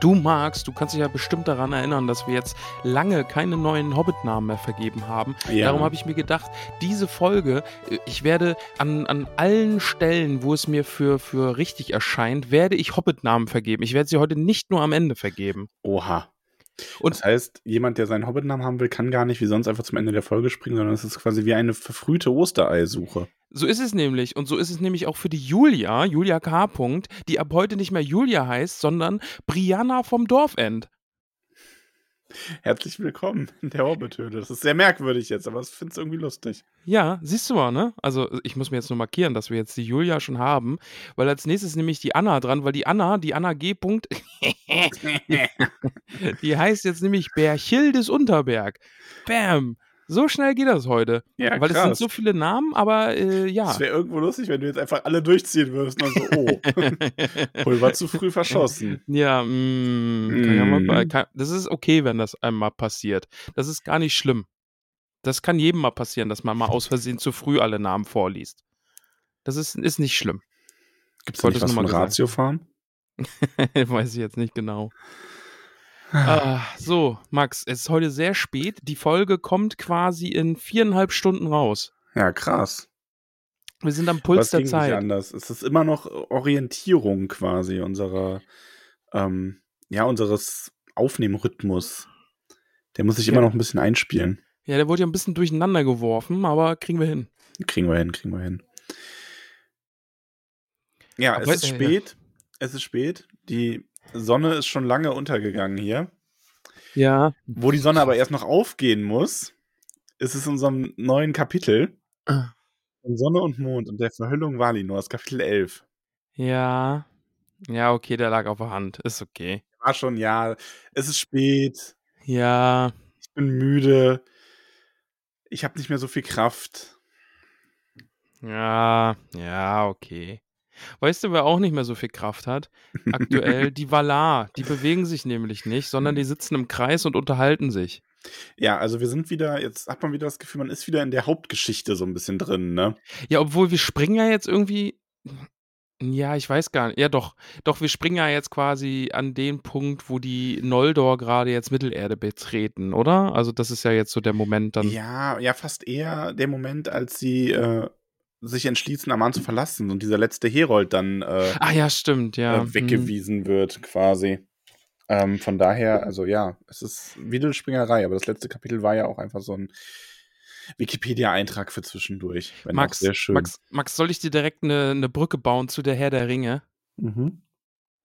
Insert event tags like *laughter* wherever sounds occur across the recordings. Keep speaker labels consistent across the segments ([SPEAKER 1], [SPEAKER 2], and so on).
[SPEAKER 1] Du magst, du kannst dich ja bestimmt daran erinnern, dass wir jetzt lange keine neuen Hobbit-Namen mehr vergeben haben.
[SPEAKER 2] Ja.
[SPEAKER 1] Darum habe ich mir gedacht, diese Folge, äh, ich werde an, an allen Stellen, wo es mir für, für richtig erscheint, werde ich Hobbit-Namen vergeben. Ich werde sie heute nicht nur am Ende vergeben.
[SPEAKER 2] Oha.
[SPEAKER 1] Und-
[SPEAKER 2] Und das heißt, jemand, der seinen Hobbitnamen haben will, kann gar nicht wie sonst einfach zum Ende der Folge springen, sondern es ist quasi wie eine verfrühte Ostereisuche.
[SPEAKER 1] So ist es nämlich. Und so ist es nämlich auch für die Julia, Julia K. Punkt, die ab heute nicht mehr Julia heißt, sondern Brianna vom Dorfend.
[SPEAKER 2] Herzlich willkommen in der Hobbithöhle. Das ist sehr merkwürdig jetzt, aber ich finde es irgendwie *laughs* lustig.
[SPEAKER 1] Ja, siehst du mal, ne? Also ich muss mir jetzt nur markieren, dass wir jetzt die Julia schon haben, weil als nächstes nämlich die Anna dran, weil die Anna, die Anna G. Punkt, *laughs* die heißt jetzt nämlich Berchildes Unterberg. Bam! So schnell geht das heute.
[SPEAKER 2] Ja,
[SPEAKER 1] weil es sind
[SPEAKER 2] krass.
[SPEAKER 1] so viele Namen, aber äh, ja.
[SPEAKER 2] Es wäre irgendwo lustig, wenn du jetzt einfach alle durchziehen würdest. Und so, oh, *laughs* Pulver zu früh verschossen.
[SPEAKER 1] Ja, mm, kann ja mal,
[SPEAKER 2] Mm.
[SPEAKER 1] bei- kann, das ist okay, wenn das einmal passiert. Das ist gar nicht schlimm. Das kann jedem mal passieren, dass man mal aus Versehen zu früh alle Namen vorliest. Das ist, ist nicht schlimm.
[SPEAKER 2] Gibt es
[SPEAKER 1] Wolltest
[SPEAKER 2] nicht
[SPEAKER 1] du noch mal
[SPEAKER 2] was von
[SPEAKER 1] gesagt?
[SPEAKER 2] Ratiofarm?
[SPEAKER 1] *laughs* Weiß ich jetzt nicht genau. Ah, so, Max, es ist heute sehr spät. Die Folge kommt quasi in viereinhalb Stunden raus.
[SPEAKER 2] Ja, krass.
[SPEAKER 1] Wir sind am
[SPEAKER 2] Was
[SPEAKER 1] Puls der
[SPEAKER 2] ging nicht
[SPEAKER 1] Zeit.
[SPEAKER 2] anders? Es ist immer noch Orientierung quasi unserer, ähm, ja, unseres Aufnehmrhythmus. Der muss sich
[SPEAKER 1] Ja.
[SPEAKER 2] immer noch ein bisschen einspielen.
[SPEAKER 1] Ja, der wurde ja ein bisschen durcheinander geworfen, aber kriegen wir hin.
[SPEAKER 2] Kriegen wir hin, kriegen wir hin. Ja,
[SPEAKER 1] Aber
[SPEAKER 2] es ist
[SPEAKER 1] heute-
[SPEAKER 2] spät. Es ist spät. Die Sonne ist schon lange untergegangen hier.
[SPEAKER 1] Ja.
[SPEAKER 2] Wo die Sonne aber erst noch aufgehen muss, ist es in unserem neuen Kapitel.
[SPEAKER 1] Ah.
[SPEAKER 2] Von Sonne und Mond und der Verhüllung Valinors, Kapitel 11.
[SPEAKER 1] Ja. Ja, okay, der lag auf der Hand. Ist okay.
[SPEAKER 2] War schon, ja, es ist spät,
[SPEAKER 1] Ja.
[SPEAKER 2] ich bin müde, ich habe nicht mehr so viel Kraft.
[SPEAKER 1] Ja, ja, okay. Weißt du, wer auch nicht mehr so viel Kraft hat? *laughs* Aktuell die Valar. Die bewegen sich nämlich nicht, sondern die sitzen im Kreis und unterhalten sich.
[SPEAKER 2] Ja, also wir sind wieder, jetzt hat man wieder das Gefühl, man ist wieder in der Hauptgeschichte so ein bisschen drin, ne?
[SPEAKER 1] Ja, obwohl wir springen ja jetzt irgendwie. Ja, ich weiß gar nicht. Ja, doch. Doch, wir springen ja jetzt quasi an den Punkt, wo die Noldor gerade jetzt Mittelerde betreten, oder? Also, das ist ja jetzt so der Moment dann.
[SPEAKER 2] Ja, ja, fast eher der Moment, als sie äh, sich entschließen, Aman zu verlassen und dieser letzte Herold dann äh,
[SPEAKER 1] Ah, ja, stimmt, ja. hm.
[SPEAKER 2] äh, weggewiesen wird, quasi. Ähm, von daher, also ja, es ist Wiedelspringerei, aber das letzte Kapitel war ja auch einfach so ein Wikipedia-Eintrag für zwischendurch.
[SPEAKER 1] Hm.
[SPEAKER 2] wenn auch
[SPEAKER 1] Max,
[SPEAKER 2] sehr schön.
[SPEAKER 1] Max, Max, soll ich dir direkt eine, eine Brücke bauen zu der Herr der Ringe?
[SPEAKER 2] Mhm.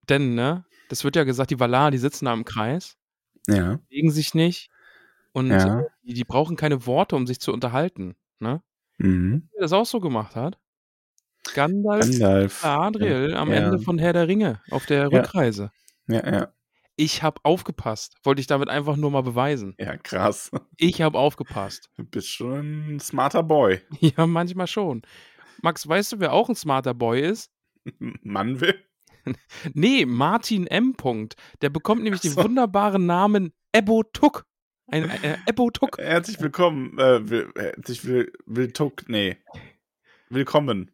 [SPEAKER 1] Denn, ne? Das wird ja gesagt, die Valar, die sitzen da im Kreis,
[SPEAKER 2] Ja,
[SPEAKER 1] bewegen sich nicht und
[SPEAKER 2] Ja.
[SPEAKER 1] äh, die, die brauchen keine Worte, um sich zu unterhalten, ne?
[SPEAKER 2] mhm.
[SPEAKER 1] Wer das auch so gemacht hat? Gandalf
[SPEAKER 2] Gandalf.
[SPEAKER 1] Adriel am
[SPEAKER 2] Ja.
[SPEAKER 1] Ende von Herr der Ringe auf der
[SPEAKER 2] Ja.
[SPEAKER 1] Rückreise.
[SPEAKER 2] Ja, ja,
[SPEAKER 1] Ich habe aufgepasst. Wollte ich damit einfach nur mal beweisen.
[SPEAKER 2] ja, krass.
[SPEAKER 1] Ich habe aufgepasst. *laughs*
[SPEAKER 2] Du bist schon ein smarter Boy.
[SPEAKER 1] Ja, manchmal schon. Max, weißt du, wer auch ein smarter Boy ist?
[SPEAKER 2] Mann will.
[SPEAKER 1] Nee, Martin M. Punkt. Der bekommt nämlich
[SPEAKER 2] Ach
[SPEAKER 1] den
[SPEAKER 2] so.
[SPEAKER 1] wunderbaren Namen Ebo Tuck. Ein, ein, ein Ebo Tuck.
[SPEAKER 2] Herzlich willkommen. Äh, will, herzlich will, will Tuck, nee. Willkommen.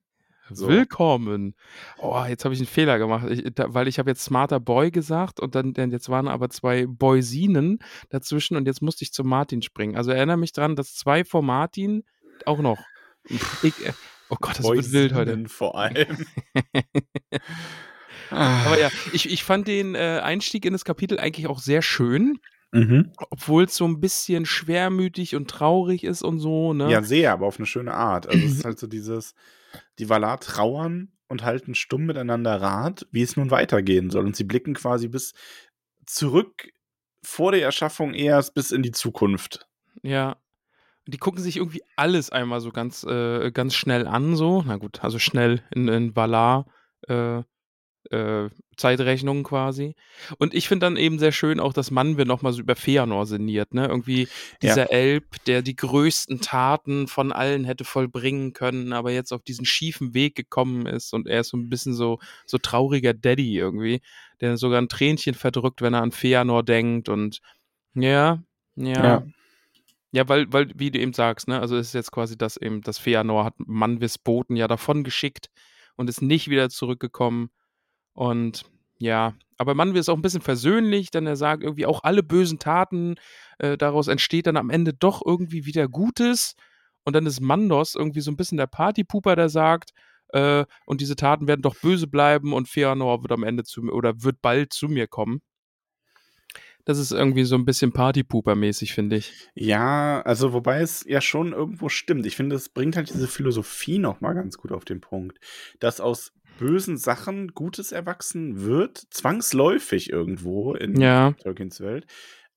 [SPEAKER 2] So.
[SPEAKER 1] Willkommen. Oh, jetzt habe ich einen Fehler gemacht, ich, da, weil ich habe jetzt smarter Boy gesagt und dann, dann jetzt waren aber zwei Boysinen dazwischen und jetzt musste ich zu Martin springen. Also erinnere mich dran, dass zwei vor Martin auch noch. Ich, äh, oh Gott, das wird wild heute.
[SPEAKER 2] Boysinen Vor allem.
[SPEAKER 1] *laughs* Aber ja, ich, ich fand den äh, Einstieg in das Kapitel eigentlich auch sehr schön,
[SPEAKER 2] mhm.
[SPEAKER 1] obwohl es so ein bisschen schwermütig und traurig ist und so, ne? *clears throat*
[SPEAKER 2] Ja, sehr, aber auf eine schöne Art. Also es ist halt so dieses, die Valar trauern und halten stumm miteinander Rat, wie es nun weitergehen soll. Und sie blicken quasi bis zurück vor der Erschaffung erst bis in die Zukunft.
[SPEAKER 1] Ja. Die gucken sich irgendwie alles einmal so ganz, äh, ganz schnell an, so. Na gut, also schnell in, in Valar. Äh, äh, Zeitrechnungen quasi. Und ich finde dann eben sehr schön auch, dass Manwe nochmal so über Feanor sinniert, ne? Irgendwie dieser ja. Elb, der die größten Taten von allen hätte vollbringen können, aber jetzt auf diesen schiefen Weg gekommen ist und er ist so ein bisschen so, so trauriger Daddy irgendwie, der sogar ein Tränchen verdrückt, wenn er an Feanor denkt und ja, ja. ja. Ja, weil, weil, wie du eben sagst, ne, also es ist jetzt quasi das eben, das Feanor hat Manwis Boten ja davon geschickt und ist nicht wieder zurückgekommen. Und ja, aber Manwe ist auch ein bisschen versöhnlich, denn er sagt irgendwie auch alle bösen Taten, äh, daraus entsteht dann am Ende doch irgendwie wieder Gutes. Und dann ist Mandos irgendwie so ein bisschen der Partypuper, der sagt, äh, und diese Taten werden doch böse bleiben und Feanor wird am Ende zu mir oder wird bald zu mir kommen. Das ist irgendwie so ein bisschen Partypuper-mäßig, finde ich.
[SPEAKER 2] Ja, also wobei es ja schon irgendwo stimmt. Ich finde, es bringt halt diese Philosophie nochmal ganz gut auf den Punkt, dass aus bösen Sachen Gutes erwachsen wird, zwangsläufig irgendwo in
[SPEAKER 1] Ja.
[SPEAKER 2] Tolkiens Welt.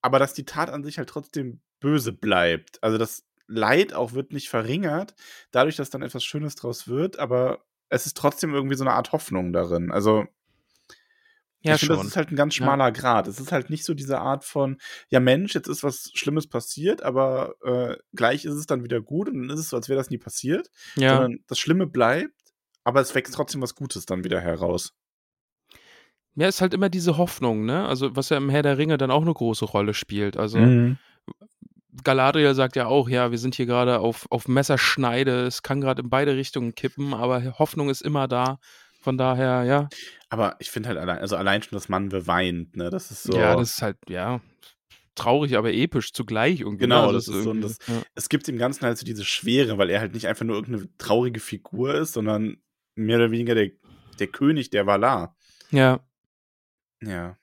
[SPEAKER 2] Aber dass die Tat an sich halt trotzdem böse bleibt. Also das Leid auch wird nicht verringert, dadurch, dass dann etwas Schönes draus wird, aber es ist trotzdem irgendwie so eine Art Hoffnung darin. Also
[SPEAKER 1] Ja,
[SPEAKER 2] ich finde, das ist halt ein ganz
[SPEAKER 1] Ja.
[SPEAKER 2] schmaler Grad. Es ist halt nicht so diese Art von, ja Mensch, jetzt ist was Schlimmes passiert, aber äh, gleich ist es dann wieder gut und dann ist es so, als wäre das nie passiert.
[SPEAKER 1] ja.
[SPEAKER 2] Sondern das Schlimme bleibt, aber es wächst trotzdem was Gutes dann wieder heraus.
[SPEAKER 1] ja, ist halt immer diese Hoffnung, ne? Also, was ja im Herr der Ringe dann auch eine große Rolle spielt. Also, Galadriel sagt ja auch, ja, wir sind hier gerade auf, auf Messerschneide, es kann gerade in beide Richtungen kippen, aber Hoffnung ist immer da. Von daher, ja.
[SPEAKER 2] Aber ich finde halt allein, also allein schon, dass man weint, ne? Das ist so.
[SPEAKER 1] Ja, das ist halt, ja, traurig, aber episch zugleich irgendwie.
[SPEAKER 2] Genau,
[SPEAKER 1] ne?
[SPEAKER 2] das ist so ein-
[SPEAKER 1] irgendwie- ja.
[SPEAKER 2] es gibt im Ganzen halt so diese Schwere, weil er halt nicht einfach nur irgendeine traurige Figur ist, sondern mehr oder weniger der, der König der Valar.
[SPEAKER 1] ja,
[SPEAKER 2] Ja.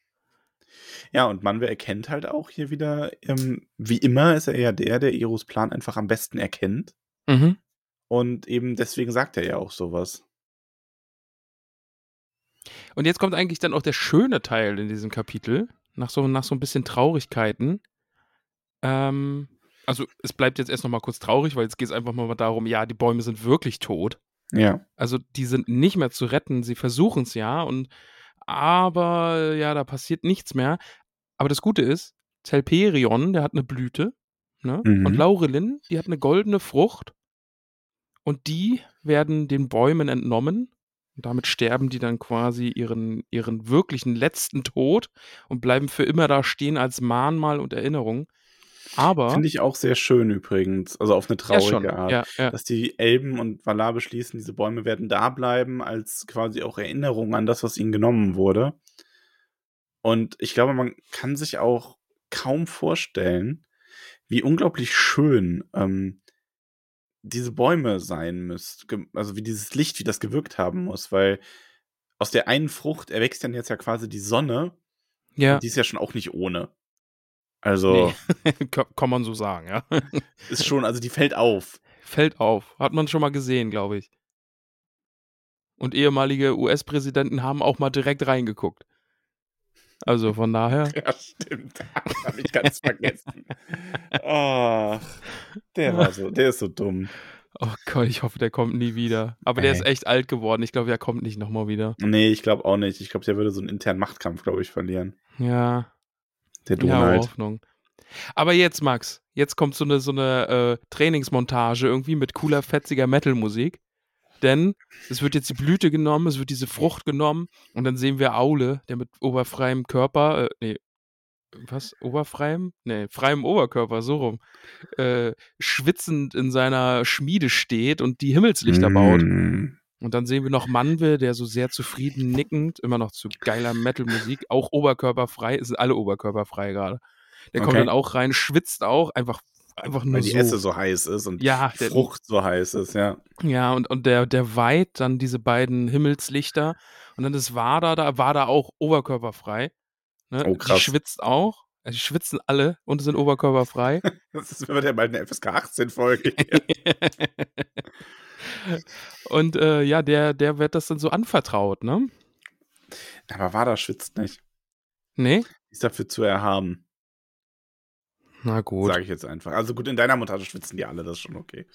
[SPEAKER 2] Ja, und Manwe erkennt halt auch hier wieder, ähm, wie immer ist er ja der, der Eros Plan einfach am besten erkennt.
[SPEAKER 1] mhm.
[SPEAKER 2] Und eben deswegen sagt er ja auch sowas.
[SPEAKER 1] Und jetzt kommt eigentlich dann auch der schöne Teil in diesem Kapitel, nach so, nach so ein bisschen Traurigkeiten. Ähm, also es bleibt jetzt erst noch mal kurz traurig, weil jetzt geht es einfach mal darum, ja, die Bäume sind wirklich tot.
[SPEAKER 2] Ja.
[SPEAKER 1] Also die sind nicht mehr zu retten, sie versuchen es ja und aber ja, da passiert nichts mehr. Aber das Gute ist, Telperion, der hat eine Blüte, ne?
[SPEAKER 2] Mhm.
[SPEAKER 1] Und Laurelin, die hat eine goldene Frucht und die werden den Bäumen entnommen und damit sterben die dann quasi ihren ihren wirklichen letzten Tod und bleiben für immer da stehen als Mahnmal und Erinnerung. Aber
[SPEAKER 2] Finde ich auch sehr schön übrigens. Also auf eine
[SPEAKER 1] ja
[SPEAKER 2] traurige
[SPEAKER 1] schon,
[SPEAKER 2] Art.
[SPEAKER 1] ja, ja.
[SPEAKER 2] dass die Elben und Valar beschließen, diese Bäume werden da bleiben, als quasi auch Erinnerung an das, was ihnen genommen wurde. Und ich glaube, man kann sich auch kaum vorstellen, wie unglaublich schön ähm, diese Bäume sein müssen. Also wie dieses Licht, wie das gewirkt haben muss, weil aus der einen Frucht erwächst dann jetzt ja quasi die Sonne.
[SPEAKER 1] ja.
[SPEAKER 2] Und die ist ja schon auch nicht ohne. Also
[SPEAKER 1] Nee. *laughs* Kann kann man so sagen, ja.
[SPEAKER 2] ist schon, also die fällt auf.
[SPEAKER 1] Fällt auf. Hat man schon mal gesehen, glaube ich. Und ehemalige US-Präsidenten haben auch mal direkt reingeguckt. Also von daher.
[SPEAKER 2] *laughs* Ja, stimmt. Habe ich ganz vergessen. Ach, der war so, der ist so dumm.
[SPEAKER 1] Oh Gott, ich hoffe, der kommt nie wieder. Aber der
[SPEAKER 2] Ey.
[SPEAKER 1] ist echt alt geworden. Ich glaube, der kommt nicht nochmal wieder.
[SPEAKER 2] Nee, ich glaube auch nicht. Ich glaube, der würde so einen internen Machtkampf, glaube ich, verlieren.
[SPEAKER 1] Ja.
[SPEAKER 2] Der
[SPEAKER 1] Ja,
[SPEAKER 2] Donald.
[SPEAKER 1] Hoffnung. Aber jetzt, Max, jetzt kommt so eine, so eine äh, Trainingsmontage irgendwie mit cooler, fetziger Metal-Musik. Denn es wird jetzt die Blüte genommen, es wird diese Frucht genommen und dann sehen wir Aule, der mit oberfreiem Körper, äh, nee, was? Oberfreiem? Nee, freiem Oberkörper, so rum. Äh, schwitzend in seiner Schmiede steht und die Himmelslichter baut.
[SPEAKER 2] Mm.
[SPEAKER 1] Und dann sehen wir noch Manwe, der so sehr zufrieden nickend, immer noch zu geiler Metal-Musik, auch oberkörperfrei, es sind alle oberkörperfrei gerade. Der kommt
[SPEAKER 2] Okay.
[SPEAKER 1] dann auch rein, schwitzt auch, einfach, einfach nur
[SPEAKER 2] Weil die
[SPEAKER 1] so.
[SPEAKER 2] Esse so heiß ist und
[SPEAKER 1] ja,
[SPEAKER 2] die
[SPEAKER 1] der,
[SPEAKER 2] Frucht so heiß ist, ja.
[SPEAKER 1] ja, und, und der, der weiht dann diese beiden Himmelslichter. Und dann ist Wada da, Wada auch oberkörperfrei. Ne?
[SPEAKER 2] Oh, krass.
[SPEAKER 1] Die schwitzt auch. Also die schwitzen alle und sind oberkörperfrei. *laughs*
[SPEAKER 2] Das ist, wenn wir der bald eine FSK 18-Folge.
[SPEAKER 1] Und äh, ja, der, der wird das dann so anvertraut, ne?
[SPEAKER 2] Aber Wada schwitzt nicht.
[SPEAKER 1] Nee?
[SPEAKER 2] Die Ist dafür zu erhaben,
[SPEAKER 1] Na gut.
[SPEAKER 2] sage ich jetzt einfach. Also gut, in deiner Montage schwitzen die alle, das ist schon okay.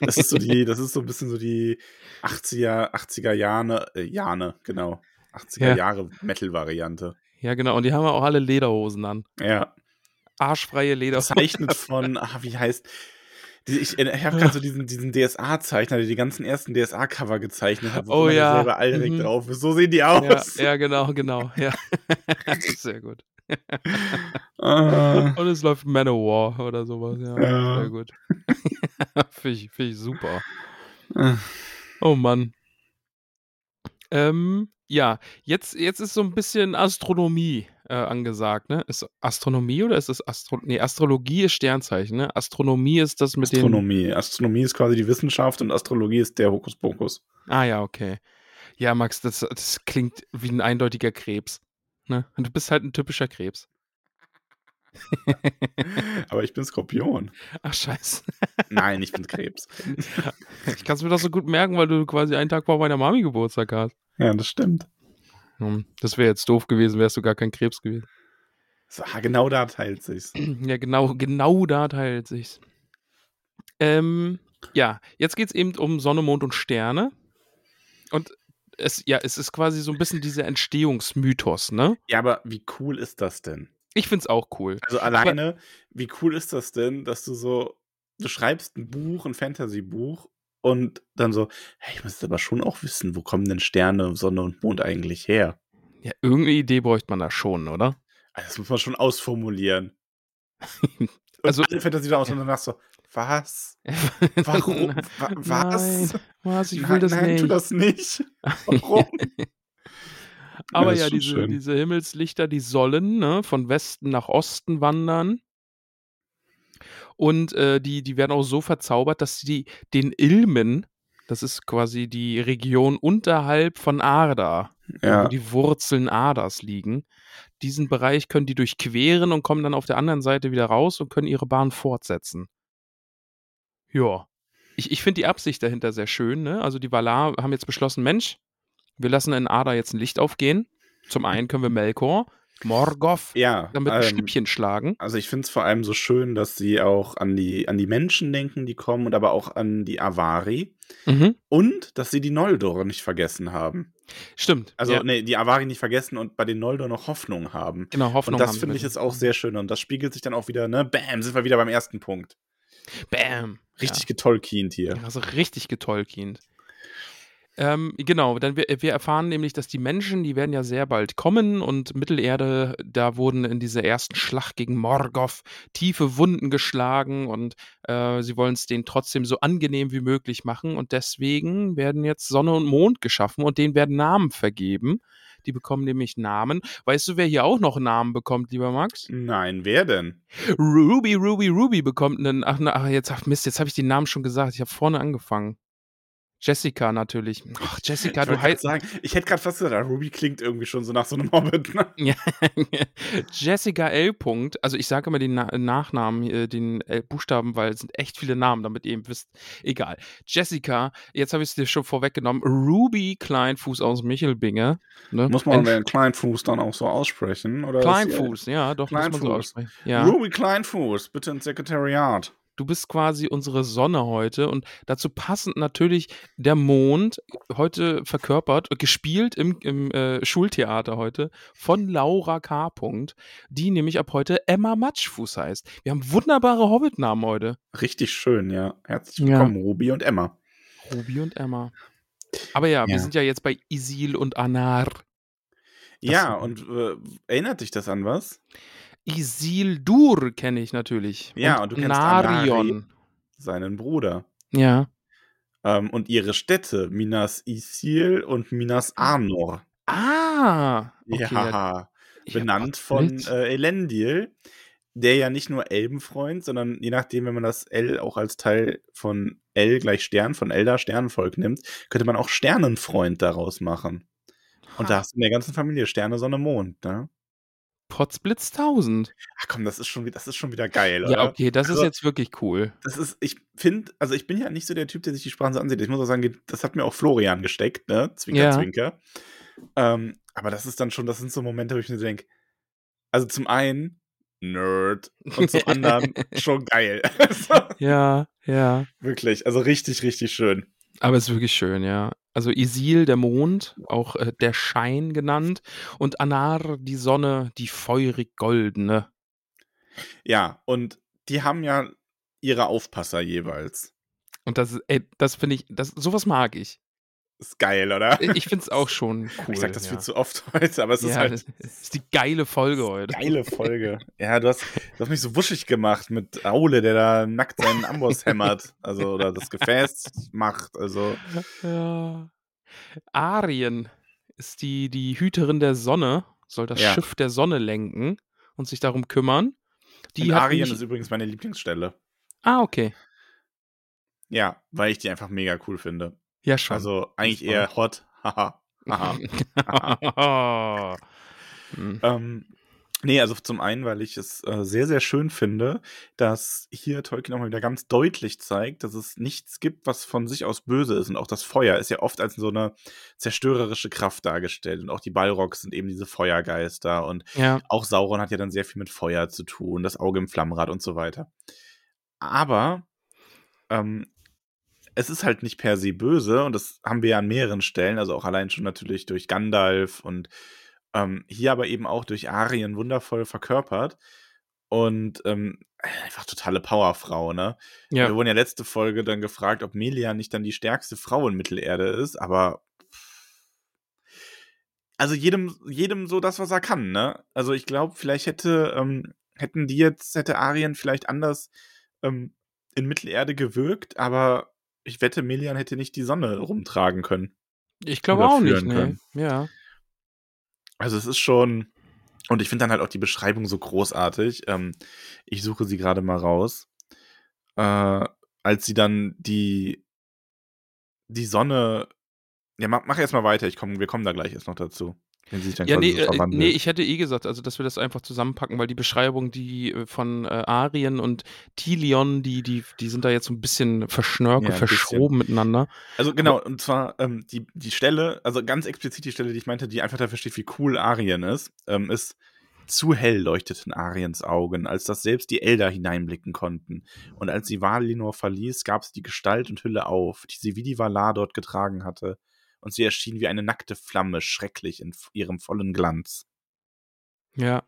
[SPEAKER 2] Das ist
[SPEAKER 1] *laughs*
[SPEAKER 2] so die, das ist so ein bisschen so die 80er, 80er Jahre, äh, Jahre, genau. 80er
[SPEAKER 1] Ja.
[SPEAKER 2] Jahre Metal-Variante.
[SPEAKER 1] Ja, genau. Und die haben ja auch alle Lederhosen an.
[SPEAKER 2] Ja.
[SPEAKER 1] Arschfreie Lederhosen.
[SPEAKER 2] Zeichnet von, ah, wie heißt. die- Ich, äh, ich habe gerade so diesen, diesen DSA-Zeichner, der die ganzen ersten DSA-Cover gezeichnet hat, wo
[SPEAKER 1] Oh
[SPEAKER 2] immer
[SPEAKER 1] ja.
[SPEAKER 2] derselbe Alrik
[SPEAKER 1] Mhm.
[SPEAKER 2] drauf ist. So sehen die aus.
[SPEAKER 1] Ja, ja, genau, genau. Ja. *laughs* Sehr gut.
[SPEAKER 2] Ah.
[SPEAKER 1] Und es läuft Manowar oder sowas. Ja,
[SPEAKER 2] Ja.
[SPEAKER 1] sehr gut. *laughs* Finde ich, find ich super. Oh Mann. Ähm, ja, jetzt, jetzt ist so ein bisschen Astronomie äh, angesagt, ne? Ist Astronomie oder ist es Astro nee, Astrologie ist Sternzeichen, ne? Astronomie ist das mit den
[SPEAKER 2] Astronomie. Astronomie ist quasi die Wissenschaft und Astrologie ist der
[SPEAKER 1] *laughs*
[SPEAKER 2] Hokuspokus.
[SPEAKER 1] Ah ja, okay. Ja, Max, das, das klingt wie ein eindeutiger Krebs. Ne? Und du bist halt ein typischer Krebs.
[SPEAKER 2] Aber ich bin Skorpion.
[SPEAKER 1] Ach scheiße.
[SPEAKER 2] Nein, ich bin Krebs.
[SPEAKER 1] Ich kann es mir doch so gut merken, weil du quasi einen Tag vor meiner Mami Geburtstag hast.
[SPEAKER 2] Ja, das stimmt.
[SPEAKER 1] Hm, Das wäre jetzt doof gewesen, wärst du gar kein Krebs gewesen. *clears throat*
[SPEAKER 2] So, ah, genau da teilt sich's.
[SPEAKER 1] Ja, genau, genau da teilt sich's. Ähm, ja, jetzt geht's eben um Sonne, Mond und Sterne. Und es, ja, es ist quasi so ein bisschen dieser Entstehungsmythos, ne?
[SPEAKER 2] Ja, aber wie cool ist das denn?
[SPEAKER 1] Ich find's auch cool.
[SPEAKER 2] Also alleine, wie cool ist das denn, dass du so, du schreibst ein Buch, ein Fantasy-Buch und dann so, hey, ich muss jetzt aber schon auch wissen, wo kommen denn Sterne, Sonne und Mond eigentlich her?
[SPEAKER 1] Ja, irgendeine Idee bräuchte man da schon,
[SPEAKER 2] *laughs*
[SPEAKER 1] oder?
[SPEAKER 2] Also das muss man schon ausformulieren. *laughs* Und
[SPEAKER 1] Also-
[SPEAKER 2] also alle Fantasy da aus und danach so, was? *laughs* Warum? Wa was?
[SPEAKER 1] Nein, was? Ich Ah, will
[SPEAKER 2] nein,
[SPEAKER 1] das
[SPEAKER 2] nein
[SPEAKER 1] nicht.
[SPEAKER 2] tu das *laughs* nicht. Warum?
[SPEAKER 1] Aber
[SPEAKER 2] das
[SPEAKER 1] ja,
[SPEAKER 2] ist schon
[SPEAKER 1] diese,
[SPEAKER 2] schön.
[SPEAKER 1] diese Himmelslichter, die sollen ne, von Westen nach Osten wandern. Und äh, die, die werden auch so verzaubert, dass sie den Ilmen, das ist quasi die Region unterhalb von Arda, wo
[SPEAKER 2] ja.
[SPEAKER 1] die Wurzeln Adas liegen, diesen Bereich können die durchqueren und kommen dann auf der anderen Seite wieder raus und können ihre Bahn fortsetzen. Ja. Ich, ich finde die Absicht dahinter sehr schön. Ne? Also die Valar haben jetzt beschlossen, Mensch, wir lassen in Ada jetzt ein Licht aufgehen. Zum einen können wir Melkor, Morgoth
[SPEAKER 2] ja
[SPEAKER 1] damit ein
[SPEAKER 2] ähm,
[SPEAKER 1] Schnippchen schlagen.
[SPEAKER 2] Also ich finde es vor allem so schön, dass sie auch an die, an die Menschen denken, die kommen, und aber auch an die Avari.
[SPEAKER 1] Mhm.
[SPEAKER 2] Und dass sie die Noldor nicht vergessen haben.
[SPEAKER 1] Stimmt.
[SPEAKER 2] Also,
[SPEAKER 1] ja,
[SPEAKER 2] nee, die Avari nicht vergessen und bei den Noldor noch Hoffnung haben.
[SPEAKER 1] genau, Hoffnung
[SPEAKER 2] und das
[SPEAKER 1] haben
[SPEAKER 2] finde ich
[SPEAKER 1] wir.
[SPEAKER 2] jetzt auch sehr schön. Und das spiegelt sich dann auch wieder, ne? Bam, sind wir wieder beim ersten Punkt.
[SPEAKER 1] Bam.
[SPEAKER 2] Richtig getolkient hier.
[SPEAKER 1] Also richtig getolkient. Ähm, genau, dann wir, wir erfahren nämlich, dass die Menschen, die werden ja sehr bald kommen und Mittelerde, da wurden in dieser ersten Schlacht gegen Morgoth tiefe Wunden geschlagen und äh, sie wollen es denen trotzdem so angenehm wie möglich machen und deswegen werden jetzt Sonne und Mond geschaffen und denen werden Namen vergeben. Die bekommen nämlich Namen. Weißt du, wer hier auch noch Namen bekommt, lieber Max?
[SPEAKER 2] Nein, wer denn?
[SPEAKER 1] Ruby, Ruby, Ruby bekommt einen. Ach, na, ach jetzt, ach Mist, jetzt habe ich den Namen schon gesagt. Ich habe vorne angefangen. Jessica natürlich. Ach, Jessica,
[SPEAKER 2] ich
[SPEAKER 1] du
[SPEAKER 2] wollte grad
[SPEAKER 1] heißt.
[SPEAKER 2] sagen, ich hätte gerade fast gesagt, ah, Ruby klingt irgendwie schon so nach so einem Hobbit.
[SPEAKER 1] *laughs*
[SPEAKER 2] Ne?
[SPEAKER 1] Jessica L. Punkt. Also ich sage immer den Na Nachnamen, äh, den äh, Buchstaben, weil es sind echt viele Namen, damit ihr eben wisst. Egal. Jessica, jetzt habe ich es dir schon vorweggenommen. Ruby Kleinfuß aus Michelbinge. Ne?
[SPEAKER 2] Muss man
[SPEAKER 1] Ent-
[SPEAKER 2] den Kleinfuß dann auch so aussprechen? Oder ist-
[SPEAKER 1] Kleinfuß, ja, doch, muss man so
[SPEAKER 2] Kleinfuß.
[SPEAKER 1] aussprechen. Ja.
[SPEAKER 2] Ruby Kleinfuß, bitte ins Sekretariat.
[SPEAKER 1] Du bist quasi unsere Sonne heute und dazu passend natürlich der Mond, heute verkörpert, gespielt im, im äh, Schultheater heute von Laura K. Punkt, die nämlich ab heute Emma Matschfuß heißt. Wir haben wunderbare Hobbit-Namen heute.
[SPEAKER 2] Richtig schön, ja. Herzlich
[SPEAKER 1] Ja.
[SPEAKER 2] willkommen, Ruby und Emma.
[SPEAKER 1] Ruby und Emma. Aber ja, wir
[SPEAKER 2] Ja.
[SPEAKER 1] sind ja jetzt bei Isil und Anar.
[SPEAKER 2] ja, und äh, erinnert dich das an was?
[SPEAKER 1] Isildur kenne ich natürlich.
[SPEAKER 2] Ja, und du kennst
[SPEAKER 1] Anarion.
[SPEAKER 2] Seinen Bruder.
[SPEAKER 1] Ja.
[SPEAKER 2] Ähm, und ihre Städte, Minas Isil und Minas Arnor.
[SPEAKER 1] Ah! okay, ja,
[SPEAKER 2] ja,
[SPEAKER 1] ich hab
[SPEAKER 2] benannt
[SPEAKER 1] grad
[SPEAKER 2] von
[SPEAKER 1] mit-
[SPEAKER 2] äh, Elendil, der ja nicht nur Elbenfreund, sondern je nachdem, wenn man das L auch als Teil von L gleich Stern, von Eldar Sternenvolk nimmt, könnte man auch Sternenfreund daraus machen. Und da hast du in der ganzen Familie Sterne, Sonne, Mond, ne?
[SPEAKER 1] Potsblitz 1000.
[SPEAKER 2] Ach komm, das ist schon, wie- das ist schon wieder geil, oder?
[SPEAKER 1] Ja, okay, das ist
[SPEAKER 2] Also-
[SPEAKER 1] jetzt wirklich cool.
[SPEAKER 2] Das ist, ich finde, also ich bin ja nicht so der Typ, der sich die Sprachen so ansieht. Ich muss auch sagen, das hat mir auch Florian gesteckt, ne? Zwinker,
[SPEAKER 1] Ja.
[SPEAKER 2] zwinker. Ähm, aber das ist dann schon, das sind so Momente, wo ich mir so denke, also zum einen, Nerd.
[SPEAKER 1] *laughs*
[SPEAKER 2] Und zum anderen, schon geil. *laughs* so,
[SPEAKER 1] Ja, ja.
[SPEAKER 2] wirklich, also richtig, richtig schön.
[SPEAKER 1] Aber es ist wirklich schön, ja. Also Isil, der Mond, auch äh, der Schein genannt, und Anar, die Sonne, die feurig goldene.
[SPEAKER 2] Ja, und die haben ja ihre Aufpasser jeweils.
[SPEAKER 1] Und das, ist- ey, das finde ich, das, sowas mag ich.
[SPEAKER 2] Ist geil, oder?
[SPEAKER 1] Ich finde es auch schon cool.
[SPEAKER 2] *laughs* ich sag das
[SPEAKER 1] ja.
[SPEAKER 2] viel zu oft *laughs* heute, aber es
[SPEAKER 1] ja,
[SPEAKER 2] ist halt.
[SPEAKER 1] das ist die geile Folge heute.
[SPEAKER 2] Geile Folge. *laughs* Ja, du hast, du hast mich so wuschig gemacht mit Aule, der da nackt seinen Amboss hämmert. Also, oder das Gefäß macht. Also,
[SPEAKER 1] Ja. Arien ist die, die Hüterin der Sonne, soll das
[SPEAKER 2] Ja.
[SPEAKER 1] Schiff der Sonne lenken und sich darum kümmern. Die
[SPEAKER 2] und
[SPEAKER 1] hat
[SPEAKER 2] Arien
[SPEAKER 1] nämlich-
[SPEAKER 2] ist übrigens meine Lieblingsstelle.
[SPEAKER 1] ah, okay.
[SPEAKER 2] Ja, weil ich die einfach mega cool finde.
[SPEAKER 1] Ja, schon.
[SPEAKER 2] Also, eigentlich
[SPEAKER 1] Spannend.
[SPEAKER 2] eher hot. Haha. Haha.
[SPEAKER 1] *laughs* Hm.
[SPEAKER 2] Ähm, nee, also zum einen, weil ich es äh, sehr, sehr schön finde, dass hier Tolkien auch mal wieder ganz deutlich zeigt, dass es nichts gibt, was von sich aus böse ist. Und auch das Feuer ist ja oft als so eine zerstörerische Kraft dargestellt. Und auch die Balrogs sind eben diese Feuergeister. Und
[SPEAKER 1] ja,
[SPEAKER 2] auch Sauron hat ja dann sehr viel mit Feuer zu tun, das Auge im Flammenrad und so weiter. Aber ähm, es ist halt nicht per se böse und das haben wir ja an mehreren Stellen, also auch allein schon natürlich durch Gandalf und ähm, hier aber eben auch durch Arien wundervoll verkörpert und ähm, einfach totale Powerfrau, ne? Wir
[SPEAKER 1] ja.
[SPEAKER 2] wurden ja letzte Folge dann gefragt, ob Melia nicht dann die stärkste Frau in Mittelerde ist, aber also jedem, jedem so das, was er kann, ne? Also ich glaube, vielleicht hätte, ähm, hätten die jetzt, hätte Arien vielleicht anders ähm, in Mittelerde gewirkt, aber ich wette, Melian hätte nicht die Sonne rumtragen können.
[SPEAKER 1] Ich glaube auch nicht,
[SPEAKER 2] überführen
[SPEAKER 1] ne?
[SPEAKER 2] können.
[SPEAKER 1] Ja.
[SPEAKER 2] Also es ist schon. Und ich finde dann halt auch die Beschreibung so großartig. Ähm, ich suche sie gerade mal raus. Äh, als sie dann die, die Sonne. Ja, mach, mach erst mal weiter. Ich komm, wir kommen da gleich erst noch dazu. Wenn sie sich dann
[SPEAKER 1] Ja,
[SPEAKER 2] quasi
[SPEAKER 1] nee,
[SPEAKER 2] so
[SPEAKER 1] äh,
[SPEAKER 2] verwandelt.
[SPEAKER 1] nee, ich hätte eh gesagt, also dass wir das einfach zusammenpacken, weil die Beschreibung, die äh, von äh, Arien und Tilion, die, die, die sind da jetzt so ein bisschen verschnörkelt,
[SPEAKER 2] Ja, ein
[SPEAKER 1] verschoben miteinander.
[SPEAKER 2] Also genau, und zwar ähm, die, die Stelle, also ganz explizit die Stelle, die ich meinte, die einfach dafür steht, wie cool Arien ist, ähm, ist zu hell leuchteten Ariens Augen, als dass selbst die Elder hineinblicken konnten. Und als sie Valinor verließ, gab sie die Gestalt und Hülle auf, die sie wie die Valar dort getragen hatte. Und sie erschien wie eine nackte Flamme, schrecklich in f- ihrem vollen Glanz.
[SPEAKER 1] Ja.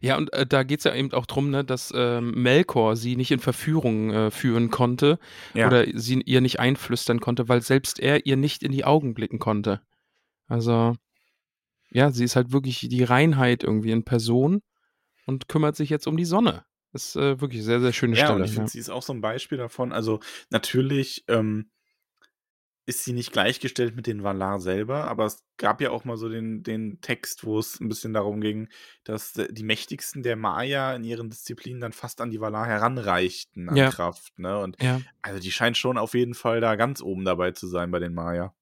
[SPEAKER 1] Ja, und äh, da geht es ja eben auch drum, ne, dass ähm, Melkor sie nicht in Verführung äh, führen konnte
[SPEAKER 2] Ja.
[SPEAKER 1] oder sie ihr nicht einflüstern konnte, weil selbst er ihr nicht in die Augen blicken konnte. Also, ja, sie ist halt wirklich die Reinheit irgendwie in Person und kümmert sich jetzt um die Sonne. Ist äh, wirklich eine sehr, sehr schöne
[SPEAKER 2] Ja,
[SPEAKER 1] Stelle.
[SPEAKER 2] und ich finde, sie ist auch so ein Beispiel davon. Also natürlich ähm, ist sie nicht gleichgestellt mit den Valar selber, aber es gab ja auch mal so den, den Text, wo es ein bisschen darum ging, dass äh, die Mächtigsten der Maya in ihren Disziplinen dann fast an die Valar heranreichten an
[SPEAKER 1] Ja.
[SPEAKER 2] Kraft. Ne? Und
[SPEAKER 1] ja.
[SPEAKER 2] also die scheint schon auf jeden Fall da ganz oben dabei zu sein bei den Maya.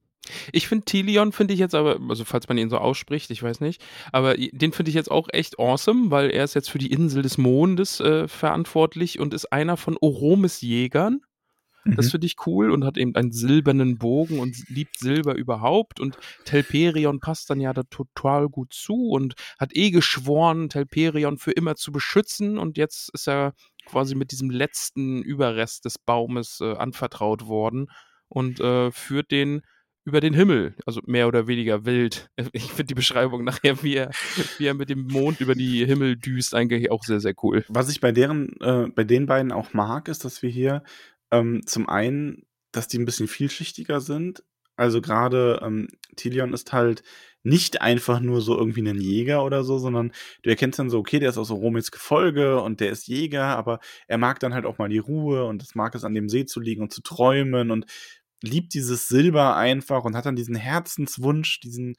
[SPEAKER 1] Ich finde Tilion finde ich jetzt aber, also falls man ihn so ausspricht, ich weiß nicht, aber i- den finde ich jetzt auch echt awesome, weil er ist jetzt für die Insel des Mondes äh, verantwortlich und ist einer von Oromes Jägern.
[SPEAKER 2] Mhm.
[SPEAKER 1] Das finde ich cool und hat eben einen silbernen Bogen und liebt Silber überhaupt. Und Telperion passt dann ja da total gut zu und hat eh geschworen, Telperion für immer zu beschützen. Und jetzt ist er quasi mit diesem letzten Überrest des Baumes äh, anvertraut worden und äh, führt den über den Himmel, also mehr oder weniger wild. *laughs* Ich finde die Beschreibung nachher, wie er, wie er mit dem Mond über die Himmel düst, eigentlich auch sehr, sehr cool.
[SPEAKER 2] was ich bei deren, äh, bei den beiden auch mag, ist, dass wir hier ähm, zum einen, dass die ein bisschen vielschichtiger sind. Also gerade ähm, Tilion ist halt nicht einfach nur so irgendwie ein Jäger oder so, sondern du erkennst dann so, okay, der ist aus Romits Gefolge und der ist Jäger, aber er mag dann halt auch mal die Ruhe und es mag es an dem See zu liegen und zu träumen und liebt dieses Silber einfach und hat dann diesen Herzenswunsch, diesen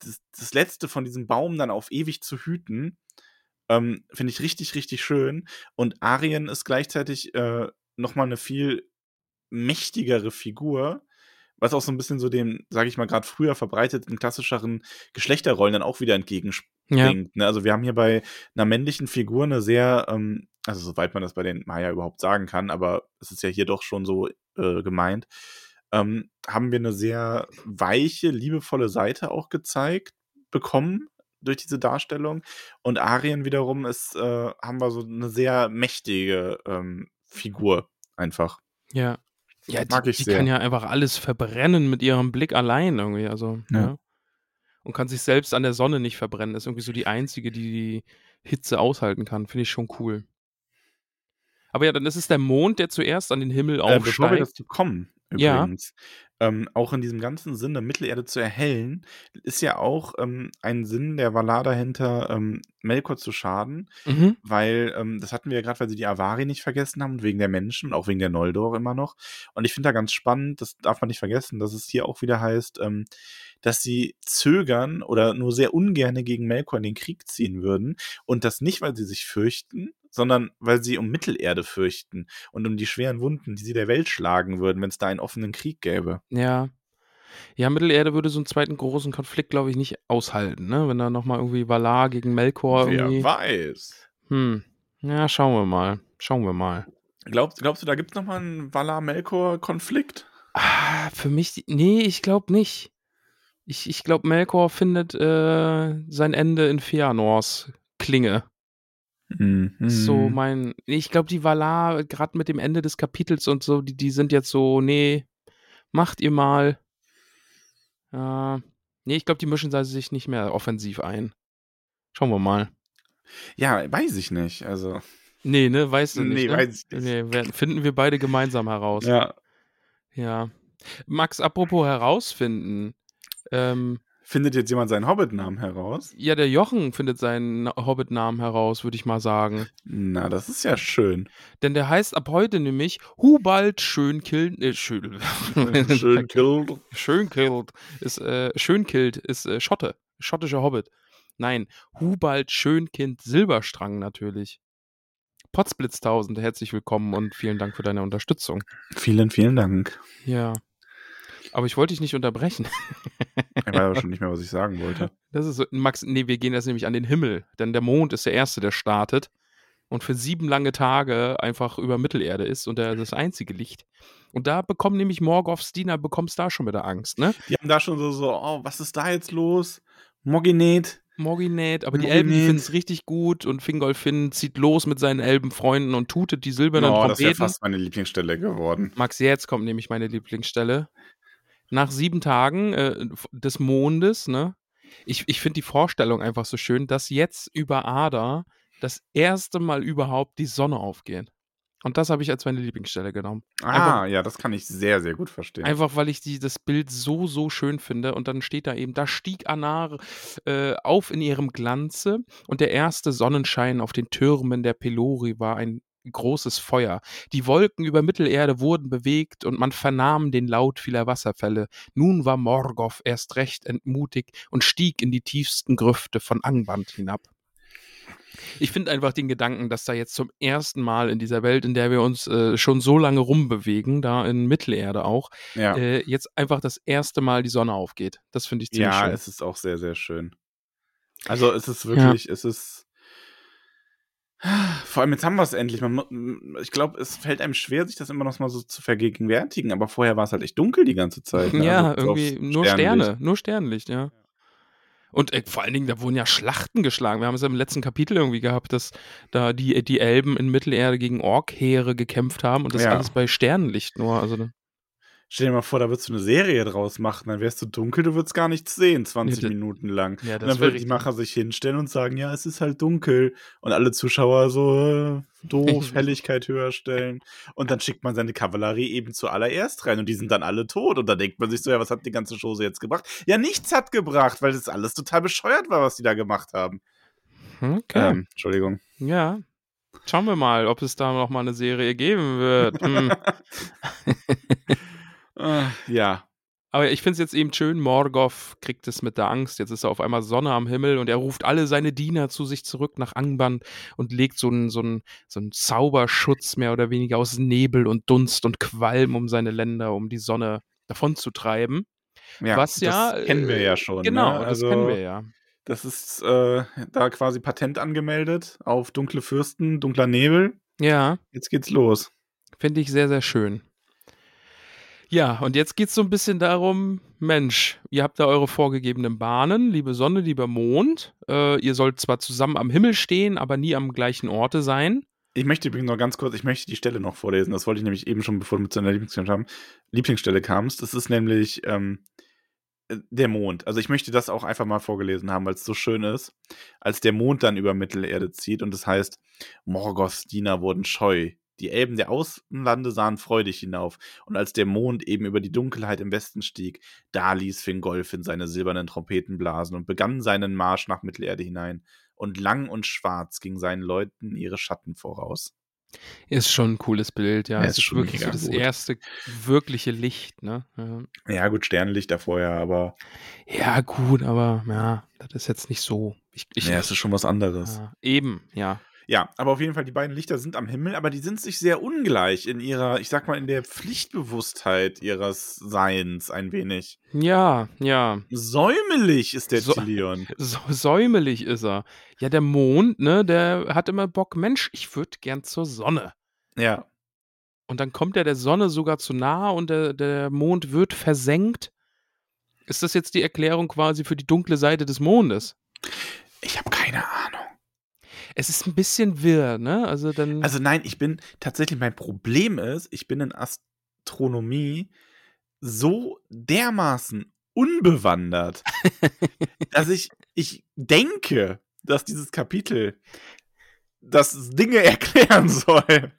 [SPEAKER 2] das, das letzte von diesem Baum dann auf ewig zu hüten. Ähm, Finde ich richtig, richtig schön. Und Arien ist gleichzeitig äh, nochmal eine viel mächtigere 'ne Figur, was auch so ein bisschen so dem, sage ich mal, gerade früher verbreiteten klassischeren Geschlechterrollen dann auch wieder entgegenspringt.
[SPEAKER 1] Ja.
[SPEAKER 2] Ne? Also wir haben hier bei einer männlichen Figur eine sehr, ähm, also soweit man das bei den Maya überhaupt sagen kann, aber es ist ja hier doch schon so äh, gemeint, ähm, haben wir eine sehr weiche, liebevolle Seite auch gezeigt bekommen durch diese Darstellung. Und Arien wiederum ist, äh, haben wir so eine sehr mächtige ähm, Figur einfach.
[SPEAKER 1] Ja. Ja,
[SPEAKER 2] Mag
[SPEAKER 1] die,
[SPEAKER 2] ich
[SPEAKER 1] die
[SPEAKER 2] sehr.
[SPEAKER 1] kann ja einfach alles verbrennen mit ihrem Blick allein irgendwie. Also,
[SPEAKER 2] Ja.
[SPEAKER 1] ja. Und kann sich selbst an der Sonne nicht verbrennen. Ist irgendwie so die einzige, die die Hitze aushalten kann. Finde ich schon cool. Aber ja, dann ist es der Mond, der zuerst an den Himmel
[SPEAKER 2] Äh, bevor wir
[SPEAKER 1] aufsteigt.
[SPEAKER 2] dazu kommen,
[SPEAKER 1] Ja.
[SPEAKER 2] übrigens, ähm, auch in diesem ganzen Sinn, der Mittelerde zu erhellen, ist ja auch ähm, ein Sinn der Valada hinter ähm, Melkor zu schaden,
[SPEAKER 1] mhm.
[SPEAKER 2] weil ähm, das hatten wir ja gerade, weil sie die Avari nicht vergessen haben und wegen der Menschen und auch wegen der Noldor immer noch. Und ich finde da ganz spannend, das darf man nicht vergessen, dass es hier auch wieder heißt, ähm, dass sie zögern oder nur sehr ungerne gegen Melkor in den Krieg ziehen würden und das nicht, weil sie sich fürchten, sondern weil sie um Mittelerde fürchten und um die schweren Wunden, die sie der Welt schlagen würden, wenn es da einen offenen Krieg gäbe.
[SPEAKER 1] Ja. Ja, Mittelerde würde so einen zweiten großen Konflikt, glaube ich, nicht aushalten, ne? Wenn da nochmal irgendwie Valar gegen Melkor
[SPEAKER 2] Wer
[SPEAKER 1] irgendwie.
[SPEAKER 2] weiß.
[SPEAKER 1] Hm. Ja, schauen wir mal. Schauen wir mal.
[SPEAKER 2] Glaubst, glaubst du, da gibt es nochmal einen Valar-Melkor-Konflikt?
[SPEAKER 1] Ah, für mich, die- nee, ich glaube nicht. Ich, ich glaube, Melkor findet äh, sein Ende in Feanors Klinge.
[SPEAKER 2] Mhm.
[SPEAKER 1] So mein, ich glaube, die Valar, gerade mit dem Ende des Kapitels und so, die, die sind jetzt so, nee, macht ihr mal. Äh, nee, ich glaube, die mischen sich nicht mehr offensiv ein. Schauen wir mal.
[SPEAKER 2] Ja, weiß ich nicht. Also,
[SPEAKER 1] Nee, ne, weißt du nicht,
[SPEAKER 2] Nee,
[SPEAKER 1] ne?
[SPEAKER 2] weiß ich nicht.
[SPEAKER 1] Nee, werden- finden wir beide gemeinsam heraus.
[SPEAKER 2] ja.
[SPEAKER 1] ja. Max, apropos herausfinden. Ähm,
[SPEAKER 2] Findet jetzt jemand seinen Hobbit-Namen heraus?
[SPEAKER 1] Ja, der Jochen findet seinen Hobbit-Namen heraus, würde ich mal sagen.
[SPEAKER 2] Na, das ist ja schön.
[SPEAKER 1] Denn der heißt ab heute nämlich Hubald Schönkild. Äh, Schön, *laughs*
[SPEAKER 2] schön killed.
[SPEAKER 1] Schönkild ist äh, Schönkild ist äh, Schotte, schottischer Hobbit. Nein, Hubald Schönkind Silberstrang natürlich. Potzblitz 1000, herzlich willkommen und vielen Dank für deine Unterstützung.
[SPEAKER 2] Vielen, vielen Dank.
[SPEAKER 1] Ja. Aber ich wollte dich nicht unterbrechen.
[SPEAKER 2] Ich weiß aber schon nicht mehr, was ich sagen wollte.
[SPEAKER 1] Das ist so, Max, nee, wir gehen jetzt nämlich an den Himmel, denn der Mond ist der Erste, der startet und für sieben lange Tage einfach über Mittelerde ist und der, das einzige Licht. Und da bekommen nämlich Morgoths Diener, bekommst da schon wieder Angst, ne?
[SPEAKER 2] Die haben da schon so, so oh, was ist da jetzt los? Moginet.
[SPEAKER 1] Morginet, aber die
[SPEAKER 2] Morginet.
[SPEAKER 1] Elben, die finden es richtig gut und Fingolfin zieht los mit seinen Elbenfreunden und tutet die silbernen
[SPEAKER 2] Oh, das wäre
[SPEAKER 1] Trompeten.
[SPEAKER 2] fast meine Lieblingsstelle geworden.
[SPEAKER 1] Max, jetzt kommt nämlich meine Lieblingsstelle. Nach sieben Tagen äh, f- des Mondes, ne? Ich, ich finde die Vorstellung einfach so schön, dass jetzt über Ada das erste Mal überhaupt die Sonne aufgeht. Und das habe ich als meine Lieblingsstelle genommen.
[SPEAKER 2] Ah,
[SPEAKER 1] Einfach-
[SPEAKER 2] ja, das kann ich sehr, sehr gut verstehen.
[SPEAKER 1] Einfach weil ich die, das Bild so, so schön finde. Und dann steht da eben, da stieg Anar äh, auf in ihrem Glanze und der erste Sonnenschein auf den Türmen der Pelori war ein großes Feuer. Die Wolken über Mittelerde wurden bewegt und man vernahm den Laut vieler Wasserfälle. Nun war Morgoth erst recht entmutigt und stieg in die tiefsten Grüfte von Angband hinab. Ich finde einfach den Gedanken, dass da jetzt zum ersten Mal in dieser Welt, in der wir uns äh, schon so lange rumbewegen, da in Mittelerde auch,
[SPEAKER 2] ja,
[SPEAKER 1] äh, jetzt einfach das erste Mal die Sonne aufgeht. Das finde ich ziemlich
[SPEAKER 2] ja
[SPEAKER 1] schön.
[SPEAKER 2] es ist auch sehr, sehr schön. Also es ist wirklich, es ist. Vor allem jetzt haben wir es endlich. Man, mu- ich glaube, es fällt einem schwer, sich das immer noch mal so zu vergegenwärtigen, aber vorher war es halt echt dunkel die ganze Zeit. ne?
[SPEAKER 1] ja,
[SPEAKER 2] Also bis
[SPEAKER 1] irgendwie
[SPEAKER 2] auf
[SPEAKER 1] nur
[SPEAKER 2] Sternenlicht.
[SPEAKER 1] Sterne, nur Sternlicht, ja. Und äh, vor allen Dingen, da wurden ja Schlachten geschlagen. Wir haben es ja im letzten Kapitel irgendwie gehabt, dass da die, die Elben in Mittelerde gegen Ork-Heere gekämpft haben und das
[SPEAKER 2] Ja.
[SPEAKER 1] alles bei Sternenlicht nur. Also, ne,
[SPEAKER 2] Stell dir mal vor, da würdest du eine Serie draus machen, dann wärst du dunkel, du würdest gar nichts sehen, 20
[SPEAKER 1] Nee, das-
[SPEAKER 2] Minuten lang.
[SPEAKER 1] ja,
[SPEAKER 2] Und dann
[SPEAKER 1] wär
[SPEAKER 2] würden die
[SPEAKER 1] richtig-
[SPEAKER 2] Macher sich hinstellen und sagen, ja, es ist halt dunkel. Und alle Zuschauer so äh, doof,
[SPEAKER 1] *laughs* Ich-
[SPEAKER 2] Helligkeit höher stellen. Und dann schickt man seine Kavallerie eben zuallererst rein und die sind dann alle tot. Und da denkt man sich so, ja, was hat die ganze Chose jetzt gebracht? Ja, nichts hat gebracht, weil das alles total bescheuert war, was die da gemacht haben.
[SPEAKER 1] Okay.
[SPEAKER 2] Ähm, Entschuldigung.
[SPEAKER 1] Hm, Ja. Schauen wir mal, ob es da noch mal eine Serie geben wird. Hm.
[SPEAKER 2] Äh, ja.
[SPEAKER 1] Aber ich finde es jetzt eben schön, Morgoth kriegt es mit der Angst. Jetzt ist er auf einmal Sonne am Himmel und er ruft alle seine Diener zu sich zurück nach Angband und legt so einen so einen- so einen Zauberschutz mehr oder weniger aus Nebel und Dunst und Qualm um seine Länder, um die Sonne davon zu treiben.
[SPEAKER 2] Ja,
[SPEAKER 1] was ja, äh,
[SPEAKER 2] Das kennen wir ja schon.
[SPEAKER 1] genau,
[SPEAKER 2] ne?
[SPEAKER 1] das kennen wir ja.
[SPEAKER 2] Das ist äh, da quasi Patent angemeldet auf dunkle Fürsten, dunkler Nebel.
[SPEAKER 1] Ja,
[SPEAKER 2] Jetzt geht's los.
[SPEAKER 1] finde ich sehr, sehr schön. Ja, und jetzt geht es so ein bisschen darum, Mensch, ihr habt da eure vorgegebenen Bahnen, liebe Sonne, lieber Mond. Äh, ihr sollt zwar zusammen am Himmel stehen, aber nie am gleichen Orte sein.
[SPEAKER 2] Ich möchte übrigens noch ganz kurz, ich möchte die Stelle noch vorlesen. Das wollte ich nämlich eben schon, bevor du mit zu deiner Lieblingsstelle, kam, Lieblingsstelle kamst. Das ist nämlich ähm, äh, der Mond. Also ich möchte das auch einfach mal vorgelesen haben, weil es so schön ist. Als der Mond dann über Mittelerde zieht und es heißt, Morgoths Diener wurden scheu. Die Elben der Außenlande sahen freudig hinauf. Und als der Mond eben über die Dunkelheit im Westen stieg, da ließ Fingolfin seine silbernen Trompeten blasen und begann seinen Marsch nach Mittelerde hinein und lang und schwarz ging seinen Leuten ihre Schatten voraus.
[SPEAKER 1] Ist schon ein cooles Bild, ja.
[SPEAKER 2] Ja,
[SPEAKER 1] es
[SPEAKER 2] ist
[SPEAKER 1] ist
[SPEAKER 2] schon
[SPEAKER 1] wirklich so
[SPEAKER 2] mega
[SPEAKER 1] das
[SPEAKER 2] gut.
[SPEAKER 1] erste wirkliche Licht, ne? Ja.
[SPEAKER 2] Ja, gut, Sternlichter vorher, aber
[SPEAKER 1] Ja, gut, aber ja, das ist jetzt nicht so. Ich, ich,
[SPEAKER 2] ja, es ist schon was anderes.
[SPEAKER 1] ja, eben, ja.
[SPEAKER 2] Ja, aber auf jeden Fall, die beiden Lichter sind am Himmel, aber die sind sich sehr ungleich in ihrer, ich sag mal, in der Pflichtbewusstheit ihres Seins ein wenig.
[SPEAKER 1] Ja, ja.
[SPEAKER 2] Säumelig ist der
[SPEAKER 1] So-
[SPEAKER 2] Tilion.
[SPEAKER 1] So, säumelig ist er. Ja, der Mond, ne, der hat immer Bock, Mensch, ich würde gern zur Sonne.
[SPEAKER 2] *laughs* Ja,
[SPEAKER 1] Und dann kommt er der Sonne sogar zu nah und der, der Mond wird versenkt. Ist das jetzt die Erklärung quasi für die dunkle Seite des Mondes?
[SPEAKER 2] ich habe keine Ahnung.
[SPEAKER 1] Es ist ein bisschen wirr, ne? Also dann.
[SPEAKER 2] Also nein, ich bin tatsächlich, mein Problem ist, ich bin in Astronomie so dermaßen unbewandert, dass ich, ich denke, dass dieses Kapitel das Dinge *laughs* erklären soll,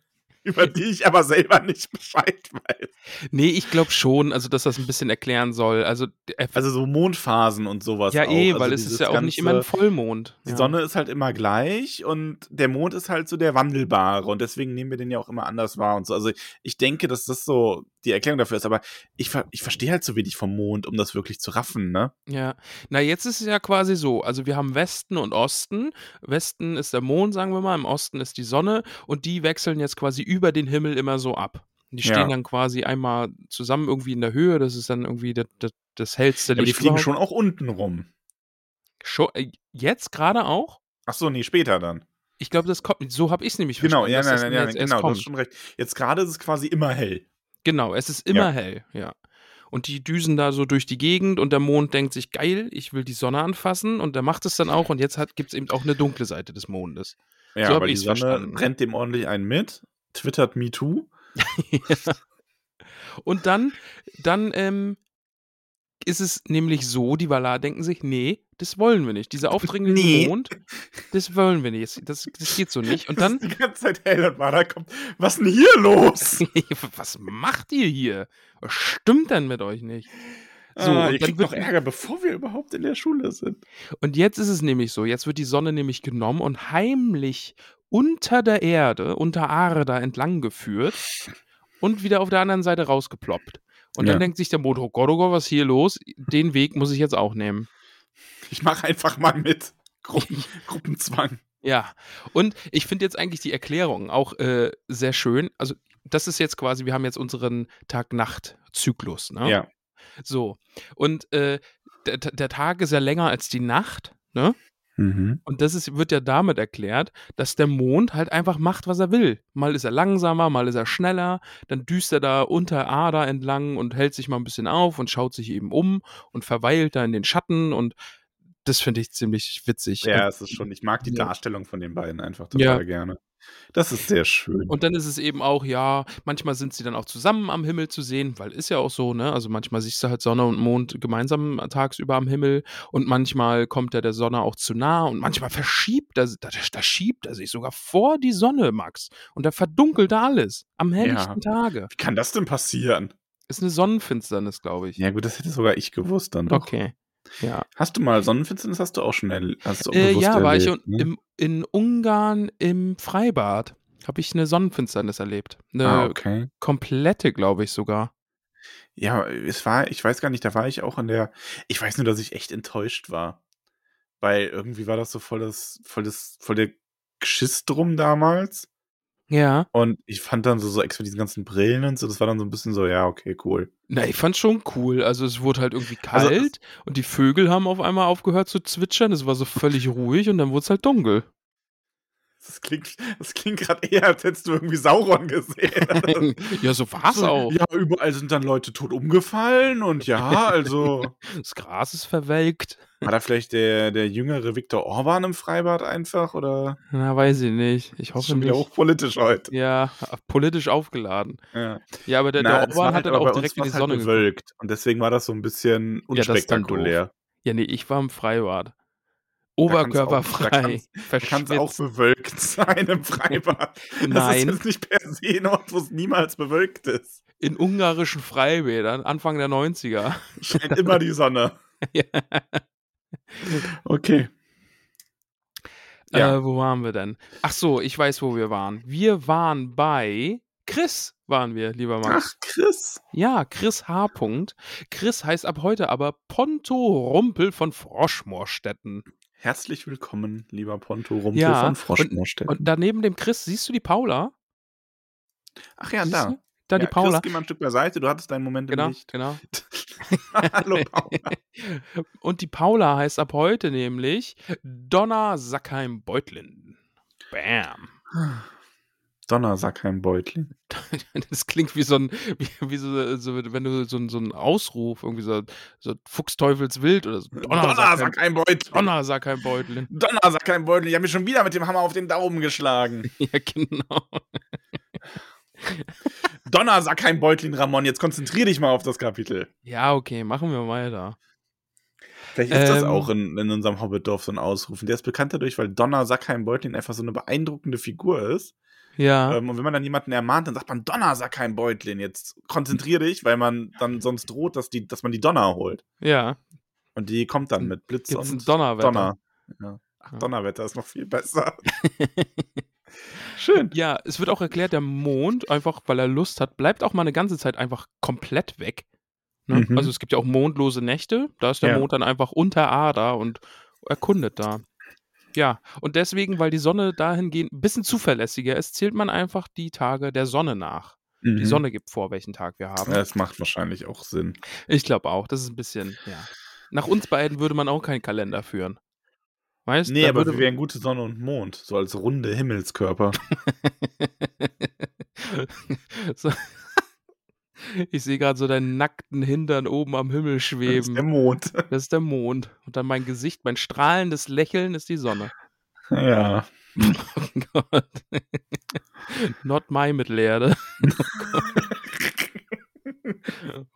[SPEAKER 2] über die ich aber selber nicht Bescheid weiß.
[SPEAKER 1] nee, ich glaube schon, also dass das ein bisschen erklären soll. Also, er,
[SPEAKER 2] Also so Mondphasen und sowas.
[SPEAKER 1] ja,
[SPEAKER 2] auch.
[SPEAKER 1] eh,
[SPEAKER 2] also
[SPEAKER 1] weil es ist
[SPEAKER 2] dieses
[SPEAKER 1] ja auch nicht immer ein
[SPEAKER 2] ganze-
[SPEAKER 1] Vollmond.
[SPEAKER 2] Die
[SPEAKER 1] ja.
[SPEAKER 2] Sonne ist halt immer gleich und der Mond ist halt so der wandelbare und deswegen nehmen wir den ja auch immer anders wahr und so. Also ich denke, dass das so die Erklärung dafür ist, aber ich, ver ich verstehe halt zu wenig vom Mond, um das wirklich zu raffen, ne?
[SPEAKER 1] Ja, na jetzt ist es ja quasi so, also wir haben Westen und Osten. Westen ist der Mond, sagen wir mal, im Osten ist die Sonne und die wechseln jetzt quasi über den Himmel immer so ab. Die stehen
[SPEAKER 2] Ja.
[SPEAKER 1] dann quasi einmal zusammen irgendwie in der Höhe, das ist dann irgendwie das, das, das hellste
[SPEAKER 2] Aber
[SPEAKER 1] Licht.
[SPEAKER 2] die fliegen
[SPEAKER 1] überhaupt.
[SPEAKER 2] schon auch unten rum.
[SPEAKER 1] Schon- äh, jetzt gerade auch?
[SPEAKER 2] Ach so, nee, später dann.
[SPEAKER 1] Ich glaube, das kommt, so habe ich es nämlich
[SPEAKER 2] Genau,
[SPEAKER 1] verstanden,
[SPEAKER 2] ja,
[SPEAKER 1] dass
[SPEAKER 2] nein,
[SPEAKER 1] das
[SPEAKER 2] nein,
[SPEAKER 1] dann
[SPEAKER 2] ja,
[SPEAKER 1] jetzt erst
[SPEAKER 2] genau, du
[SPEAKER 1] kommt.
[SPEAKER 2] hast schon recht. Jetzt gerade ist es quasi immer hell.
[SPEAKER 1] Genau, es ist immer hell, ja. Und die düsen da so durch die Gegend und der Mond denkt sich, geil, ich will die Sonne anfassen und der macht es dann auch und jetzt gibt es eben auch eine dunkle Seite des Mondes.
[SPEAKER 2] Ja,
[SPEAKER 1] So hab
[SPEAKER 2] aber die
[SPEAKER 1] ich's
[SPEAKER 2] Sonne
[SPEAKER 1] verstanden.
[SPEAKER 2] brennt dem ordentlich einen mit, twittert Me Too.
[SPEAKER 1] Und dann, dann ähm, ist es nämlich so, die Valar denken sich, nee, das wollen wir nicht.
[SPEAKER 2] *laughs*
[SPEAKER 1] Dieser aufdringliche
[SPEAKER 2] Nee.
[SPEAKER 1] Mond, das wollen wir nicht. Das, das geht so nicht. Und
[SPEAKER 2] *laughs*
[SPEAKER 1] dann, *laughs*
[SPEAKER 2] ist *laughs* die ganze Zeit hell und war da kommt, was denn hier los?
[SPEAKER 1] was macht ihr hier? Was stimmt denn mit euch nicht? *laughs* So,
[SPEAKER 2] ah,
[SPEAKER 1] und
[SPEAKER 2] ihr
[SPEAKER 1] dann
[SPEAKER 2] kriegt
[SPEAKER 1] wird-
[SPEAKER 2] noch Ärger, bevor wir überhaupt in der Schule sind.
[SPEAKER 1] Und jetzt ist es nämlich so, jetzt wird die Sonne nämlich genommen und heimlich unter der Erde, unter Arda entlang geführt und wieder auf der anderen Seite rausgeploppt. Und
[SPEAKER 2] Ja.
[SPEAKER 1] dann denkt sich der Mond, oh Gott, oh Gott, was ist hier los? Den Weg muss ich jetzt auch nehmen.
[SPEAKER 2] Ich mache einfach mal mit. Gruppen, Gruppenzwang.
[SPEAKER 1] Ja, und ich finde jetzt eigentlich die Erklärung auch äh, sehr schön. Also, das ist jetzt quasi, wir haben jetzt unseren Tag-Nacht-Zyklus, ne? So. Und äh, der, der Tag ist ja länger als die Nacht, ne?
[SPEAKER 2] Mhm.
[SPEAKER 1] Und das ist, wird ja damit erklärt, dass der Mond halt einfach macht, was er will. Mal ist er langsamer, mal ist er schneller, dann düst er da unter Ader entlang und hält sich mal ein bisschen auf und schaut sich eben um und verweilt da in den Schatten und das finde ich ziemlich witzig.
[SPEAKER 2] Ja, es ist schon, ich mag die
[SPEAKER 1] Ja.
[SPEAKER 2] Darstellung von den beiden einfach total
[SPEAKER 1] Ja.
[SPEAKER 2] gerne. Das ist sehr schön.
[SPEAKER 1] Und dann ist es eben auch, ja, manchmal sind sie dann auch zusammen am Himmel zu sehen, weil ist ja auch so, ne? Also manchmal siehst du halt Sonne und Mond gemeinsam tagsüber am Himmel und manchmal kommt er der Sonne auch zu nah und manchmal verschiebt er, da, da schiebt er sich sogar vor die Sonne, Max. Und da verdunkelt er alles am helllichten Tage.
[SPEAKER 2] Wie kann das denn passieren?
[SPEAKER 1] Ist eine Sonnenfinsternis, glaube ich.
[SPEAKER 2] Ja, gut, das hätte sogar ich gewusst dann. noch.
[SPEAKER 1] Okay. Ja.
[SPEAKER 2] Hast du mal Sonnenfinsternis? Hast du auch schon erl- hast du auch
[SPEAKER 1] Äh,
[SPEAKER 2] bewusst
[SPEAKER 1] ja, war ich
[SPEAKER 2] erlebt,
[SPEAKER 1] in,
[SPEAKER 2] ne?
[SPEAKER 1] im, in Ungarn im Freibad. Habe ich eine Sonnenfinsternis erlebt. Eine
[SPEAKER 2] Ah, okay.
[SPEAKER 1] komplette, glaube ich sogar.
[SPEAKER 2] Ja, es war, ich weiß gar nicht, da war ich auch in der. Ich weiß nur, dass ich echt enttäuscht war. Weil irgendwie war das so voll das, voll das, voll der Geschiss drum damals.
[SPEAKER 1] Ja.
[SPEAKER 2] Und ich fand dann so, so extra diesen ganzen Brillen und so, das war dann so ein bisschen so, ja, okay, cool.
[SPEAKER 1] Na, ich fand schon cool. Also es wurde halt irgendwie kalt
[SPEAKER 2] Also, es-
[SPEAKER 1] und die Vögel haben auf einmal aufgehört zu zwitschern. Es war so völlig ruhig und dann wurde es halt
[SPEAKER 2] *laughs*
[SPEAKER 1] dunkel.
[SPEAKER 2] Das klingt, das klingt gerade eher, als hättest du irgendwie
[SPEAKER 1] *laughs*
[SPEAKER 2] Sauron gesehen.
[SPEAKER 1] ja, so war es
[SPEAKER 2] So,
[SPEAKER 1] auch.
[SPEAKER 2] Ja, überall sind dann Leute tot umgefallen und ja, also.
[SPEAKER 1] *laughs* Das Gras ist verwelkt.
[SPEAKER 2] War da vielleicht der, der jüngere Viktor Orban im Freibad einfach oder?
[SPEAKER 1] Na, weiß ich nicht. Ich hoffe
[SPEAKER 2] schon wieder
[SPEAKER 1] nicht.
[SPEAKER 2] hochpolitisch heute.
[SPEAKER 1] Ja, politisch aufgeladen.
[SPEAKER 2] Ja.
[SPEAKER 1] Ja, aber der,
[SPEAKER 2] Na,
[SPEAKER 1] der
[SPEAKER 2] es war
[SPEAKER 1] Orban
[SPEAKER 2] halt
[SPEAKER 1] hat dann
[SPEAKER 2] aber bei
[SPEAKER 1] auch
[SPEAKER 2] uns
[SPEAKER 1] direkt in die
[SPEAKER 2] war's
[SPEAKER 1] Sonne
[SPEAKER 2] halt
[SPEAKER 1] geguckt.
[SPEAKER 2] bewölkt. Und deswegen war das so ein bisschen
[SPEAKER 1] das ist dann doof.
[SPEAKER 2] unspektakulär.
[SPEAKER 1] Ja, nee, ich war im Freibad.
[SPEAKER 2] kann's auch- da
[SPEAKER 1] Oberkörperfrei.
[SPEAKER 2] kann's- Kann es auch
[SPEAKER 1] verschwitzt.
[SPEAKER 2] bewölkt *laughs* sein im Freibad? Das ist
[SPEAKER 1] Nein,
[SPEAKER 2] jetzt nicht per se ein Ort, wo es niemals bewölkt ist.
[SPEAKER 1] in ungarischen Freibädern, Anfang der 90er.
[SPEAKER 2] Scheint immer die Sonne.
[SPEAKER 1] *laughs* Ja.
[SPEAKER 2] Okay. Ja.
[SPEAKER 1] Äh, wo waren wir denn? Ach so, ich weiß, wo wir waren. Wir waren bei Chris, waren wir, lieber Max.
[SPEAKER 2] Ach, Chris.
[SPEAKER 1] Ja, Chris H. Punkt. Chris heißt ab heute aber Ponto Rumpel von Froschmoorstetten.
[SPEAKER 2] Herzlich willkommen, lieber Ponto Rumpel
[SPEAKER 1] Ja,
[SPEAKER 2] von
[SPEAKER 1] und-
[SPEAKER 2] Froschmoorstedt.
[SPEAKER 1] Und daneben dem Chris, siehst du die Paula?
[SPEAKER 2] Ach ja,
[SPEAKER 1] Siehst
[SPEAKER 2] da.
[SPEAKER 1] du? Da die
[SPEAKER 2] ja,
[SPEAKER 1] Paula.
[SPEAKER 2] Chris, geh mal ein Stück beiseite, du hattest deinen Moment
[SPEAKER 1] genau,
[SPEAKER 2] im Licht.
[SPEAKER 1] genau.
[SPEAKER 2] *laughs* Hallo, Paula.
[SPEAKER 1] Und die Paula heißt ab heute nämlich Donna Sackheim-Beutlin. Bam.
[SPEAKER 2] Donnersackheimbeutel.
[SPEAKER 1] *laughs* Das klingt wie so ein, wie, wie so, so, wenn du so, ein- so einen Ausruf, irgendwie so, so Fuchsteufelswild oder
[SPEAKER 2] Äh,
[SPEAKER 1] so. Donnersackheim-
[SPEAKER 2] Donnersackheimbeutel.
[SPEAKER 1] Donnersackheim-Beutlin.
[SPEAKER 2] Donnersackheimbeutel. Ich habe mir schon wieder mit dem Hammer auf den Daumen geschlagen.
[SPEAKER 1] *laughs* Ja, genau.
[SPEAKER 2] Donnersackheimbeutel, Ramon. Jetzt konzentrier dich mal auf das Kapitel.
[SPEAKER 1] Ja, okay, machen wir weiter.
[SPEAKER 2] Vielleicht ist das
[SPEAKER 1] Ähm.
[SPEAKER 2] auch in, in unserem Hobbitdorf so ein Ausruf. Und der ist bekannt dadurch, weil Donnersackheimbeutel einfach so eine beeindruckende Figur ist.
[SPEAKER 1] Ja.
[SPEAKER 2] Ähm, und wenn man dann jemanden ermahnt, dann sagt man Donnersackheimbeutel. Jetzt konzentrier dich, weil man dann sonst droht, dass, die, dass man die Donner holt.
[SPEAKER 1] Ja,
[SPEAKER 2] Und die kommt dann mit Blitz
[SPEAKER 1] jetzt Hm. ein
[SPEAKER 2] und
[SPEAKER 1] Donnerwetter.
[SPEAKER 2] Donner. Ja.
[SPEAKER 1] Ja.
[SPEAKER 2] Ach, Donnerwetter ist noch viel besser.
[SPEAKER 1] *laughs*
[SPEAKER 2] Schön.
[SPEAKER 1] Ja, es wird auch erklärt, der Mond, einfach weil er Lust hat, bleibt auch mal eine ganze Zeit einfach komplett weg. Ne?
[SPEAKER 2] Mhm.
[SPEAKER 1] Also es gibt ja auch mondlose Nächte, da ist der
[SPEAKER 2] Ja.
[SPEAKER 1] Mond dann einfach unter Ader und erkundet da. Ja, und deswegen, weil die Sonne dahingehend ein bisschen zuverlässiger ist, zählt man einfach die Tage der Sonne nach.
[SPEAKER 2] Mhm.
[SPEAKER 1] Die Sonne gibt vor, welchen Tag wir haben.
[SPEAKER 2] Ja, Das macht wahrscheinlich auch Sinn.
[SPEAKER 1] Ich glaube auch, das ist ein bisschen, ja. Nach uns beiden würde man auch keinen Kalender führen. Weißt
[SPEAKER 2] Nee,
[SPEAKER 1] Da
[SPEAKER 2] aber
[SPEAKER 1] würde-
[SPEAKER 2] wir wären gute Sonne und Mond, so als runde Himmelskörper.
[SPEAKER 1] *laughs* so. Ich sehe gerade so deinen nackten Hintern oben am Himmel
[SPEAKER 2] *laughs* Das ist der
[SPEAKER 1] schweben.
[SPEAKER 2] Mond.
[SPEAKER 1] Das ist der Mond. Und dann mein Gesicht, mein strahlendes Lächeln ist die
[SPEAKER 2] *laughs*
[SPEAKER 1] Sonne.
[SPEAKER 2] Ja.
[SPEAKER 1] Oh Gott. Not my
[SPEAKER 2] *laughs*
[SPEAKER 1] Mittelerde.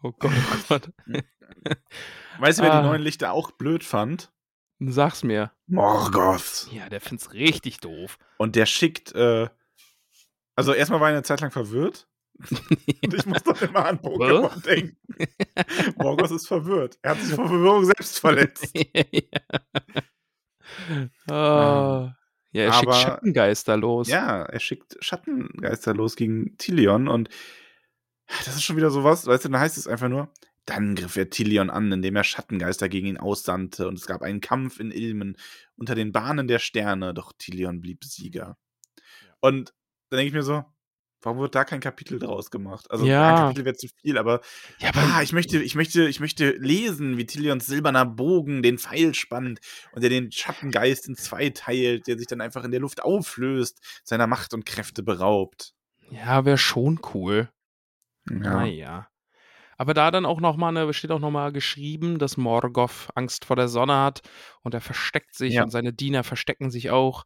[SPEAKER 1] Oh Gott, oh Gott.
[SPEAKER 2] Weißt du, wer
[SPEAKER 1] Ah.
[SPEAKER 2] die neuen Lichter auch blöd fand?
[SPEAKER 1] Sag's mir.
[SPEAKER 2] Morgoth.
[SPEAKER 1] Ja, der find's richtig doof. *laughs*
[SPEAKER 2] Und der schickt, äh, also erstmal war er eine Zeit lang verwirrt. Und ich muss doch immer an Pokémon denken. Morgoth ist verwirrt. Er hat sich vor Verwirrung
[SPEAKER 1] *laughs*
[SPEAKER 2] selbst verletzt.
[SPEAKER 1] Ah. Ja, er schickt
[SPEAKER 2] Ähm, Aber-
[SPEAKER 1] Schattengeister los.
[SPEAKER 2] Ja, er schickt Schattengeister los gegen Tilion und das ist schon wieder sowas, weißt du, dann heißt es einfach nur, dann griff er Tilion an, indem er Schattengeister gegen ihn aussandte und es gab einen Kampf in Ilmen unter den Bahnen der Sterne, doch Tilion blieb Sieger. Und dann denke ich mir so, warum wird da kein Kapitel draus gemacht? Also
[SPEAKER 1] Ja.
[SPEAKER 2] ein Kapitel wäre zu viel, aber
[SPEAKER 1] Ja,
[SPEAKER 2] ah, ich möchte, ich möchte, ich möchte lesen, wie Tilions silberner Bogen den Pfeil spannt und er den Schattengeist in zwei teilt, der sich dann einfach in der Luft auflöst, seiner Macht und Kräfte beraubt.
[SPEAKER 1] ja wäre schon cool. Naja. Aber da dann auch nochmal, ne, steht auch nochmal geschrieben, dass Morgoth Angst vor der Sonne hat und er versteckt sich
[SPEAKER 2] Ja.
[SPEAKER 1] und seine Diener verstecken sich auch.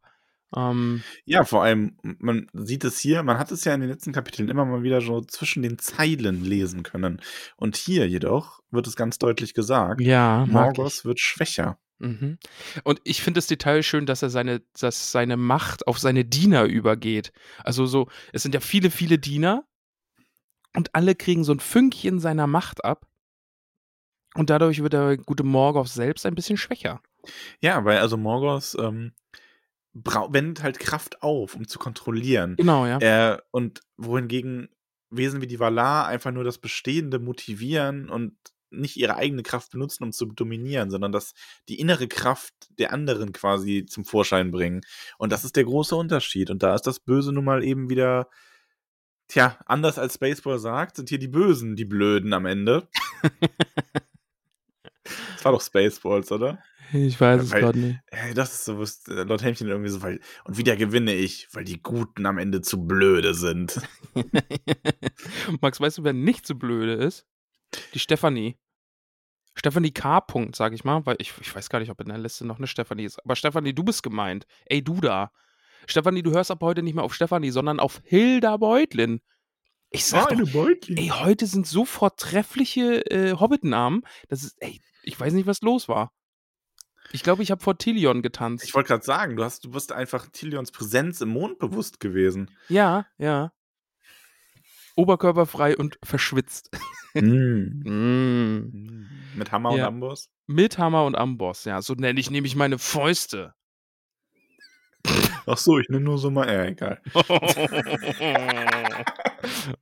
[SPEAKER 1] Ähm,
[SPEAKER 2] Ja, vor allem, man sieht es hier, man hat es ja in den letzten Kapiteln immer mal wieder so zwischen den Zeilen lesen können. Und hier jedoch wird es ganz deutlich gesagt,
[SPEAKER 1] ja, mag ich.
[SPEAKER 2] Morgoth wird schwächer.
[SPEAKER 1] Mhm. Und ich finde das Detail schön, dass er seine, dass seine Macht auf seine Diener übergeht. Also so, es sind ja viele, viele Diener und alle kriegen so ein Fünkchen seiner Macht ab. Und dadurch wird der gute Morgoth selbst ein bisschen schwächer.
[SPEAKER 2] Ja, weil also Morgoth ähm, brau- wendet halt Kraft auf, um zu kontrollieren.
[SPEAKER 1] Genau, ja.
[SPEAKER 2] Äh, und wohingegen Wesen wie die Valar einfach nur das Bestehende motivieren und nicht ihre eigene Kraft benutzen, um zu dominieren, sondern dass die innere Kraft der anderen quasi zum Vorschein bringen. Und das ist der große Unterschied. Und da ist das Böse nun mal eben wieder, tja, anders als Spaceball sagt, sind hier die Bösen die Blöden am Ende. das war doch Spaceballs, oder?
[SPEAKER 1] Ich weiß es
[SPEAKER 2] Weil-
[SPEAKER 1] gerade nicht.
[SPEAKER 2] Ey, das ist so, was äh, Lord Hämchen irgendwie so, weil, und wieder gewinne ich, weil die Guten am Ende zu blöde *laughs* sind.
[SPEAKER 1] *laughs* Max, weißt du, wer nicht so blöde ist? Die Stefanie. Stefanie K. Punkt, sag ich mal, weil ich, ich weiß gar nicht, ob in der Liste noch eine Stefanie ist. Aber Stefanie, du bist gemeint. Ey, du da. Stefanie, du hörst ab heute nicht mehr auf Stefanie, sondern auf Hilda Beutlin. Ich sag doch,
[SPEAKER 2] Beutlin.
[SPEAKER 1] ey, heute sind so vortreffliche äh, Hobbitenarmen. Das ist, ey, ich weiß nicht, was los war. Ich glaube, ich habe vor Tilion getanzt.
[SPEAKER 2] Ich wollte gerade sagen, du, hast, du bist einfach Tilions Präsenz im Mond bewusst *laughs* gewesen.
[SPEAKER 1] ja, ja. Oberkörperfrei und verschwitzt. Mm.
[SPEAKER 2] Hm. Mit Hammer und
[SPEAKER 1] Ja.
[SPEAKER 2] Amboss.
[SPEAKER 1] Mit Hammer und Amboss, ja. So nenne ich nämlich meine
[SPEAKER 2] *laughs*
[SPEAKER 1] Fäuste.
[SPEAKER 2] Ach so, ich nehme nur so mal, ja, egal.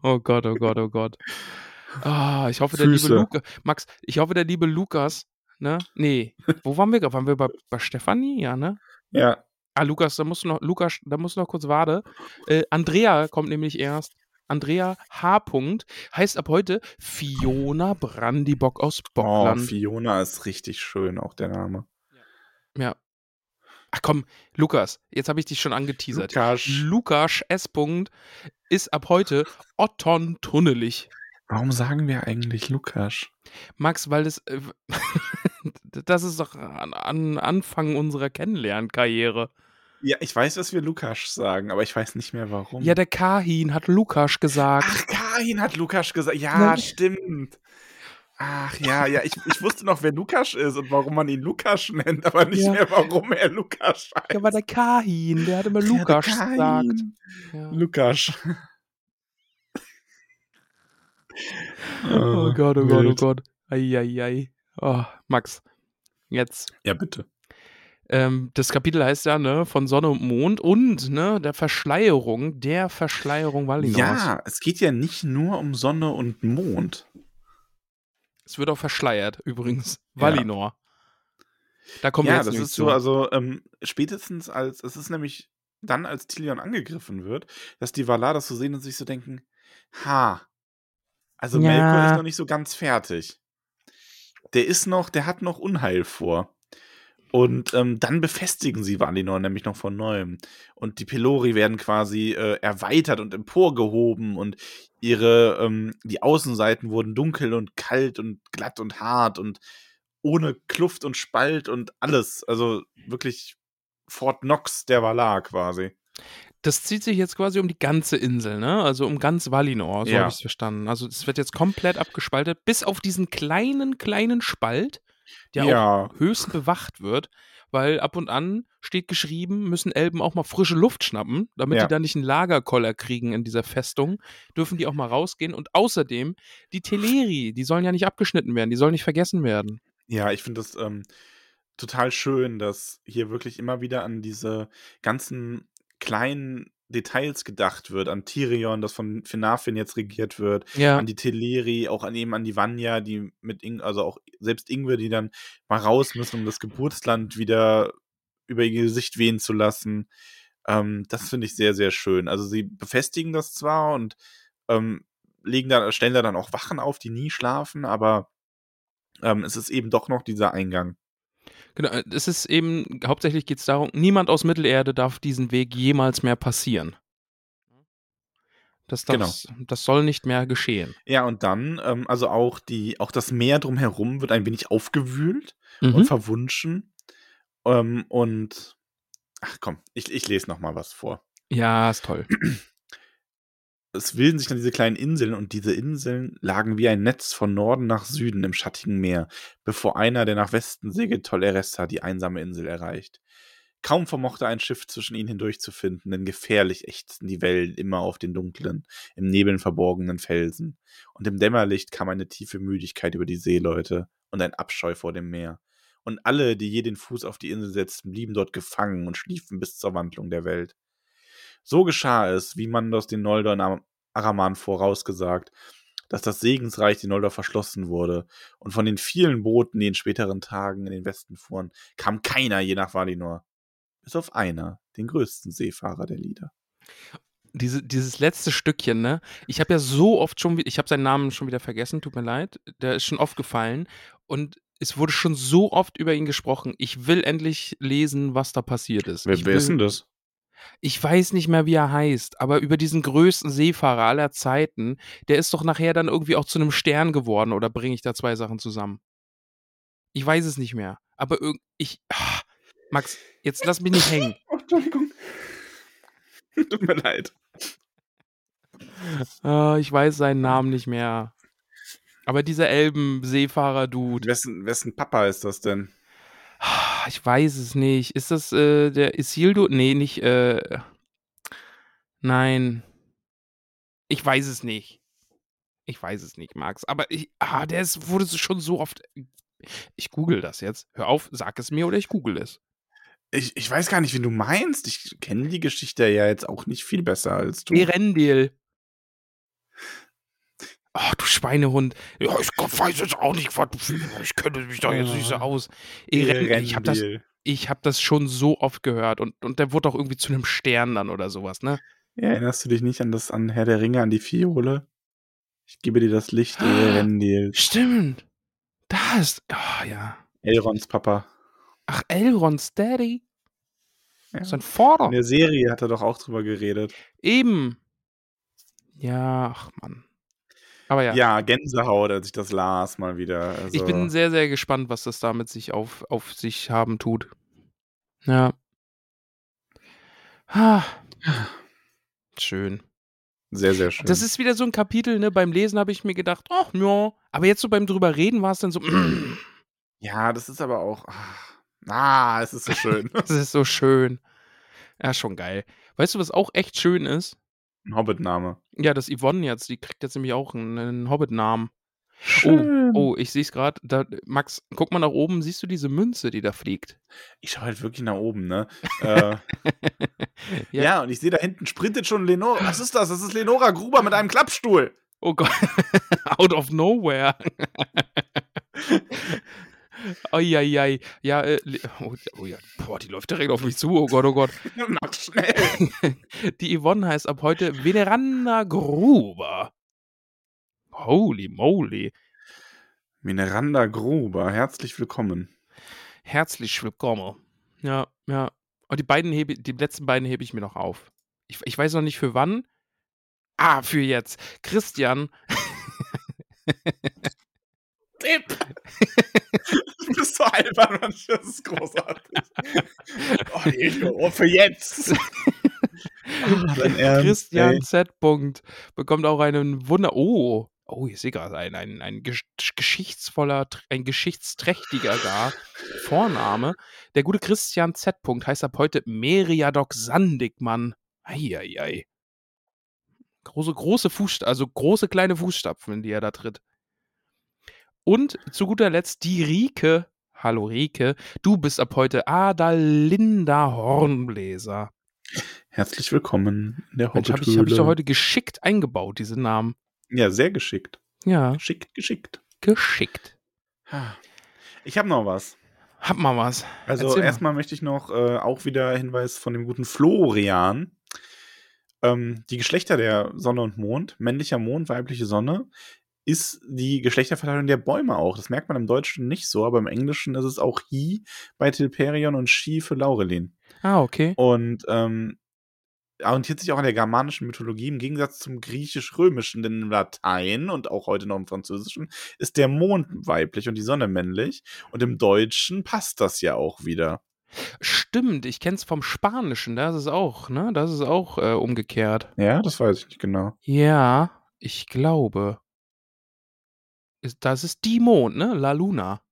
[SPEAKER 1] oh Gott, oh Gott, oh Gott. Ah, ich hoffe, der
[SPEAKER 2] Füße.
[SPEAKER 1] liebe Lukas. Max, ich hoffe, der liebe Lukas, ne? Nee. Wo waren wir gerade? Waren wir bei, bei Stefanie, ja, ne?
[SPEAKER 2] Ja,
[SPEAKER 1] Ah, Lukas, da musst du noch, Lukas, da musst du noch kurz warte. Äh, Andrea kommt nämlich erst. Andrea H. Punkt heißt ab heute Fiona Brandybock aus
[SPEAKER 2] oh,
[SPEAKER 1] Bockland.
[SPEAKER 2] Fiona ist richtig schön, auch der Name.
[SPEAKER 1] Ja. Ach komm, Lukas, jetzt habe ich dich schon angeteasert.
[SPEAKER 2] Lukas.
[SPEAKER 1] Lukas S. Punkt ist ab heute Otton Tunnelig.
[SPEAKER 2] Warum sagen wir eigentlich Lukas?
[SPEAKER 1] Max, weil das, äh, *laughs* das ist doch an, an Anfang unserer Kennenlernkarriere.
[SPEAKER 2] Ja, ich weiß, dass wir Lukas sagen, aber ich weiß nicht mehr warum.
[SPEAKER 1] Ja, der Kahin hat Lukas gesagt.
[SPEAKER 2] Ach, Karin hat Lukas gesagt. Ja,
[SPEAKER 1] Nein.
[SPEAKER 2] stimmt. Ach ja, ja, ich, ich wusste noch, wer Lukas ist und warum man ihn Lukas nennt, aber nicht
[SPEAKER 1] Ja.
[SPEAKER 2] mehr, warum er Lukas heißt.
[SPEAKER 1] ja, war der Kahin, der hat immer Lukas
[SPEAKER 2] Ja, der
[SPEAKER 1] gesagt.
[SPEAKER 2] Kain.
[SPEAKER 1] Ja.
[SPEAKER 2] Lukas. Ah,
[SPEAKER 1] Oh Gott, oh Gott, oh Gott. Eieiei. Oh, Max, jetzt.
[SPEAKER 2] Ja, bitte.
[SPEAKER 1] Ähm, das Kapitel heißt ja, ne, von Sonne und Mond und, ne, der Verschleierung, der Verschleierung Valinors.
[SPEAKER 2] Ja, es geht ja nicht nur um Sonne und Mond.
[SPEAKER 1] Es wird auch verschleiert, übrigens.
[SPEAKER 2] Ja.
[SPEAKER 1] Valinor. Da kommen wir
[SPEAKER 2] ja,
[SPEAKER 1] jetzt
[SPEAKER 2] das
[SPEAKER 1] nämlich
[SPEAKER 2] ist
[SPEAKER 1] zu.
[SPEAKER 2] so, also ähm, spätestens als, es ist nämlich dann, als Tilion angegriffen wird, dass die Valar das so sehen und sich so denken, ha, also
[SPEAKER 1] Ja.
[SPEAKER 2] Melkor ist noch nicht so ganz fertig. Der ist noch, der hat noch Unheil vor. Und ähm, dann befestigen sie Valinor nämlich noch von neuem. Und die Pelori werden quasi äh, erweitert und emporgehoben und ihre, ähm, die Außenseiten wurden dunkel und kalt und glatt und hart und ohne Kluft und Spalt und alles. Also wirklich Fort Knox der Valar quasi.
[SPEAKER 1] das zieht sich jetzt quasi um die ganze Insel, ne? Also um ganz Valinor, so
[SPEAKER 2] Ja.
[SPEAKER 1] habe ich es verstanden. Also es wird jetzt komplett abgespaltet, bis auf diesen kleinen, kleinen Spalt, der auch höchst bewacht wird, weil ab und an steht geschrieben, müssen Elben auch mal frische Luft schnappen, damit
[SPEAKER 2] Ja.
[SPEAKER 1] die da nicht einen Lagerkoller kriegen in dieser Festung, dürfen die auch mal rausgehen und außerdem die Teleri, die sollen ja nicht abgeschnitten werden, die sollen nicht vergessen werden.
[SPEAKER 2] Ja, ich finde das ähm, total schön, dass hier wirklich immer wieder an diese ganzen kleinen Details gedacht wird, an Tyrion, das von Finarfin jetzt regiert wird,
[SPEAKER 1] Ja.
[SPEAKER 2] an die Teleri, auch an eben an die Vanya, die mit Ing, also auch selbst Ingwe, die dann mal raus müssen, um das Geburtsland wieder über ihr Gesicht wehen zu lassen. Ähm, das finde ich sehr, sehr schön. Also sie befestigen das zwar und ähm, legen da, stellen da dann auch Wachen auf, die nie schlafen, aber ähm, es ist eben doch noch dieser Eingang.
[SPEAKER 1] Genau, äh, es ist eben, hauptsächlich geht es darum, niemand aus Mittelerde darf diesen Weg jemals mehr passieren.
[SPEAKER 2] Genau.
[SPEAKER 1] Das, darf's- das soll nicht mehr geschehen.
[SPEAKER 2] Ja, und dann, ähm, also auch die, auch das Meer drumherum wird ein wenig aufgewühlt und
[SPEAKER 1] Mhm.
[SPEAKER 2] verwunschen. Ähm, und ach komm, ich, ich lese noch mal was vor.
[SPEAKER 1] Ja, ist toll.
[SPEAKER 2] es bilden sich dann diese kleinen Inseln und diese Inseln lagen wie ein Netz von Norden nach Süden im schattigen Meer, bevor einer, der nach Westen segelt, Toleressa, die einsame Insel erreicht. Kaum vermochte ein Schiff zwischen ihnen hindurchzufinden, denn gefährlich ächzten die Wellen immer auf den dunklen, im Nebeln verborgenen Felsen. Und im Dämmerlicht kam eine tiefe Müdigkeit über die Seeleute und ein Abscheu vor dem Meer. Und alle, die je den Fuß auf die Insel setzten, blieben dort gefangen und schliefen bis zur Wandlung der Welt. So geschah es, wie man das den Noldor in Am- Araman vorausgesagt, dass das Segensreich den Noldor verschlossen wurde. Und von den vielen Booten, die in späteren Tagen in den Westen fuhren, kam keiner je nach Valinor. Bis auf einer, den größten Seefahrer der Lieder.
[SPEAKER 1] Diese, dieses letzte Stückchen, ne? Ich habe ja so oft schon, ich habe seinen Namen schon wieder vergessen, tut mir leid. Der ist schon oft gefallen. Und es wurde schon so oft über ihn gesprochen. Ich will endlich lesen, was da passiert ist.
[SPEAKER 2] Wer,
[SPEAKER 1] ich
[SPEAKER 2] wer
[SPEAKER 1] will,
[SPEAKER 2] ist
[SPEAKER 1] *laughs*
[SPEAKER 2] denn das?
[SPEAKER 1] Ich weiß nicht mehr, wie er heißt, aber über diesen größten Seefahrer aller Zeiten, der ist doch nachher dann irgendwie auch zu einem Stern geworden oder bringe ich da zwei Sachen zusammen? Ich weiß es nicht mehr, aber irg- ich ah, Max, jetzt lass mich nicht hängen.
[SPEAKER 2] Oh, Entschuldigung. *laughs* Tut mir leid.
[SPEAKER 1] Äh, ich weiß seinen Namen nicht mehr. Aber dieser Elben-Seefahrer, Dude,
[SPEAKER 2] Wessen, wessen Papa ist das denn?
[SPEAKER 1] ah, ich weiß es nicht. Ist das äh, der Isildur? Nee, nicht äh Nein. Ich weiß es nicht. Ich weiß es nicht, Max. Aber ich, ah, der ist, wurde so- schon so oft. Ich google das jetzt. Hör auf, sag es mir oder ich google es.
[SPEAKER 2] Ich, ich weiß gar nicht, wen du meinst. Ich kenne die Geschichte ja jetzt auch nicht viel besser als du.
[SPEAKER 1] Erendil. Ach, du Schweinehund. Ja, ich weiß jetzt auch nicht, was du- Ich kenne mich doch jetzt nicht so aus. Ah. Erendil. Ich habe das,
[SPEAKER 2] Erendil.
[SPEAKER 1] ich hab das schon so oft gehört. Und, und der wurde auch irgendwie zu einem Stern dann oder sowas, ne?
[SPEAKER 2] Erinnerst du dich nicht an das an Herr der Ringe, an die Fiole? Ich gebe dir das Licht,
[SPEAKER 1] Ah.
[SPEAKER 2] Erendil.
[SPEAKER 1] Stimmt. Da ist. Ah, ja.
[SPEAKER 2] Elrons Papa.
[SPEAKER 1] Ach, Elrons Daddy.
[SPEAKER 2] Ja.
[SPEAKER 1] Sein Vater.
[SPEAKER 2] In der Serie hat er doch auch drüber geredet.
[SPEAKER 1] Eben. Ja, ach Mann. Aber ja,
[SPEAKER 2] Ja, Gänsehaut, als ich das las mal wieder. Also,
[SPEAKER 1] ich bin sehr, sehr gespannt, was das damit sich auf, auf sich haben tut. Ja. Ah. Schön.
[SPEAKER 2] sehr, sehr schön.
[SPEAKER 1] Das ist wieder so ein Kapitel, ne? Beim Lesen habe ich mir gedacht, ach ja. Aber jetzt so beim drüber reden war es dann so, *clears throat* mm,
[SPEAKER 2] ja, das ist aber auch. ah, Ah, es ist
[SPEAKER 1] *laughs*
[SPEAKER 2] so schön.
[SPEAKER 1] das ist so schön. Ja, schon geil. Weißt du, was auch echt schön ist?
[SPEAKER 2] Ein Hobbit-Name.
[SPEAKER 1] Ja, dass Yvonne jetzt, die kriegt jetzt nämlich auch einen, einen Hobbit-Namen.
[SPEAKER 2] Schön.
[SPEAKER 1] Oh, ich sehe es gerade. Da- Max, guck mal nach oben. Siehst du diese Münze, die da fliegt?
[SPEAKER 2] Ich schaue halt wirklich nach oben, ne? äh, ja.
[SPEAKER 1] *laughs* Ja.
[SPEAKER 2] und ich sehe da hinten sprintet schon Lenora. Was ist das? Das ist Lenora Gruber mit einem Klappstuhl. *laughs*
[SPEAKER 1] Oh Gott. *laughs* Out of nowhere. *laughs* Eieiei. Ja, äh, Le- oh, oh ja. Boah, die läuft direkt auf mich zu. Oh Gott, oh Gott.
[SPEAKER 2] Mach schnell.
[SPEAKER 1] Die Yvonne heißt ab heute Veneranda Gruber. Holy moly.
[SPEAKER 2] Mineranda Gruber, herzlich willkommen.
[SPEAKER 1] Herzlich willkommen. Ja, ja. Und die beiden hebe, die letzten beiden hebe ich mir noch auf. Ich, ich weiß noch nicht für wann. Ah, für jetzt. Christian.
[SPEAKER 2] Du *laughs* bist so albern, Mensch, das ist großartig. oh, die Hilfe, oh,
[SPEAKER 1] *laughs*
[SPEAKER 2] für jetzt. Dein Ernst,
[SPEAKER 1] Christian
[SPEAKER 2] Ähm, ey.
[SPEAKER 1] Z. -Punkt bekommt auch einen Wunder. Oh, oh, ich sehe gerade ein, ein, ein gesch- geschichtsvoller, ein geschichtsträchtiger gar Vorname. Der gute Christian Z. -Punkt heißt ab heute Meriadoc Sandigmann. Eieiei. Große, große Fußstapfen, also große kleine Fußstapfen, in die er da tritt. Und zu guter Letzt die Rike. Hallo Rike, du bist ab heute Adalinda Hornbläser.
[SPEAKER 2] Herzlich willkommen in der
[SPEAKER 1] Mensch, habe ich, hab ich
[SPEAKER 2] Hobbithöhle.
[SPEAKER 1] doch heute geschickt eingebaut, diese Namen.
[SPEAKER 2] Ja, sehr geschickt.
[SPEAKER 1] Ja,
[SPEAKER 2] Geschickt, geschickt.
[SPEAKER 1] geschickt. Ah.
[SPEAKER 2] Ha. Ich habe noch was.
[SPEAKER 1] Hab mal was.
[SPEAKER 2] Also
[SPEAKER 1] Erzähl mal.
[SPEAKER 2] erstmal möchte ich noch äh, auch wieder Hinweis von dem guten Florian. Ähm, die Geschlechter der Sonne und Mond, männlicher Mond, weibliche Sonne, ist die Geschlechterverteilung der Bäume auch. Das merkt man im Deutschen nicht so, aber im Englischen ist es auch Hi bei Tilperion und She für Laurelin.
[SPEAKER 1] Ah, okay.
[SPEAKER 2] Und ähm, orientiert sich auch an der germanischen Mythologie im Gegensatz zum griechisch-römischen, denn im Latein und auch heute noch im Französischen ist der Mond weiblich und die Sonne männlich. Und im Deutschen passt das ja auch wieder.
[SPEAKER 1] Stimmt, ich kenn's vom Spanischen, das ist auch, ne? Das ist auch äh, umgekehrt.
[SPEAKER 2] Ja, das weiß ich nicht genau.
[SPEAKER 1] Ja, ich glaube. Ist- Das ist die Mond, ne? La Luna.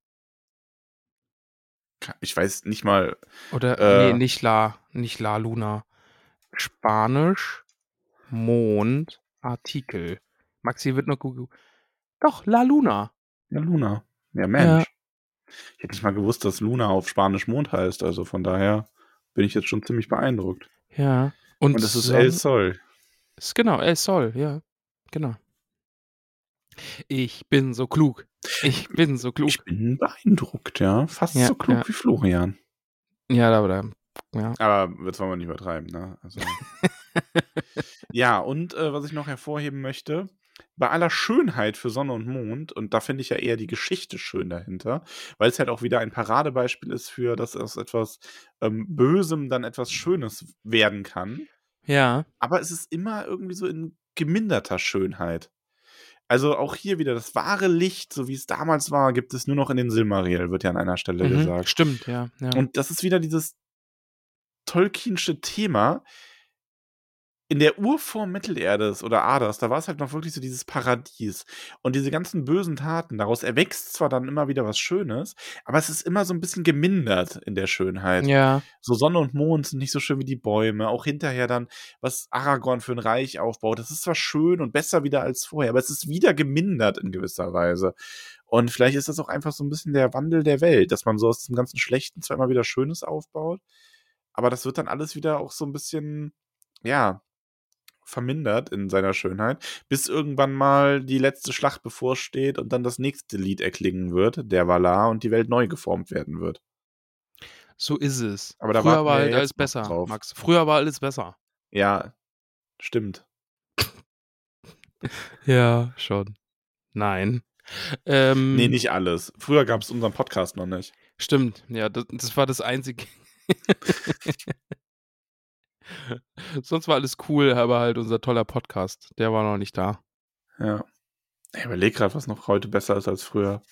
[SPEAKER 2] Ich weiß nicht mal.
[SPEAKER 1] Oder,
[SPEAKER 2] Äh.
[SPEAKER 1] nee, nicht La, nicht La Luna. Spanisch, Mond, Artikel. Maxi wird noch Google. Doch, La Luna.
[SPEAKER 2] Ja, Luna. Ja, Mensch. Ich hätte nicht mal gewusst, dass Luna auf Spanisch Mond heißt. Also von daher bin ich jetzt schon ziemlich beeindruckt.
[SPEAKER 1] Ja. Und,
[SPEAKER 2] Und das ist
[SPEAKER 1] Son-
[SPEAKER 2] El Sol.
[SPEAKER 1] Ist genau, El Sol, ja. Genau. Ich bin so klug. Ich bin so klug.
[SPEAKER 2] Ich bin beeindruckt, ja. Fast
[SPEAKER 1] Ja,
[SPEAKER 2] so klug
[SPEAKER 1] ja.
[SPEAKER 2] wie Florian.
[SPEAKER 1] Ja, aber da. Ja.
[SPEAKER 2] Aber jetzt wollen wir nicht übertreiben, ne? Also. ja, und äh, was ich noch hervorheben möchte, bei aller Schönheit für Sonne und Mond, und da finde ich ja eher die Geschichte schön dahinter, weil es halt auch wieder ein Paradebeispiel ist für, dass aus etwas ähm, Bösem dann etwas Schönes werden kann.
[SPEAKER 1] Ja.
[SPEAKER 2] Aber es ist immer irgendwie so in geminderter Schönheit. Also auch hier wieder das wahre Licht, so wie es damals war, gibt es nur noch in den Silmariel, wird ja an einer Stelle
[SPEAKER 1] Mhm.
[SPEAKER 2] gesagt.
[SPEAKER 1] Stimmt, ja. ja.
[SPEAKER 2] Und das ist wieder dieses Tolkiensche Thema. In der Urform Mittelerdes oder Aders, da war es halt noch wirklich so dieses Paradies. Und diese ganzen bösen Taten, daraus erwächst zwar dann immer wieder was Schönes, aber es ist immer so ein bisschen gemindert in der Schönheit.
[SPEAKER 1] ja.
[SPEAKER 2] So Sonne und Mond sind nicht so schön wie die Bäume. Auch hinterher dann, was Aragorn für ein Reich aufbaut. Das ist zwar schön und besser wieder als vorher, aber es ist wieder gemindert in gewisser Weise. Und vielleicht ist das auch einfach so ein bisschen der Wandel der Welt, dass man so aus dem ganzen Schlechten zwar immer wieder Schönes aufbaut, aber das wird dann alles wieder auch so ein bisschen, ja, vermindert in seiner Schönheit, bis irgendwann mal die letzte Schlacht bevorsteht und dann das nächste Lied erklingen wird, der Valar und die Welt neu geformt werden wird.
[SPEAKER 1] So ist es.
[SPEAKER 2] Aber da warten
[SPEAKER 1] Früher
[SPEAKER 2] wir
[SPEAKER 1] war
[SPEAKER 2] ja
[SPEAKER 1] halt
[SPEAKER 2] jetzt
[SPEAKER 1] alles
[SPEAKER 2] noch
[SPEAKER 1] besser,
[SPEAKER 2] drauf.
[SPEAKER 1] Max. Früher war alles besser.
[SPEAKER 2] Ja, stimmt.
[SPEAKER 1] Ja, schon. Nein. Ähm,
[SPEAKER 2] Nee, nicht alles. Früher gab es unseren Podcast noch nicht.
[SPEAKER 1] Stimmt, ja, das, das war das einzige. *laughs* Sonst war alles cool, aber halt unser toller Podcast, der war noch nicht da.
[SPEAKER 2] Ja. Ich überlege gerade, was noch heute besser ist als früher.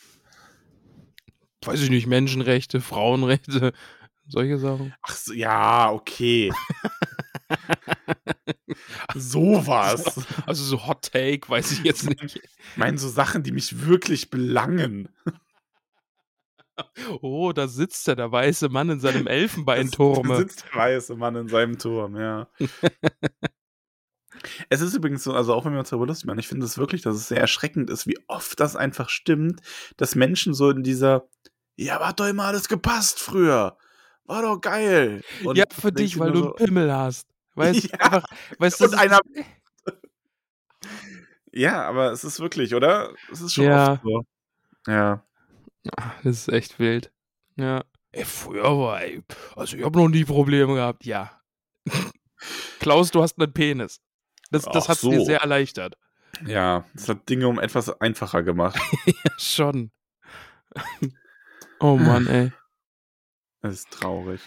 [SPEAKER 1] Weiß ich nicht, Menschenrechte, *laughs* Frauenrechte, solche Sachen.
[SPEAKER 2] Ach so, ja, okay. Sowas.
[SPEAKER 1] Also so Hot Take, weiß ich jetzt nicht.
[SPEAKER 2] Ich meine, so Sachen, die mich wirklich belangen.
[SPEAKER 1] *laughs* Oh, da sitzt er, der weiße Mann in seinem
[SPEAKER 2] Da
[SPEAKER 1] Elfenbeinturm.
[SPEAKER 2] *laughs* sitzt der weiße Mann in seinem
[SPEAKER 1] *laughs*
[SPEAKER 2] Turm, ja. es ist übrigens so, also auch wenn wir uns darüber lustig machen, ich finde es wirklich, dass es sehr erschreckend ist, wie oft das einfach stimmt, dass Menschen so in dieser, ja, aber hat doch immer alles gepasst früher. War doch geil. Und
[SPEAKER 1] Ja, für
[SPEAKER 2] denkst
[SPEAKER 1] dich,
[SPEAKER 2] dir
[SPEAKER 1] weil
[SPEAKER 2] nur
[SPEAKER 1] du einen Pimmel hast. Weißt du,
[SPEAKER 2] Ja.
[SPEAKER 1] einfach, weißt du,
[SPEAKER 2] Und
[SPEAKER 1] das ist-
[SPEAKER 2] einer. ja, aber es ist wirklich, oder? Es ist schon
[SPEAKER 1] Ja.
[SPEAKER 2] oft so. Ja.
[SPEAKER 1] Ah, Das ist echt wild. Ja. Ey, früher war, ey, also ich habe noch nie Probleme gehabt. Ja. *laughs* Klaus, du hast einen Penis. Das, das
[SPEAKER 2] Ach
[SPEAKER 1] hat dir
[SPEAKER 2] so.
[SPEAKER 1] sehr erleichtert.
[SPEAKER 2] Ja, es hat Dinge um etwas
[SPEAKER 1] *laughs*
[SPEAKER 2] einfacher gemacht.
[SPEAKER 1] Schon. *laughs* oh Mann, ey.
[SPEAKER 2] Das ist traurig.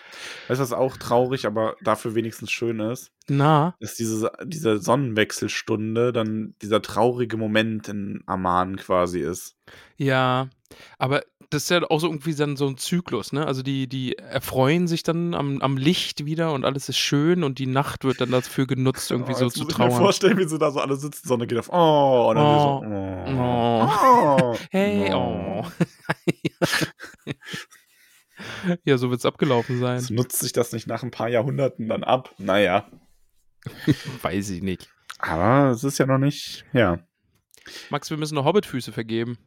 [SPEAKER 2] Weißt du, was auch traurig, aber dafür wenigstens schön ist?
[SPEAKER 1] Na,
[SPEAKER 2] Dass diese, diese Sonnenwechselstunde dann dieser traurige Moment in Amman quasi ist.
[SPEAKER 1] ja. Aber das ist ja auch so irgendwie dann so ein Zyklus, ne? Also die, die erfreuen sich dann am, am Licht wieder und alles ist schön und die Nacht wird dann dafür genutzt, irgendwie
[SPEAKER 2] Oh,
[SPEAKER 1] so
[SPEAKER 2] jetzt
[SPEAKER 1] zu
[SPEAKER 2] muss Ich mir
[SPEAKER 1] trauern.
[SPEAKER 2] vorstellen, wie sie da so alle sitzen, Sonne geht auf. Oh, und dann
[SPEAKER 1] Oh.
[SPEAKER 2] wir
[SPEAKER 1] *laughs*
[SPEAKER 2] so. Oh. oh.
[SPEAKER 1] Hey, oh. *laughs* ja, so wird's abgelaufen sein.
[SPEAKER 2] Jetzt nutzt sich das nicht nach ein paar Jahrhunderten dann ab. Naja.
[SPEAKER 1] Weiß ich nicht.
[SPEAKER 2] Aber es ist ja noch nicht. Ja.
[SPEAKER 1] Max, wir müssen noch Hobbitfüße vergeben.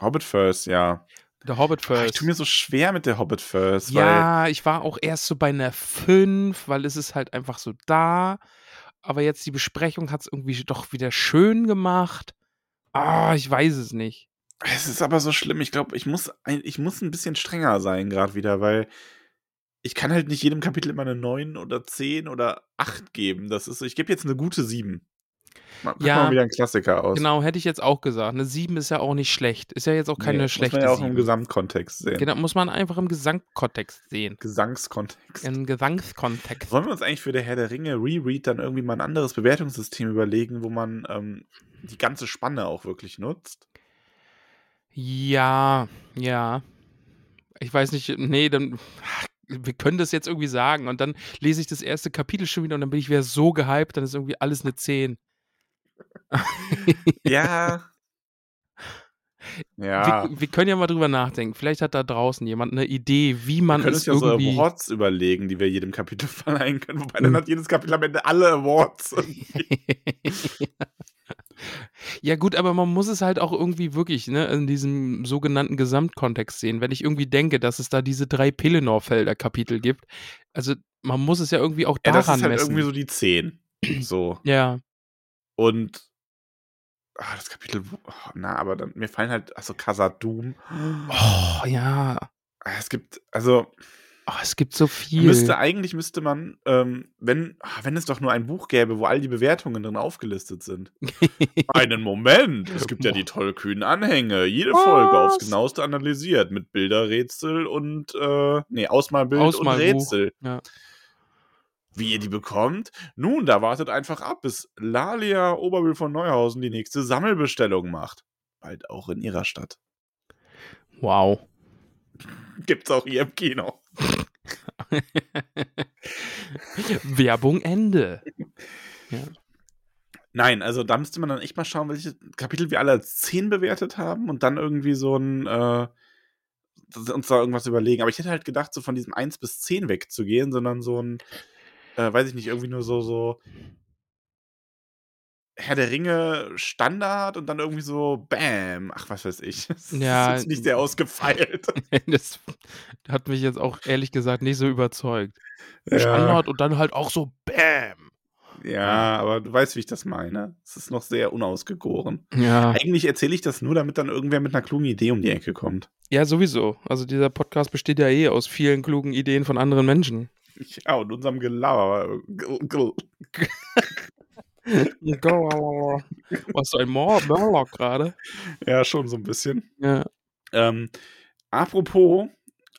[SPEAKER 2] Hobbit First, ja.
[SPEAKER 1] Der Hobbit
[SPEAKER 2] Ach, ich
[SPEAKER 1] First.
[SPEAKER 2] tue mir so schwer mit der Hobbit First, weil.
[SPEAKER 1] ja, ich war auch erst so bei einer 5, weil es ist halt einfach so da. Aber jetzt die Besprechung hat es irgendwie doch wieder schön gemacht. Ah, ich weiß es nicht.
[SPEAKER 2] Es ist aber so schlimm. Ich glaube, ich muss, ein, ich muss ein bisschen strenger sein, gerade wieder, weil ich kann halt nicht jedem Kapitel immer eine 9 oder 10 oder 8 geben. Das ist so, ich gebe jetzt eine gute 7. Mal, pack
[SPEAKER 1] Ja.
[SPEAKER 2] mal wieder einen Klassiker aus.
[SPEAKER 1] Genau, hätte ich jetzt auch gesagt. Eine 7 ist ja auch nicht schlecht. Ist ja jetzt auch keine
[SPEAKER 2] Nee,
[SPEAKER 1] schlechte
[SPEAKER 2] Muss man ja auch im
[SPEAKER 1] 7.
[SPEAKER 2] Gesamtkontext sehen.
[SPEAKER 1] genau, muss man einfach im Gesamtkontext sehen.
[SPEAKER 2] Gesangskontext.
[SPEAKER 1] Im Gesangskontext.
[SPEAKER 2] Wollen wir uns eigentlich für der Herr der Ringe Reread dann irgendwie mal ein anderes Bewertungssystem überlegen, wo man ähm, die ganze Spanne auch
[SPEAKER 1] *laughs*
[SPEAKER 2] wirklich nutzt?
[SPEAKER 1] Ja, ja. Ich weiß nicht, nee, dann. ach, Wir können das jetzt irgendwie sagen und dann lese ich das erste Kapitel schon wieder und dann bin ich wieder so gehypt, dann ist irgendwie alles eine *laughs* 10.
[SPEAKER 2] Ja. ja.
[SPEAKER 1] Wir, wir können ja mal drüber nachdenken. Vielleicht hat da draußen jemand eine Idee, wie man
[SPEAKER 2] wir können
[SPEAKER 1] es
[SPEAKER 2] uns ja so
[SPEAKER 1] irgendwie.
[SPEAKER 2] Awards überlegen, die wir jedem Kapitel *laughs* verleihen können. Wobei dann
[SPEAKER 1] Mhm.
[SPEAKER 2] hat jedes Kapitel am Ende alle Awards.
[SPEAKER 1] *laughs* ja, gut, aber man muss es halt auch irgendwie wirklich ne, in diesem sogenannten Gesamtkontext sehen. Wenn ich irgendwie denke, dass es da diese drei Pelenor-Felder-Kapitel gibt, also man muss es ja halt irgendwie auch
[SPEAKER 2] Ja,
[SPEAKER 1] daran *clears throat*
[SPEAKER 2] das ist halt
[SPEAKER 1] messen.
[SPEAKER 2] irgendwie so die 10. So.
[SPEAKER 1] ja,
[SPEAKER 2] Und ah, das Kapitel, wo- oh, na, aber dann, mir fallen halt, also Casadum.
[SPEAKER 1] Oh, ja.
[SPEAKER 2] Es gibt, also
[SPEAKER 1] Oh, es gibt so viel.
[SPEAKER 2] müsste eigentlich müsste man, ähm, wenn, ah, wenn es doch nur ein Buch gäbe, wo all die Bewertungen drin
[SPEAKER 1] *laughs*
[SPEAKER 2] aufgelistet sind. Einen Moment, es gibt ja die tollkühnen Anhänge, jede Folge
[SPEAKER 1] Was?
[SPEAKER 2] aufs genaueste analysiert mit Bilderrätsel und äh, nee Ausmalbild
[SPEAKER 1] Ausmalbuch.
[SPEAKER 2] und Rätsel.
[SPEAKER 1] Ja.
[SPEAKER 2] Wie ihr die bekommt? Nun, da wartet einfach ab, bis Lalia Oberwil von Neuhausen die nächste Sammelbestellung macht. Bald auch in ihrer Stadt.
[SPEAKER 1] *laughs* wow.
[SPEAKER 2] Gibt's auch hier im Kino.
[SPEAKER 1] Werbung Ende.
[SPEAKER 2] Nein, also da müsste man dann echt mal schauen, welche Kapitel wir alle als 10 bewertet haben und dann irgendwie so ein äh, uns da irgendwas überlegen. Aber ich hätte halt gedacht, so von diesem 1 bis 10 wegzugehen, sondern so ein, äh, weiß ich nicht, irgendwie nur so, so Herr der Ringe Standard und dann irgendwie so Bam, ach was weiß ich. *laughs* Das
[SPEAKER 1] Ja.
[SPEAKER 2] ist jetzt nicht sehr ausgefeilt.
[SPEAKER 1] Das hat mich jetzt auch ehrlich gesagt nicht so überzeugt. *laughs* Standard und dann halt auch so BÄM.
[SPEAKER 2] ja, aber du weißt, wie ich das meine. Es ist noch sehr unausgegoren.
[SPEAKER 1] Ja.
[SPEAKER 2] Eigentlich erzähle ich das nur, damit dann irgendwer mit einer klugen Idee um die Ecke kommt.
[SPEAKER 1] Ja, sowieso. Also dieser Podcast besteht ja eh aus vielen klugen Ideen von anderen Menschen.
[SPEAKER 2] Ja, und unserem Gelaber. Gl- gl-
[SPEAKER 1] Was so ein Mor Murloc gerade.
[SPEAKER 2] Ja, schon so ein bisschen.
[SPEAKER 1] Ja.
[SPEAKER 2] Ähm, apropos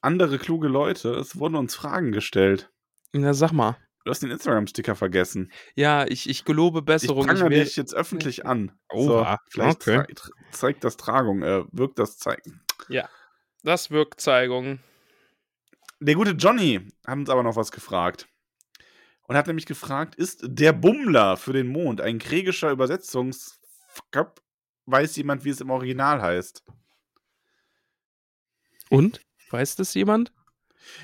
[SPEAKER 2] andere kluge Leute, es wurden uns Fragen gestellt.
[SPEAKER 1] Na, sag mal.
[SPEAKER 2] Du hast den Instagram-Sticker vergessen.
[SPEAKER 1] Ja, ich, ich gelobe
[SPEAKER 2] Ich
[SPEAKER 1] Besserung.
[SPEAKER 2] prangere
[SPEAKER 1] will-
[SPEAKER 2] dich jetzt öffentlich an.
[SPEAKER 1] Oha,
[SPEAKER 2] vielleicht
[SPEAKER 1] okay.
[SPEAKER 2] tra- tra- zeigt das Tragung, äh, wirkt das zeigen.
[SPEAKER 1] das wirkt Zeigung.
[SPEAKER 2] Der gute Johnny hat uns aber noch was gefragt. Und hat nämlich gefragt, ist der Bummler für den Mond ein kriegischer Übersetzungs... Weiß jemand, wie es im Original heißt?
[SPEAKER 1] Und? Weiß das jemand?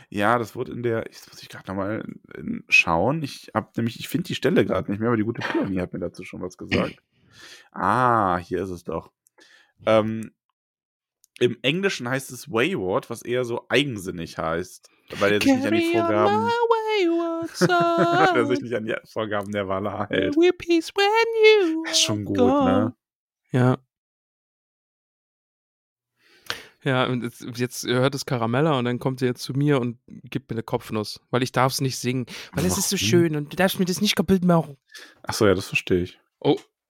[SPEAKER 2] Ja, das wurde in der, jetzt muss ich gerade nochmal ähm, schauen. Ich habe nämlich, ich finde die Stelle gerade nicht mehr, aber die gute Peony hat mir dazu schon was gesagt. Ah, hier ist es doch. Ähm, Im Englischen heißt es Wayward, was eher so eigensinnig heißt, weil er sich nicht an die Vorgaben, *laughs* weil er sich nicht an die Vorgaben der Wala hält. Ist schon gut, ne?
[SPEAKER 1] Ja. Ja, und jetzt, jetzt hört es Karamella und dann kommt sie jetzt zu mir und gibt mir eine Kopfnuss, weil ich darf es nicht singen, weil es ist so
[SPEAKER 2] Warum?
[SPEAKER 1] schön und du darfst mir das nicht kaputt machen.
[SPEAKER 2] Achso, ja, das verstehe ich.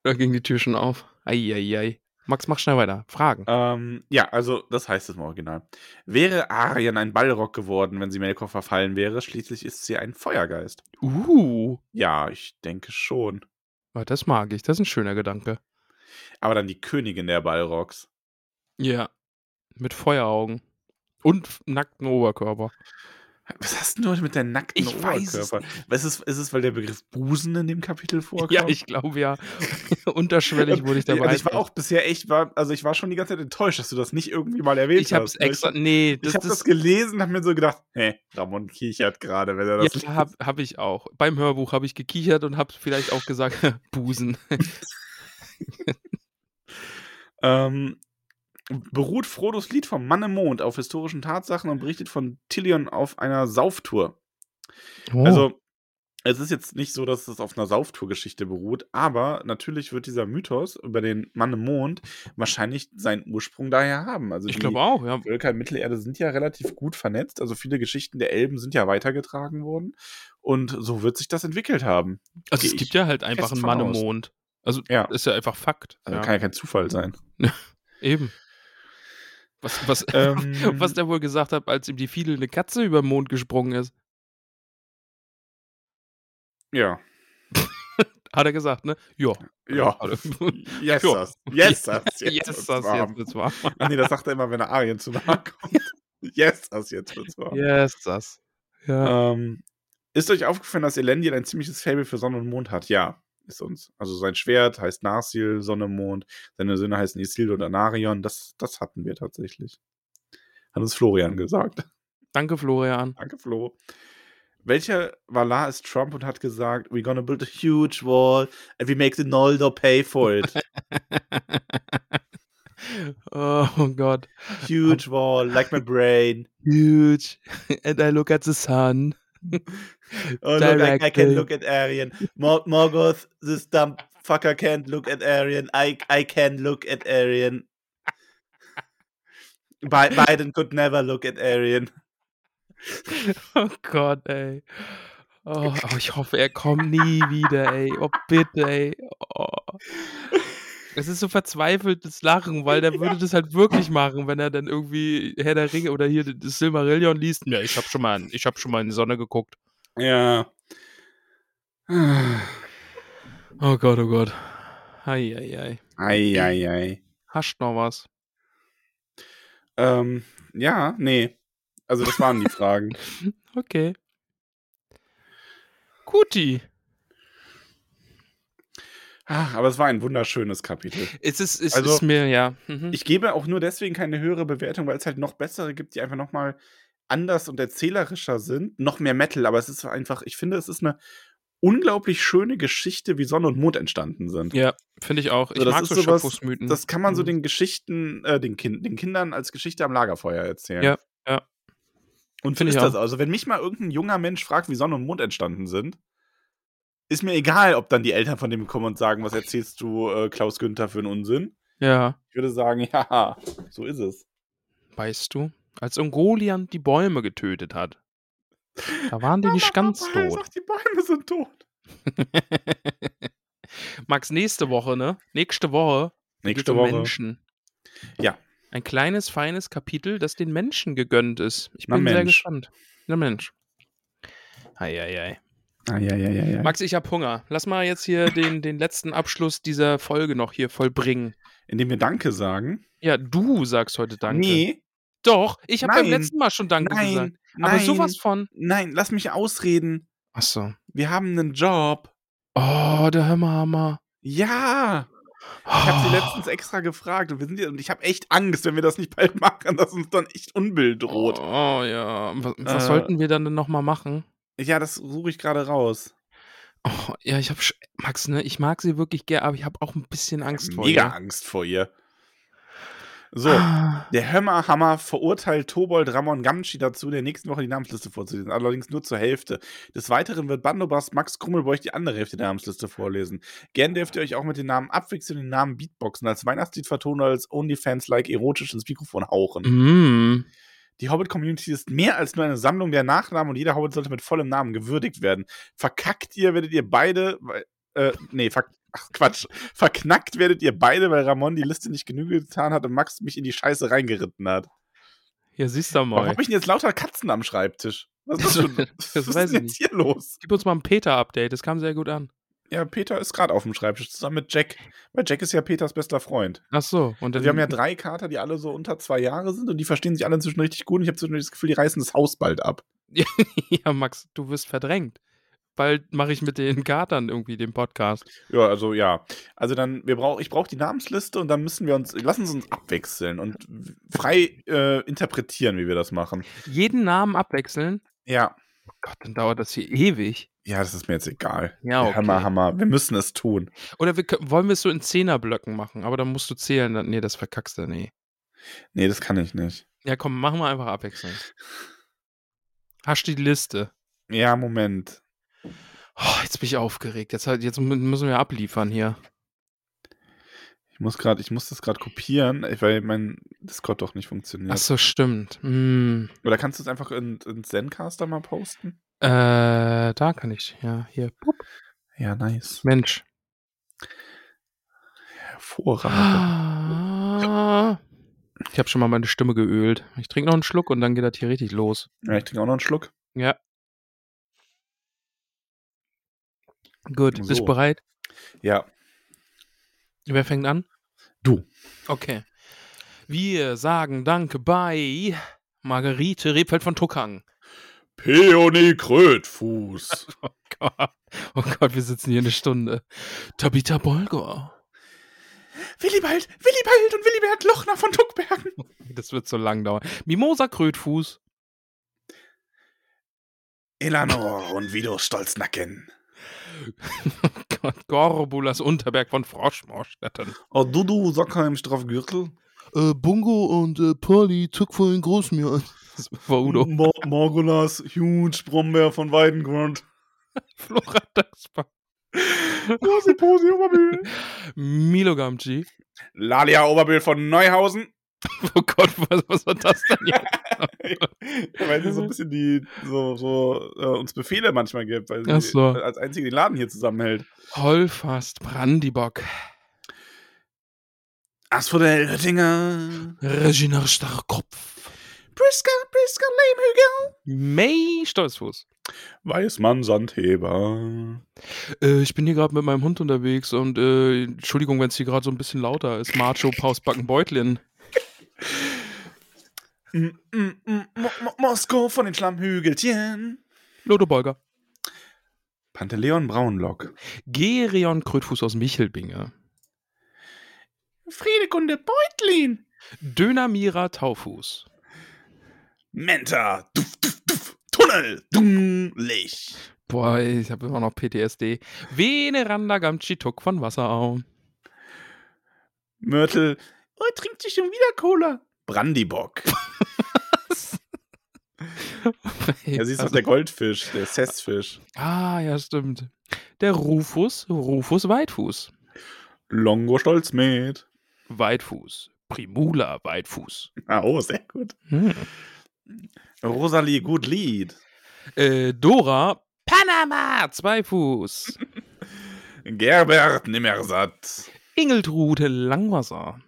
[SPEAKER 1] Da ging die Tür schon auf. Eieiei. Max, mach schnell weiter. Fragen.
[SPEAKER 2] Ähm, ja, also das heißt es im Original. Wäre Aryan ein Ballrock geworden, wenn sie Melkor verfallen wäre? Schließlich ist sie ein Feuergeist.
[SPEAKER 1] Uh,
[SPEAKER 2] Ja, ich denke schon.
[SPEAKER 1] ah, das mag ich. Das ist ein schöner Gedanke.
[SPEAKER 2] Aber dann die Königin der Ballrocks.
[SPEAKER 1] Ja. Mit Feueraugen. Und f- nackten Oberkörper.
[SPEAKER 2] Was hast denn du heute mit deinem nackten
[SPEAKER 1] Ich weiß es
[SPEAKER 2] Oberkörper? Was ist, ist es, weil der Begriff Busen in dem Kapitel vorkommt?
[SPEAKER 1] Ja, ich glaube ja. *laughs* Unterschwellig wurde ich dabei.
[SPEAKER 2] Also ich war auch bisher echt, war, also ich war schon die ganze Zeit enttäuscht, dass du das nicht irgendwie mal erwähnt
[SPEAKER 1] Ich
[SPEAKER 2] hast.
[SPEAKER 1] hab's extra. Nee,
[SPEAKER 2] Ich, ich
[SPEAKER 1] das,
[SPEAKER 2] habe das
[SPEAKER 1] das,
[SPEAKER 2] gelesen und habe mir so gedacht, hä, Ramon kichert gerade, wenn er das
[SPEAKER 1] ja, hab, hab ich auch. Beim Hörbuch habe ich gekichert und habe vielleicht auch gesagt, *laughs* Busen.
[SPEAKER 2] Ähm, beruht Frodos Lied vom Mann im Mond auf historischen Tatsachen und berichtet von Tillion auf einer Sauftour.
[SPEAKER 1] Oh.
[SPEAKER 2] Also, es ist jetzt nicht so, dass es auf einer Sauftour-Geschichte beruht, aber natürlich wird dieser Mythos über den Mann im Mond wahrscheinlich seinen Ursprung daher haben. Also
[SPEAKER 1] ich
[SPEAKER 2] die
[SPEAKER 1] glaube auch, ja.
[SPEAKER 2] Völker in Mittelerde sind ja relativ gut vernetzt, also viele Geschichten der Elben sind ja weitergetragen worden und so wird sich das entwickelt haben.
[SPEAKER 1] Also es
[SPEAKER 2] ich
[SPEAKER 1] gibt ja halt einfach
[SPEAKER 2] fest
[SPEAKER 1] einen
[SPEAKER 2] von
[SPEAKER 1] Mann im
[SPEAKER 2] aus.
[SPEAKER 1] Mond. Also
[SPEAKER 2] Ja.
[SPEAKER 1] ist ja einfach Fakt.
[SPEAKER 2] Also
[SPEAKER 1] ja. Mhm.
[SPEAKER 2] kann ja kein Zufall sein.
[SPEAKER 1] Eben. Was, was,
[SPEAKER 2] Ähm,
[SPEAKER 1] *laughs* was der wohl gesagt hat, als ihm die fiedelnde Katze über den Mond gesprungen ist.
[SPEAKER 2] ja,
[SPEAKER 1] Hat er gesagt, ne? Ja. *laughs*
[SPEAKER 2] ja.
[SPEAKER 1] Hat
[SPEAKER 2] Yes,
[SPEAKER 1] Jo.
[SPEAKER 2] das. Yes, das.
[SPEAKER 1] er- *laughs* Yes,
[SPEAKER 2] Jetzt wird's
[SPEAKER 1] das
[SPEAKER 2] warm.
[SPEAKER 1] jetzt wird's
[SPEAKER 2] *laughs*
[SPEAKER 1] warm.
[SPEAKER 2] Ah, nee, das sagt er immer, wenn er Arien zu
[SPEAKER 1] *laughs*
[SPEAKER 2] nahe kommt. yes, das. Jetzt wird's warm.
[SPEAKER 1] Yes, das. Ja.
[SPEAKER 2] Ähm, ist euch aufgefallen, dass Elendil ein ziemliches Faible für Sonne und Mond hat? Ja, ist uns. Also sein Schwert heißt Narsil, Sonne, Mond. Seine Söhne heißen Isildur und Anarion. Das, das hatten wir tatsächlich. Hat uns Florian gesagt. *laughs*
[SPEAKER 1] Danke, Florian. *laughs*
[SPEAKER 2] Danke, Flo. Welcher Valar ist Trump und hat gesagt, we're gonna build a huge wall and we make the Noldor pay for it.
[SPEAKER 1] oh Gott.
[SPEAKER 2] Huge wall, like my brain.
[SPEAKER 1] Huge. *laughs* And I look at the sun.
[SPEAKER 2] Oh, look, I, I can look at Arian. Mor Morgoth, this dumb Fucker can't look at Arian. I, I can look at Arian. Bi Biden could never look at Arian.
[SPEAKER 1] *laughs* Oh Gott, ey. Oh, oh, ich hoffe, er kommt nie wieder, ey. Oh, bitte, ey. Oh. Es ist so verzweifeltes Lachen, weil der würde das halt wirklich machen, wenn er dann irgendwie Herr der Ringe oder hier das Silmarillion liest. Ja, ich hab schon mal, ich hab schon mal in die Sonne geguckt.
[SPEAKER 2] *sighs* Ja.
[SPEAKER 1] Oh Gott, oh Gott. Ei, ei, ei.
[SPEAKER 2] Eieiei. Ei, ei.
[SPEAKER 1] Hascht noch was.
[SPEAKER 2] Ähm, ja, nee. Also, das waren die *laughs* Fragen.
[SPEAKER 1] Okay. Guti.
[SPEAKER 2] Ach, Ah, aber es war ein wunderschönes Kapitel.
[SPEAKER 1] Es ist, es
[SPEAKER 2] Also,
[SPEAKER 1] ist mir, ja. Mhm.
[SPEAKER 2] Ich gebe auch nur deswegen keine höhere Bewertung, weil es halt noch bessere gibt, die einfach noch mal anders und erzählerischer sind. Noch mehr Metal, aber es ist einfach, ich finde, es ist eine unglaublich schöne Geschichte, wie Sonne und Mond entstanden sind.
[SPEAKER 1] ja, finde ich auch. Ich
[SPEAKER 2] So, das
[SPEAKER 1] mag
[SPEAKER 2] ist
[SPEAKER 1] so
[SPEAKER 2] sowas-
[SPEAKER 1] Schöpfungsmythen.
[SPEAKER 2] Das kann man so
[SPEAKER 1] Mhm.
[SPEAKER 2] den Geschichten, äh, den, kind, den Kindern als Geschichte am Lagerfeuer erzählen.
[SPEAKER 1] Ja, ja.
[SPEAKER 2] Und so
[SPEAKER 1] Find
[SPEAKER 2] ist
[SPEAKER 1] ich
[SPEAKER 2] das. Also, wenn mich mal irgendein junger Mensch fragt, wie Sonne und Mond entstanden sind, ist mir egal, ob dann die Eltern von dem kommen und sagen, was erzählst du äh, Klaus Günther für einen Unsinn.
[SPEAKER 1] Ja.
[SPEAKER 2] Ich würde sagen, *laughs* ja, so ist es.
[SPEAKER 1] Weißt du, als Ungoliant die Bäume getötet hat, da waren die nicht ganz tot.
[SPEAKER 2] Sagt, die Bäume sind tot.
[SPEAKER 1] Max, nächste Woche, ne? Nächste Woche geht
[SPEAKER 2] Nächste
[SPEAKER 1] um
[SPEAKER 2] Woche.
[SPEAKER 1] Menschen.
[SPEAKER 2] Ja.
[SPEAKER 1] Ein kleines, feines Kapitel, das den Menschen gegönnt ist. Ich
[SPEAKER 2] Na
[SPEAKER 1] bin sehr
[SPEAKER 2] Mensch.
[SPEAKER 1] gespannt. Na Mensch. Eieiei.
[SPEAKER 2] Ah, ja, ja, ja, ja.
[SPEAKER 1] Max, ich habe Hunger. Lass mal jetzt hier den, den letzten Abschluss dieser Folge noch hier vollbringen.
[SPEAKER 2] Indem wir Danke sagen.
[SPEAKER 1] Ja, du sagst heute Danke.
[SPEAKER 2] Nee,
[SPEAKER 1] Doch, ich habe beim
[SPEAKER 2] Nein.
[SPEAKER 1] letzten Mal schon Danke
[SPEAKER 2] nein,
[SPEAKER 1] gesagt. Aber
[SPEAKER 2] nein,
[SPEAKER 1] sowas von.
[SPEAKER 2] nein, lass mich ausreden.
[SPEAKER 1] Achso.
[SPEAKER 2] Wir haben einen Job.
[SPEAKER 1] Oh, der Oh. Hammer.
[SPEAKER 2] Ja. Ich habe sie letztens extra gefragt und, wir sind hier, und ich habe echt Angst, wenn wir das nicht bald machen, dass uns dann echt Unbill droht.
[SPEAKER 1] Oh ja. Was, was
[SPEAKER 2] Äh.
[SPEAKER 1] sollten wir dann denn nochmal machen?
[SPEAKER 2] Ja, das suche ich gerade raus.
[SPEAKER 1] Oh, ja, ich habe Max, ne? Ich mag sie wirklich gern, aber ich habe auch ein bisschen Angst vor
[SPEAKER 2] Mega
[SPEAKER 1] ihr.
[SPEAKER 2] Angst vor ihr. So,
[SPEAKER 1] Ah,
[SPEAKER 2] der Hömmerhammer verurteilt Tobold Ramon Gamschi dazu, der nächsten Woche die Namensliste vorzulesen, allerdings nur zur Hälfte. Des Weiteren wird Bandobas Max Krummelbeuch die andere Hälfte der Namensliste vorlesen. Gern dürft ihr euch auch mit den Namen abwechseln und den Namen Beatboxen als Weihnachtslied vertonen oder als Onlyfans-like erotisch ins Mikrofon hauchen.
[SPEAKER 1] Mm.
[SPEAKER 2] Die Hobbit-Community ist mehr als nur eine Sammlung der Nachnamen und jeder Hobbit sollte mit vollem Namen gewürdigt werden. Verkackt ihr, werdet ihr beide, weil- äh, nee, verk Ach, Quatsch. Verknackt werdet ihr beide, weil Ramon die Liste nicht genüge getan hat und Max mich in die Scheiße reingeritten hat.
[SPEAKER 1] Ja, siehst du
[SPEAKER 2] Warum
[SPEAKER 1] mal.
[SPEAKER 2] hab ich denn jetzt lauter Katzen am Schreibtisch? Was
[SPEAKER 1] *laughs*
[SPEAKER 2] ist, das schon,
[SPEAKER 1] Das
[SPEAKER 2] was
[SPEAKER 1] weiß
[SPEAKER 2] ist denn
[SPEAKER 1] ich
[SPEAKER 2] jetzt hier los?
[SPEAKER 1] Gib uns mal ein Peter-Update, das kam sehr gut an.
[SPEAKER 2] Ja, Peter ist gerade auf dem Schreibtisch zusammen mit Jack, weil Jack ist ja Peters bester Freund.
[SPEAKER 1] Ach so. Und dann,
[SPEAKER 2] Wir
[SPEAKER 1] *laughs*
[SPEAKER 2] haben ja drei Kater, die alle so unter zwei Jahre sind und die verstehen sich alle inzwischen richtig gut und ich habe zwischendurch das Gefühl, die reißen das Haus bald ab.
[SPEAKER 1] ja, Max, du wirst verdrängt. Bald mache ich mit den Katern irgendwie den Podcast.
[SPEAKER 2] Ja, also ja. Also dann, wir brauch, ich brauche die Namensliste und dann müssen wir uns, lassen Sie uns abwechseln und w- frei äh, interpretieren, wie wir das machen.
[SPEAKER 1] Jeden Namen abwechseln.
[SPEAKER 2] Ja.
[SPEAKER 1] Oh Gott, dann dauert das hier ewig.
[SPEAKER 2] Ja, das ist mir jetzt egal.
[SPEAKER 1] Ja, Ah, okay.
[SPEAKER 2] Hammer, Hammer. Wir müssen es tun.
[SPEAKER 1] Oder wir, kö- wollen wir es so in Zehnerblöcken machen, aber dann musst du zählen. Dann, nee, das verkackst du, nee.
[SPEAKER 2] Nee, das kann ich nicht.
[SPEAKER 1] Ja, komm, machen wir einfach abwechselnd. Hast du die Liste?
[SPEAKER 2] Ja, Moment.
[SPEAKER 1] Oh, jetzt bin ich aufgeregt. Jetzt, halt- jetzt mu- müssen wir abliefern hier.
[SPEAKER 2] Ich muss gerade, ich muss das gerade kopieren, äh, weil mein Discord doch nicht funktioniert.
[SPEAKER 1] Ach so, stimmt. Hm.
[SPEAKER 2] Oder kannst du es einfach in, in Zencaster mal posten?
[SPEAKER 1] Äh, da kann ich. Ja, hier.
[SPEAKER 2] Ja, nice.
[SPEAKER 1] Mensch.
[SPEAKER 2] Hervorragend.
[SPEAKER 1] Ah. Ich habe schon mal meine Stimme geölt. Ich trinke noch einen Schluck und dann geht das hier richtig los.
[SPEAKER 2] Ja, ich trinke auch noch einen Schluck.
[SPEAKER 1] Ja. Gut, bist
[SPEAKER 2] So.
[SPEAKER 1] du bereit?
[SPEAKER 2] Ja.
[SPEAKER 1] Wer fängt an?
[SPEAKER 2] Du.
[SPEAKER 1] Okay. Wir sagen Danke bei Margarete Rebfeld von Tuckang.
[SPEAKER 2] Peony *laughs* Krötfuß.
[SPEAKER 1] *laughs* Gott. Oh Gott, wir sitzen hier eine Stunde. Tabitha Bolger.
[SPEAKER 2] Willibald, Willibald und Willibert Lochner von Tuckbergen.
[SPEAKER 1] Das wird so lang dauern. Mimosa Krötfuß.
[SPEAKER 2] Elanor und Vido Stolznacken.
[SPEAKER 1] Oh Gott, Gorbulas Unterberg von Froschmorstetten.
[SPEAKER 2] Oh, Dudu Sockheim Strafgürtel.
[SPEAKER 1] Bungo und äh, Polly zuck vor den Großmühlen. Das war Udo.
[SPEAKER 2] Mo *laughs* Morgulas Huge Brombeer von Weidengrund.
[SPEAKER 1] Flora Daxbach.
[SPEAKER 2] Posi, Posi, Oberbühl.
[SPEAKER 1] Milo Gamci.
[SPEAKER 2] Lalia Oberbühl von Neuhausen.
[SPEAKER 1] Oh Gott, was, was war das denn jetzt?
[SPEAKER 2] Weil sie so ein bisschen die, so, so äh, uns Befehle manchmal gibt, weil
[SPEAKER 1] Ach
[SPEAKER 2] sie
[SPEAKER 1] so.
[SPEAKER 2] als einzige den Laden hier zusammenhält.
[SPEAKER 1] *laughs* Holfast Brandibock.
[SPEAKER 2] Asphodel Oettinger.
[SPEAKER 1] Regina Starkopf.
[SPEAKER 2] Priska, Priska Lehmhügel.
[SPEAKER 1] May Stolzfuß.
[SPEAKER 2] Weißmann Sandheber.
[SPEAKER 1] Äh, ich bin hier gerade mit meinem Hund unterwegs und äh, Entschuldigung, wenn es hier gerade so ein bisschen lauter ist. Macho Pausbacken Beutlin.
[SPEAKER 2] Mm, mm, mm, Mo Mo Mosko von den Schlammhügelchen.
[SPEAKER 1] Lodo Bolger.
[SPEAKER 2] Panteleon Braunlock.
[SPEAKER 1] Gerion Krötfuß aus Michelbinge.
[SPEAKER 2] Friedekunde Beutlin.
[SPEAKER 1] Dönamira Taufuß.
[SPEAKER 2] Menta. Duff, duff, duff. Tunnel. Dumm. Licht.
[SPEAKER 1] Boah, ich habe immer noch PTSD. Veneranda Gamchituk von Wasserau.
[SPEAKER 2] Mörtel. Oh, trinkt sich schon wieder Cola.
[SPEAKER 1] *laughs*
[SPEAKER 2] Brandybock. Ja, sie ist
[SPEAKER 1] Also
[SPEAKER 2] doch der Goldfisch, der Sessfisch.
[SPEAKER 1] ah, ja, stimmt. Der Rufus, Rufus Weitfuß.
[SPEAKER 2] Longo Stolzmet.
[SPEAKER 1] Weitfuß. Primula Weitfuß.
[SPEAKER 2] Ah, Oh, sehr gut.
[SPEAKER 1] Hm.
[SPEAKER 2] Rosalie Goodlied.
[SPEAKER 1] Äh, Dora Panama Zweifuß.
[SPEAKER 2] Gerbert Nimmersatt.
[SPEAKER 1] Ingeltrude Langwasser.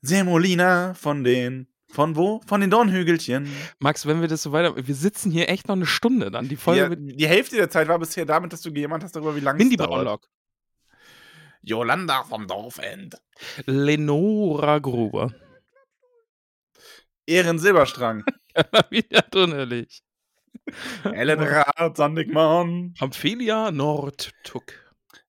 [SPEAKER 2] Semolina von den. Von wo? Von den Dornhügelchen.
[SPEAKER 1] Max, wenn wir das so weiter. Wir sitzen hier echt noch eine Stunde dann. Die Folge
[SPEAKER 2] Die,
[SPEAKER 1] mit
[SPEAKER 2] die Hälfte der Zeit war bisher damit, dass du jemand hast darüber, wie lange
[SPEAKER 1] Mindy
[SPEAKER 2] es dauert.
[SPEAKER 1] Braunlock.
[SPEAKER 2] Jolanda vom Dorfend.
[SPEAKER 1] Lenora Gruber. *laughs*
[SPEAKER 2] Ehren Silberstrang.
[SPEAKER 1] Wieder tunnelich.
[SPEAKER 2] *laughs* Ellen Rath Sandigmann.
[SPEAKER 1] Pamphelia Nordtuck.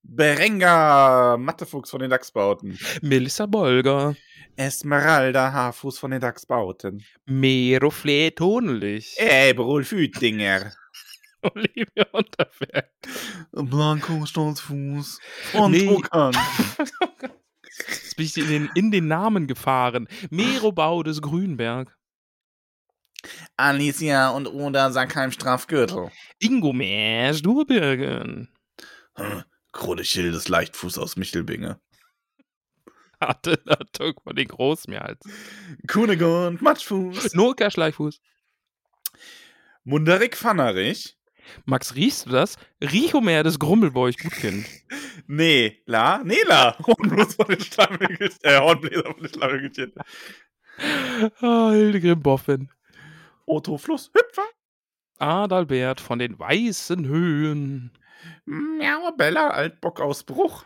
[SPEAKER 2] Berenga Mattefuchs von den Dachsbauten.
[SPEAKER 1] Melissa Bolger.
[SPEAKER 2] Esmeralda Haarfuß von den Dachsbauten.
[SPEAKER 1] Merofle Tunlich.
[SPEAKER 2] Eberol Fütinger.
[SPEAKER 1] *laughs* Olivia Unterberg.
[SPEAKER 2] Blanco Stolzfuß.
[SPEAKER 1] Nee.
[SPEAKER 2] Und Okan.
[SPEAKER 1] Jetzt bin ich in den, in den Namen gefahren. Merobau des Grünberg.
[SPEAKER 2] Alicia und Oda Sackheim Strafgürtel.
[SPEAKER 1] Ingo Mersch Durbirgen.
[SPEAKER 2] Krodeschildes Leichtfuß aus Michelbinge.
[SPEAKER 1] Attila Tuck von den Großmeerhals.
[SPEAKER 2] Kunegund Matschfuß.
[SPEAKER 1] Noka Schleichfuß.
[SPEAKER 2] Munderik Pfannerich.
[SPEAKER 1] Max, riechst du das? Riechomer des Grummelbeuch Gutkind.
[SPEAKER 2] Nee, La, *laughs* Nela. Hornbläser von den Schlammelchen. Äh, Hornbläser von den Schlammelchen.
[SPEAKER 1] Ah, Hildegrim Boffin.
[SPEAKER 2] Otto Fluss Hüpfer.
[SPEAKER 1] Adalbert von den Weißen Höhen.
[SPEAKER 2] Miau, Bella Altbock aus Bruch.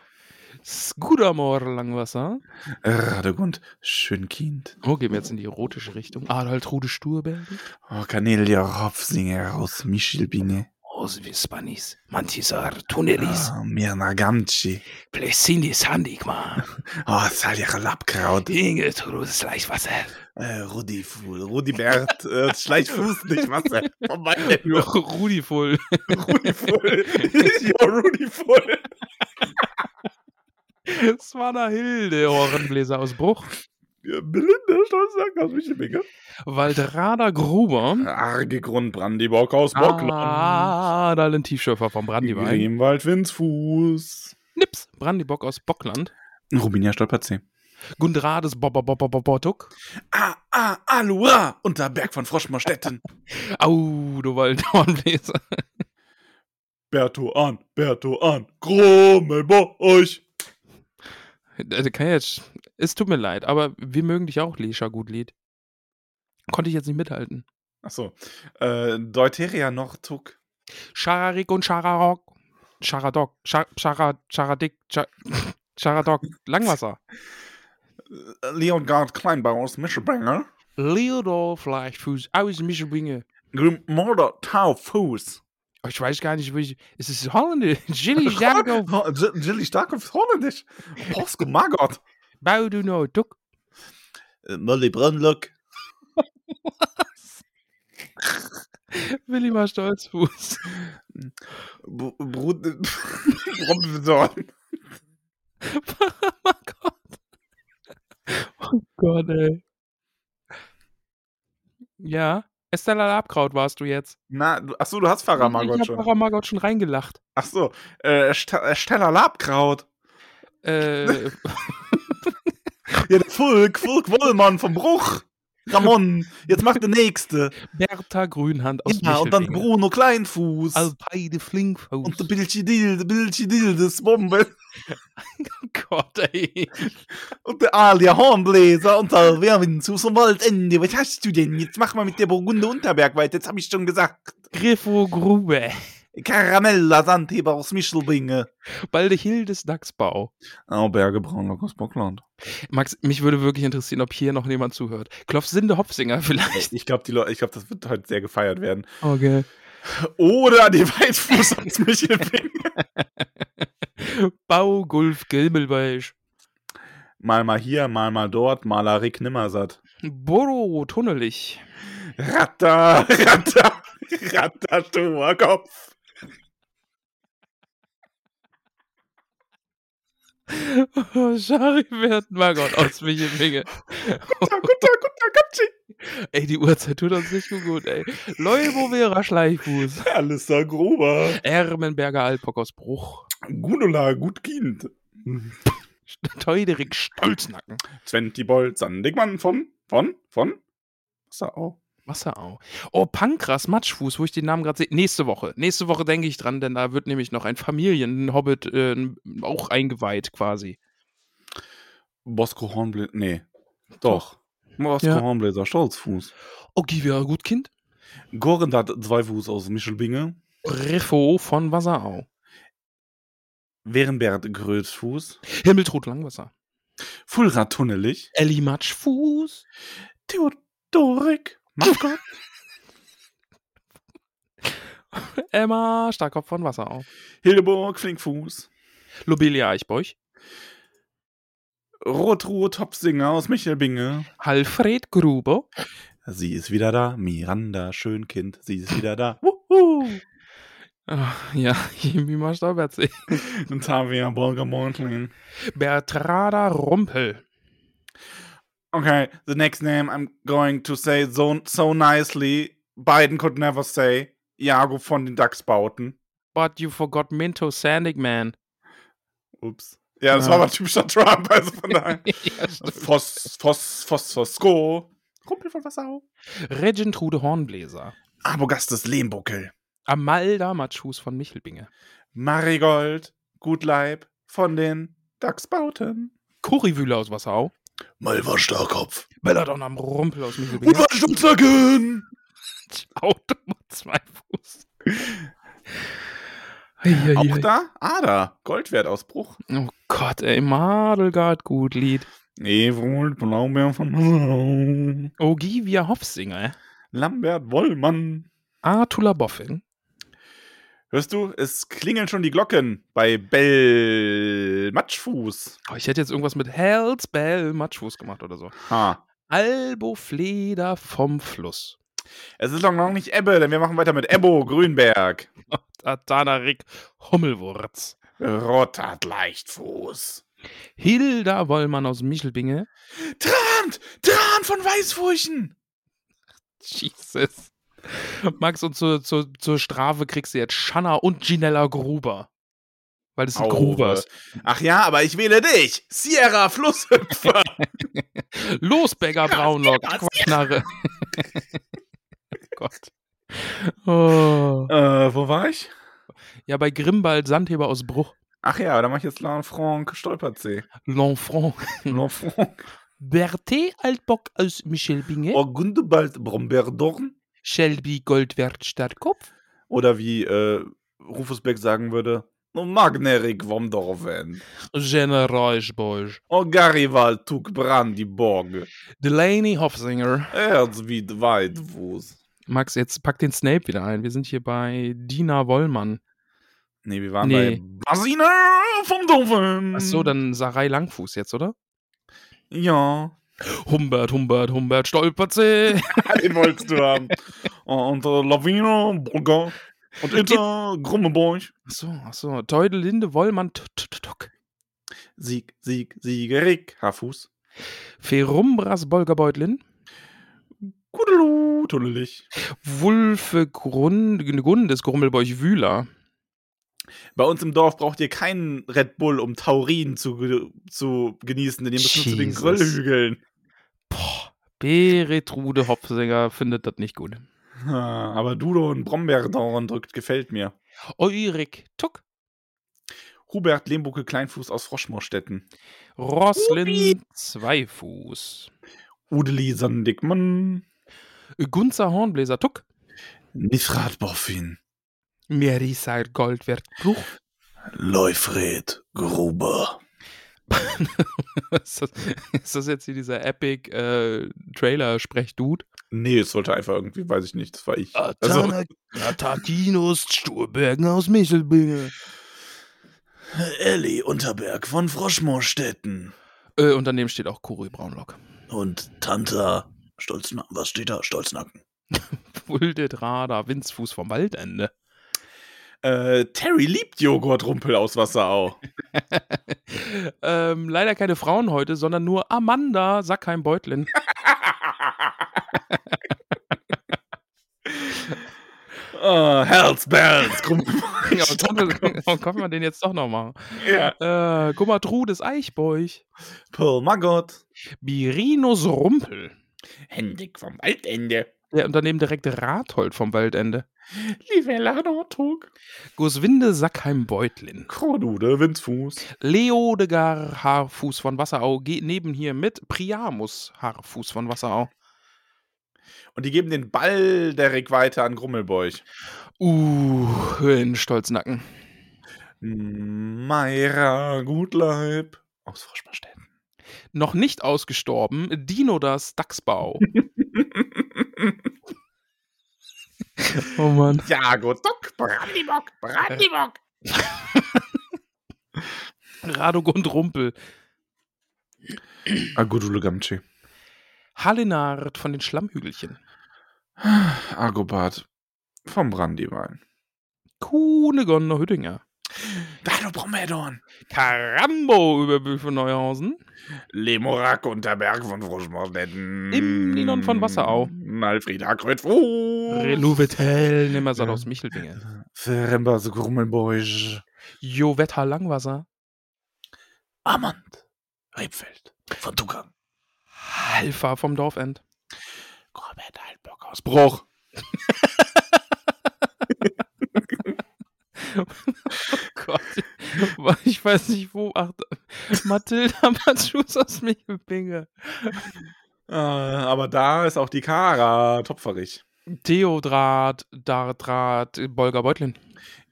[SPEAKER 1] Skudamor Langwasser.
[SPEAKER 2] Radegund Schönkind.
[SPEAKER 1] Oh, gehen wir jetzt in die erotische Richtung. Adaltrude Sturbergen.
[SPEAKER 2] Oh, Cornelia Ropfsinger aus Michelbinge.
[SPEAKER 1] Os Vispanis. Mantisar Tunnelis.
[SPEAKER 2] Ah, Mirna Gamci.
[SPEAKER 1] Plessinis Handigma.
[SPEAKER 2] Oh, Salja Lappkraut.
[SPEAKER 1] Ingetrudes Leichwasser.
[SPEAKER 2] Äh, Rudi Fuhl, Rudi Bert, äh, Schleichfuß, nicht Wasser. Vorbei, Rudi
[SPEAKER 1] Rudi Full.
[SPEAKER 2] *laughs* Fuhl. Jo, Rudi Fuhl.
[SPEAKER 1] Svana Hilde Ohrenbläser aus Bruch.
[SPEAKER 2] Belinda Stolzsack aus Michelbinge.
[SPEAKER 1] Waldrada Gruber.
[SPEAKER 2] Arge Grund Brandiborg aus Bockland.
[SPEAKER 1] Ah, da ein Tiefschürfer vom Brandywein.
[SPEAKER 2] Gremwald Windsfuß.
[SPEAKER 1] Nips, Brandybock aus Bockland.
[SPEAKER 2] Rubinia Stolperzee.
[SPEAKER 1] Gundrades Bobobobobotuk.
[SPEAKER 2] Ah, ah, Alura, unter Berg von Froschmorstetten.
[SPEAKER 1] Au, du *laughs* Walddornbläser.
[SPEAKER 2] Berto an, Berto an, Grummel bei euch.
[SPEAKER 1] Also, kann jetzt, es tut mir leid, aber wir mögen dich auch, Lesha Gutlied. Konnte ich jetzt nicht mithalten.
[SPEAKER 2] Achso, äh, Deuteria noch Tuck.
[SPEAKER 1] Schararik und Schararok. Scharadok. Schar- Schara- Scharadik. Schar- *laughs* Scharadok. Langwasser.
[SPEAKER 2] Äh, Leongard Kleinbauer aus Mischelbringer.
[SPEAKER 1] Leodor Fleischfuß aus Mischelbinge.
[SPEAKER 2] Grimorder Taufuß.
[SPEAKER 1] Oh, Ich weiß gar nicht, wie ich. Es ist Holländisch. *laughs* Gilly
[SPEAKER 2] *laughs*
[SPEAKER 1] Janko
[SPEAKER 2] Jilly Starkopf, Holländisch. Posko Margot.
[SPEAKER 1] Bauduno Duck.
[SPEAKER 2] Molly Brunlock.
[SPEAKER 1] Willimar Stolzfuß.
[SPEAKER 2] Brut. *laughs* Robinson.
[SPEAKER 1] oh Gott. Oh Gott, ey. Ja. Estella Labkraut warst du jetzt.
[SPEAKER 2] Na, du- ach so, du hast Pfarrer
[SPEAKER 1] ich
[SPEAKER 2] Margot
[SPEAKER 1] hab
[SPEAKER 2] schon.
[SPEAKER 1] Pfarrer Margot schon reingelacht.
[SPEAKER 2] Ach so, äh, St- Stella Labkraut. *laughs*
[SPEAKER 1] Äh,
[SPEAKER 2] Ja, der Fulk, Fulk Wollmann vom Bruch. Ramon, jetzt macht der Nächste.
[SPEAKER 1] Bertha Grünhand aus
[SPEAKER 2] Ja, Genau, und dann
[SPEAKER 1] Michelbinge.
[SPEAKER 2] Bruno Kleinfuß.
[SPEAKER 1] Also, Alpeide Flinkfuß.
[SPEAKER 2] und der Bilchidil, der Bilchidil, das Bombe.
[SPEAKER 1] Gott, ey.
[SPEAKER 2] Und der Alia Hornbläser und der Werwin zu zum Waldende. Was hast du denn? Jetzt mach mal mit der Burgunde Unterberg weiter. Jetzt hab ich schon gesagt.
[SPEAKER 1] Griffo Grube.
[SPEAKER 2] Karamella Sandheber aus Michelbinge.
[SPEAKER 1] Baldehildes Dachsbau.
[SPEAKER 2] Oh, Berge Braunlock aus Bockland.
[SPEAKER 1] Max, mich würde wirklich interessieren, ob hier noch jemand zuhört. Klopfsinde Hopfsinger *laughs* vielleicht.
[SPEAKER 2] Ich glaube, glaub, das wird heute sehr gefeiert werden.
[SPEAKER 1] Okay.
[SPEAKER 2] Oder die Weitfuß *laughs* aus Michelbinge.
[SPEAKER 1] Bau Gulf Gilbelbeich.
[SPEAKER 2] Mal mal hier, mal mal dort, Malarik Nimmersatt.
[SPEAKER 1] Boro Tunnelich. *laughs*
[SPEAKER 2] Ratter, Ratter, Ratter, dummer Kopf.
[SPEAKER 1] Schari Margot aus Michelbinge.
[SPEAKER 2] Guter, guter, guter, Kapschi.
[SPEAKER 1] Ey, die Uhrzeit tut uns nicht so gut, ey. Leubo Vera Schleichfuß.
[SPEAKER 2] Alistair Gruber.
[SPEAKER 1] Ermenberger Alpock aus Bruch.
[SPEAKER 2] Gundula, gut Kind.
[SPEAKER 1] *laughs* Teuderik Stolznacken.
[SPEAKER 2] Twentibold, Sandigmann von, von, von? Was da auch?
[SPEAKER 1] Wasserau. Oh, Pankras Matschfuß, wo ich den Namen gerade sehe. Nächste Woche. Nächste Woche denke ich dran, denn da wird nämlich noch ein Familien-Hobbit äh, auch eingeweiht quasi.
[SPEAKER 2] Bosco Hornbläser, nee. Doch. Bosco
[SPEAKER 1] Ja.
[SPEAKER 2] Hornbläser, Stolzfuß.
[SPEAKER 1] Okay, wir gut Kind.
[SPEAKER 2] Gorendat, Zweifuß aus Michelbinge.
[SPEAKER 1] Riffo von Wasserau.
[SPEAKER 2] Wehrenbert, Grötfuß.
[SPEAKER 1] Himmeltrud Langwasser.
[SPEAKER 2] Fulra, Tunnelich.
[SPEAKER 1] Elli Matschfuß.
[SPEAKER 2] Theodorik, Margot.
[SPEAKER 1] Emma Starkopf von Wasserau.
[SPEAKER 2] *laughs* Hildeburg, Flinkfuß.
[SPEAKER 1] Lobelia Eichbeuch.
[SPEAKER 2] Rotruhe, Topsinger aus Michelbinge.
[SPEAKER 1] Alfred Gruber.
[SPEAKER 2] Sie ist wieder da, Miranda, Schönkind, sie ist wieder da.
[SPEAKER 1] Wuhu. Ach, ja, *laughs* Jemima Staubertsee.
[SPEAKER 2] *laughs* Dann haben wir Burger Mortling.
[SPEAKER 1] Bertrada Rumpel.
[SPEAKER 2] Okay, the next name I'm going to say so, so nicely, Biden could never say, Iago von den Dachsbauten.
[SPEAKER 1] But you forgot Minto Sandigman.
[SPEAKER 2] Ups. Ja, das
[SPEAKER 1] Ah.
[SPEAKER 2] war aber typischer Trump, also von *laughs* daher.
[SPEAKER 1] *laughs* ja, stimmt.
[SPEAKER 2] Foss, Foss, Foss, Fosko. Kumpel von Wasserau.
[SPEAKER 1] Regentrude Hornbläser.
[SPEAKER 2] Abogastes Lehmbuckel.
[SPEAKER 1] Amalda Matschus von Michelbinge.
[SPEAKER 2] Marigold, Gutleib von den Dachsbauten.
[SPEAKER 1] Currywühler aus Wasserau.
[SPEAKER 2] Malva Starkopf.
[SPEAKER 1] Belladon am Rumpel aus Michelbinge.
[SPEAKER 2] Uwe Stutzlagen.
[SPEAKER 1] Auto mit zwei Fuß. Eieiei.
[SPEAKER 2] Auch da? Ada. Goldwertausbruch.
[SPEAKER 1] Oh Gott, ey. Madelgard Gutlied.
[SPEAKER 2] Ewold Blaubeer von Masau.
[SPEAKER 1] Ogivia Hofsinger.
[SPEAKER 2] Lambert Wollmann.
[SPEAKER 1] Artula Boffin.
[SPEAKER 2] Hörst du, es klingeln schon die Glocken bei Bell Matschfuß.
[SPEAKER 1] Oh, ich hätte jetzt irgendwas mit Hells Bell Matschfuß gemacht oder so.
[SPEAKER 2] Ha.
[SPEAKER 1] Albofleder vom Fluss.
[SPEAKER 2] Es ist noch noch nicht Ebbe, denn wir machen weiter mit Ebbo Grünberg.
[SPEAKER 1] Tatanarik Hummelwurz.
[SPEAKER 2] Rottert Leichtfuß.
[SPEAKER 1] Hilda Wollmann aus Michelbinge.
[SPEAKER 2] Trant! Trant von Weißfurchen!
[SPEAKER 1] *laughs* Jesus. Max, und zur, zur, zur Strafe kriegst du jetzt Shanna und Ginella Gruber. Weil das sind
[SPEAKER 2] Auwe.
[SPEAKER 1] Grubers.
[SPEAKER 2] Ach ja, aber ich wähle dich! Sierra *laughs* Flusshüpfer!
[SPEAKER 1] Losbäcker Braunlock,
[SPEAKER 2] *laughs* ja,
[SPEAKER 1] Quacknarre.
[SPEAKER 2] *laughs*
[SPEAKER 1] Gott. Oh.
[SPEAKER 2] äh, wo war ich?
[SPEAKER 1] Ja, bei Grimbald Sandheber aus Bruch.
[SPEAKER 2] Ach ja, da mache ich jetzt Lanfranc *laughs* Stolperzee.
[SPEAKER 1] L'Enfant.
[SPEAKER 2] Lanfranc.
[SPEAKER 1] Berthe Altbock aus Michelbinge.
[SPEAKER 2] Burgundebald Bromberdorn.
[SPEAKER 1] Shelby Goldwert Starkopf.
[SPEAKER 2] Oder wie äh, Rufus Beck sagen würde, "No Magnerik vom Dorfen.
[SPEAKER 1] Jenna Reisbeusch.
[SPEAKER 2] O Garival tuk Brandyborg.
[SPEAKER 1] Delaney Hofsinger.
[SPEAKER 2] Erz wie Weitwus.
[SPEAKER 1] Max, jetzt pack den Snape wieder ein. Wir sind hier bei Dina Wollmann.
[SPEAKER 2] Nee, wir waren
[SPEAKER 1] Nee.
[SPEAKER 2] bei Basina vom Dorfen.
[SPEAKER 1] Ach so, dann Sarai Langfuß jetzt, oder?
[SPEAKER 2] Ja. *laughs*
[SPEAKER 1] Humbert, Humbert, Humbert, Stolperze.
[SPEAKER 2] Den wolltest du haben. Und äh, Lavina, Burger.
[SPEAKER 1] *laughs*
[SPEAKER 2] Und Inter, Grummeborg.
[SPEAKER 1] *laughs* Ach so, ach so. Teude Linde Wollmann, T- T- T- Tock.
[SPEAKER 2] Sieg, Sieg, Siegerik, Hafus.
[SPEAKER 1] Ferumbras Bolgerbeutlin.
[SPEAKER 2] Kudelu, tuddelig.
[SPEAKER 1] Wulfe Grund, Gundes Grummelbeuch Wühler.
[SPEAKER 2] Bei uns im Dorf braucht ihr keinen Red Bull, um Taurin zu, ge- zu genießen, denn ihr müsst nur zu den
[SPEAKER 1] Jesus.
[SPEAKER 2] Grillhügeln.
[SPEAKER 1] Boah, Beretrude Hopfsinger findet das nicht gut.
[SPEAKER 2] Ah, Aber Dudo und Brombeerdorn drückt, gefällt mir.
[SPEAKER 1] Eurik Tuck,
[SPEAKER 2] Hubert Lehmbucke Kleinfuß aus Froschmoorstetten.
[SPEAKER 1] Roslin Zweifuß,
[SPEAKER 2] Udeli Sandigmann.
[SPEAKER 1] Gunzer Hornbläser Tuck,
[SPEAKER 2] Nifrat Boffin.
[SPEAKER 1] Merisal Goldwert Bruch.
[SPEAKER 2] Leufred Gruber.
[SPEAKER 1] *laughs* ist, das, ist das jetzt hier dieser epic äh, Trailer-Sprechdude?
[SPEAKER 2] Nee, es sollte einfach irgendwie, weiß ich nicht, das war ich. Also,
[SPEAKER 1] Atakinos Sturbergen aus Michelbinge.
[SPEAKER 2] Elli Unterberg von Froschmoorstetten.
[SPEAKER 1] Äh, und daneben steht auch Kuri Braunlock.
[SPEAKER 2] Und Tanta Stolznacken. Was steht da? Stolznacken.
[SPEAKER 1] *laughs* Wuldet Radar, Windsfuß vom Waldende.
[SPEAKER 2] Äh, Terry liebt Joghurt Rumpel aus Wasserau.
[SPEAKER 1] ähm, leider keine Frauen heute, sondern nur Amanda Sackheim-Beutlin.
[SPEAKER 2] oh, Herzbells.
[SPEAKER 1] *laughs* ja, und dann können wir oh, den jetzt doch noch machen.
[SPEAKER 2] ja.
[SPEAKER 1] Äh, Gummatrudes Eichbeuch.
[SPEAKER 2] Pearl Maggot.
[SPEAKER 1] Birinus Rumpel.
[SPEAKER 2] Händig vom Waldende.
[SPEAKER 1] Ja, und daneben direkt Rathold vom Waldende.
[SPEAKER 2] Livella Nordtog.
[SPEAKER 1] Guswinde Sackheim-Beutlin.
[SPEAKER 2] Kordude, Windsfuß.
[SPEAKER 1] Leodegar Haarfuß von Wasserau. Geht neben hier mit Priamus Haarfuß von Wasserau.
[SPEAKER 2] Und die geben den Ball Derek weiter an Grummelbeuch.
[SPEAKER 1] Uh, in Stolznacken.
[SPEAKER 2] Meira Gutleib. Aus Froschmarstetten.
[SPEAKER 1] Noch nicht ausgestorben. Dinodas Dachsbau. *laughs* oh Mann.
[SPEAKER 2] Jago Dock, Brandibock, Brandibock.
[SPEAKER 1] Radogund Rumpel.
[SPEAKER 2] Agudule Gamchi.
[SPEAKER 1] Hallinard von den Schlammhügelchen.
[SPEAKER 2] Agobard vom Brandiwein.
[SPEAKER 1] Kuhnegon Hüttinger.
[SPEAKER 2] Dino Bromedorn.
[SPEAKER 1] Karambo über Büfe Neuhausen.
[SPEAKER 2] Lemorak Unterberg von Froschmordetten.
[SPEAKER 1] Imlinon von Wasserau.
[SPEAKER 2] Alfreda Krötfuß.
[SPEAKER 1] Reluvetel, nimmer Satt aus Michelbinge.
[SPEAKER 2] Verembers Grummelbeusch.
[SPEAKER 1] Jovetta Langwasser.
[SPEAKER 2] Amand. Rebfeld. Von Tukan.
[SPEAKER 1] Halfa vom Dorfend. *laughs*
[SPEAKER 2] Corbett Altbock aus Bruch.
[SPEAKER 1] Oh Gott. Ich weiß nicht wo. Ach, Mathilda Matschus aus Michelbinge.
[SPEAKER 2] Äh, aber da ist auch die Kara topferig.
[SPEAKER 1] Theodrat, Dardrat, Bolger Beutlin.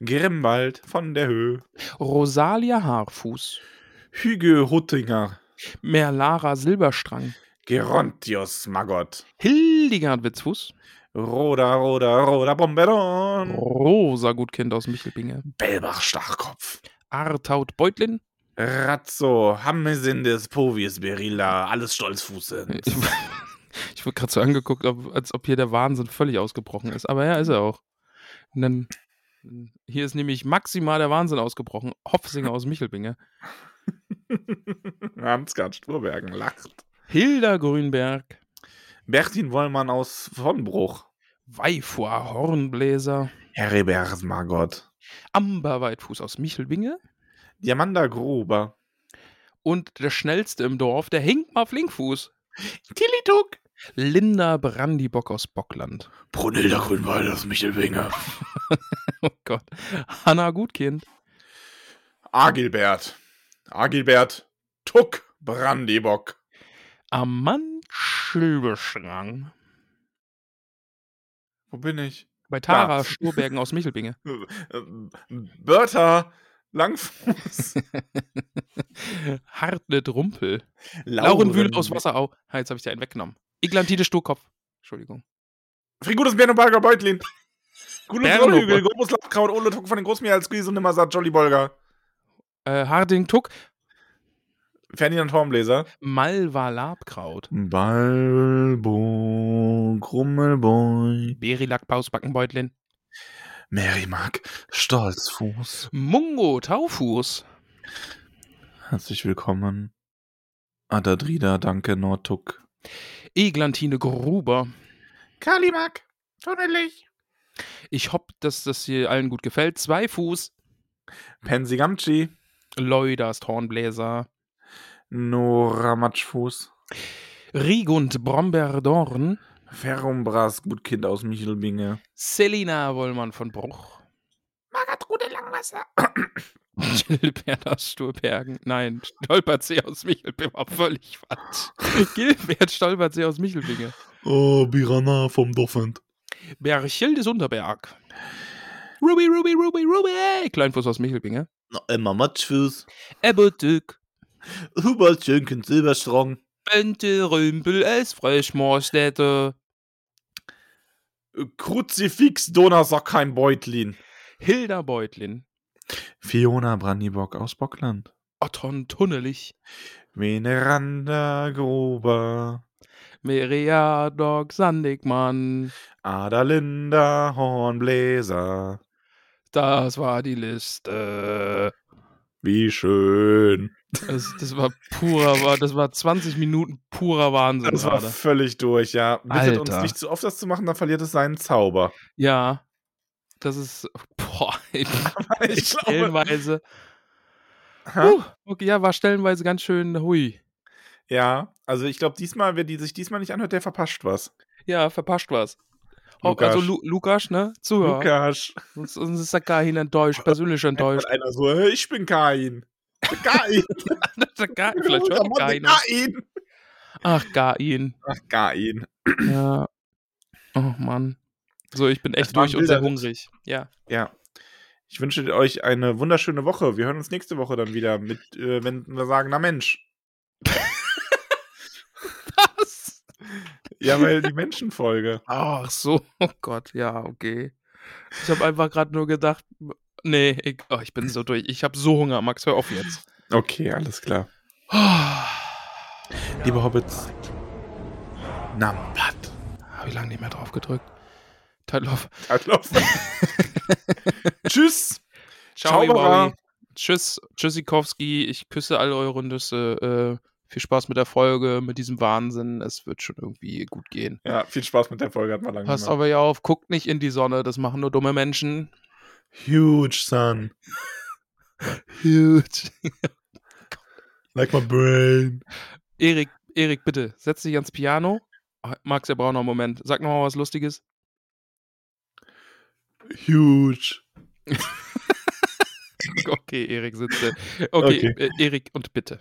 [SPEAKER 2] Grimbald von der Höhe.
[SPEAKER 1] Rosalia Haarfuß.
[SPEAKER 2] Hüge Huttinger.
[SPEAKER 1] Merlara Silberstrang.
[SPEAKER 2] Gerontius Magott.
[SPEAKER 1] Hildegard Witzfuß.
[SPEAKER 2] Roda, Roda, Roda Bomberon.
[SPEAKER 1] Rosa Gutkind aus Michelbinge.
[SPEAKER 2] Bellbach Stachkopf.
[SPEAKER 1] Artaud Beutlin.
[SPEAKER 2] Razzo, Hammesindes, Povis, Berilla, alles Stolzfuße.
[SPEAKER 1] *laughs* Ich, ich wurde gerade so angeguckt, ob, als ob hier der Wahnsinn völlig ausgebrochen ist. Aber ja, ist er auch. Und dann, hier ist nämlich maximal der Wahnsinn ausgebrochen. Hopfsinger aus Michelbinge.
[SPEAKER 2] Hansgard Sturbergen lacht.
[SPEAKER 1] Hilda Grünberg.
[SPEAKER 2] Bertin Wollmann aus Vonbruch.
[SPEAKER 1] Weifua Hornbläser.
[SPEAKER 2] Heribert Margot.
[SPEAKER 1] Amber Weitfuß aus Michelbinge.
[SPEAKER 2] Diamanda Gruber.
[SPEAKER 1] Und der schnellste im Dorf, der Hinkmar Flinkfuß.
[SPEAKER 2] Tilituk.
[SPEAKER 1] Linda Brandibock aus Bockland. *laughs*
[SPEAKER 2] Brunilda Grünwald aus Michelbinger.
[SPEAKER 1] Oh Gott. Hanna Gutkind.
[SPEAKER 2] Agilbert. Agilbert Tuck Brandibock.
[SPEAKER 1] Amand Schilbeschrang.
[SPEAKER 2] Wo bin ich? *laughs*
[SPEAKER 1] Bei Tara
[SPEAKER 2] Da.
[SPEAKER 1] Sturbergen aus
[SPEAKER 2] *laughs*
[SPEAKER 1] Michelbinge.
[SPEAKER 2] Ähm, Bertha Langfuß.
[SPEAKER 1] Hartnett Rumpel.
[SPEAKER 2] Lauren
[SPEAKER 1] Laurenwühl aus Wasserau. Ha, jetzt habe ich dir einen weggenommen. Eglantide Sturkopf. Entschuldigung.
[SPEAKER 2] Frigutes Bernobalger Beutlin. Gutes
[SPEAKER 1] Bernobalger.
[SPEAKER 2] Rollhügel, grobes Lappkraut, Ole Tuck von den Großmeer als Gries und Nimmersat Jolly Bolger.
[SPEAKER 1] Äh, Harding Tuck.
[SPEAKER 2] Ferdinand Hornbläser.
[SPEAKER 1] Malva Labkraut.
[SPEAKER 2] Balbo, Krummelboy.
[SPEAKER 1] Berilack Pausbackenbeutlin.
[SPEAKER 2] Marymark, Stolzfuß.
[SPEAKER 1] Mungo Taufuß.
[SPEAKER 2] Herzlich willkommen. Adadrida, danke, Nordtuck.
[SPEAKER 1] Eglantine Gruber.
[SPEAKER 2] Kalimak, tunnelig.
[SPEAKER 1] Ich hoffe, dass das hier allen gut gefällt. Zwei Fuß,
[SPEAKER 2] Pensigamchi,
[SPEAKER 1] Leuderst, Hornbläser,
[SPEAKER 2] Noramatschfuß,
[SPEAKER 1] Rigund, Bromberdorn,
[SPEAKER 2] Ferrumbras, Gutkind aus Michelbinge.
[SPEAKER 1] Selina Wollmann von Bruch, *laughs*
[SPEAKER 2] Magatrude Langwasser.
[SPEAKER 1] Gilbert aus Sturbergen. Nein, Stolpertsee aus Michelbinge war völlig falsch. Gilbert Stolpertsee aus Michelbinge.
[SPEAKER 2] Oh, Piranha vom Dorfend.
[SPEAKER 1] Berchildes Unterberg. Ruby, Ruby, Ruby, Ruby! Kleinfuß aus Michelbinge.
[SPEAKER 2] Emma Matschfuß,
[SPEAKER 1] Ebbeltück.
[SPEAKER 2] Hubert Jönken Silberstrong.
[SPEAKER 1] Bente Rümpel es Frischmoorstädte.
[SPEAKER 2] Kruzifix Donnersack kein Beutlin.
[SPEAKER 1] Hilda Beutlin.
[SPEAKER 2] Fiona Brandibock aus Bockland.
[SPEAKER 1] Otton Tunnelich.
[SPEAKER 2] Veneranda Gruber.
[SPEAKER 1] Meria Dog Sandigmann.
[SPEAKER 2] Adalinda Hornbläser.
[SPEAKER 1] Das war die Liste.
[SPEAKER 2] Wie schön.
[SPEAKER 1] Das, das war purer, Wa- das war 20 Minuten purer Wahnsinn
[SPEAKER 2] Das war
[SPEAKER 1] gerade.
[SPEAKER 2] völlig durch, ja. Bittet
[SPEAKER 1] Alter.
[SPEAKER 2] uns nicht zu oft das zu machen, dann verliert es seinen Zauber. *laughs*
[SPEAKER 1] Ja. Das ist. Boah, *laughs* ey,
[SPEAKER 2] Ich glaube,
[SPEAKER 1] stellenweise.
[SPEAKER 2] Hä?
[SPEAKER 1] Huh, okay, ja, war stellenweise ganz schön hui.
[SPEAKER 2] ja, also ich glaube, diesmal, wer die sich diesmal nicht anhört, der verpasst was.
[SPEAKER 1] Ja, verpasst was. Hock-
[SPEAKER 2] Lukas.
[SPEAKER 1] Also Lu Lukas, ne? Zuhörer.
[SPEAKER 2] Lukas,
[SPEAKER 1] Sonst, sonst ist der Kahin enttäuscht,
[SPEAKER 2] *laughs*
[SPEAKER 1] persönlich enttäuscht.
[SPEAKER 2] Und einer so, "Hey, ich
[SPEAKER 1] *laughs*
[SPEAKER 2] bin Kain. Kain.
[SPEAKER 1] Der Ka- Vielleicht hört der Kahin. uns.
[SPEAKER 2] Kain.
[SPEAKER 1] Ach, Kahin.
[SPEAKER 2] Ach, Kain.
[SPEAKER 1] Ja. Oh Mann. So, ich bin
[SPEAKER 2] Das
[SPEAKER 1] echt
[SPEAKER 2] war ein
[SPEAKER 1] durch und sehr
[SPEAKER 2] wilder
[SPEAKER 1] hungrig. Ja.
[SPEAKER 2] Ja. Ich wünsche euch eine wunderschöne Woche. Wir hören uns nächste Woche dann wieder mit, äh, wenn wir sagen, na Mensch.
[SPEAKER 1] Was?
[SPEAKER 2] Ja, weil die Menschenfolge.
[SPEAKER 1] Ach so. Oh Gott, ja, okay. Ich habe einfach gerade nur gedacht, nee, ich, oh, ich bin so durch. Ich habe so Hunger, Max, hör auf *sighs* jetzt.
[SPEAKER 2] Okay, alles klar. Liebe Hobbits. Nampat.
[SPEAKER 1] Hab ich lange nicht mehr drauf gedrückt. Tatloff.
[SPEAKER 2] Tatloff. *laughs* Tschüss.
[SPEAKER 1] Ciao,
[SPEAKER 2] Ciao, Baba.
[SPEAKER 1] Ciao Tschüss, Tschüssikowski. Ich küsse alle eure Nüsse. Äh, viel Spaß mit der Folge, mit diesem Wahnsinn. Es wird schon irgendwie gut gehen.
[SPEAKER 2] Ja, viel Spaß mit der Folge, hat man lange
[SPEAKER 1] Passt
[SPEAKER 2] gemacht.
[SPEAKER 1] aber ja auf, guckt nicht in die Sonne. Das machen nur dumme Menschen.
[SPEAKER 2] Huge sun.
[SPEAKER 1] Huge.
[SPEAKER 2] Like my brain.
[SPEAKER 1] Erik, Erik, bitte, setz dich ans Piano. Ah, Max, er braucht noch einen Moment. Sag noch mal was Lustiges. *laughs*
[SPEAKER 2] Huge.
[SPEAKER 1] Okay, Erik sitzt. äh, Okay, okay. Äh, Erik und bitte.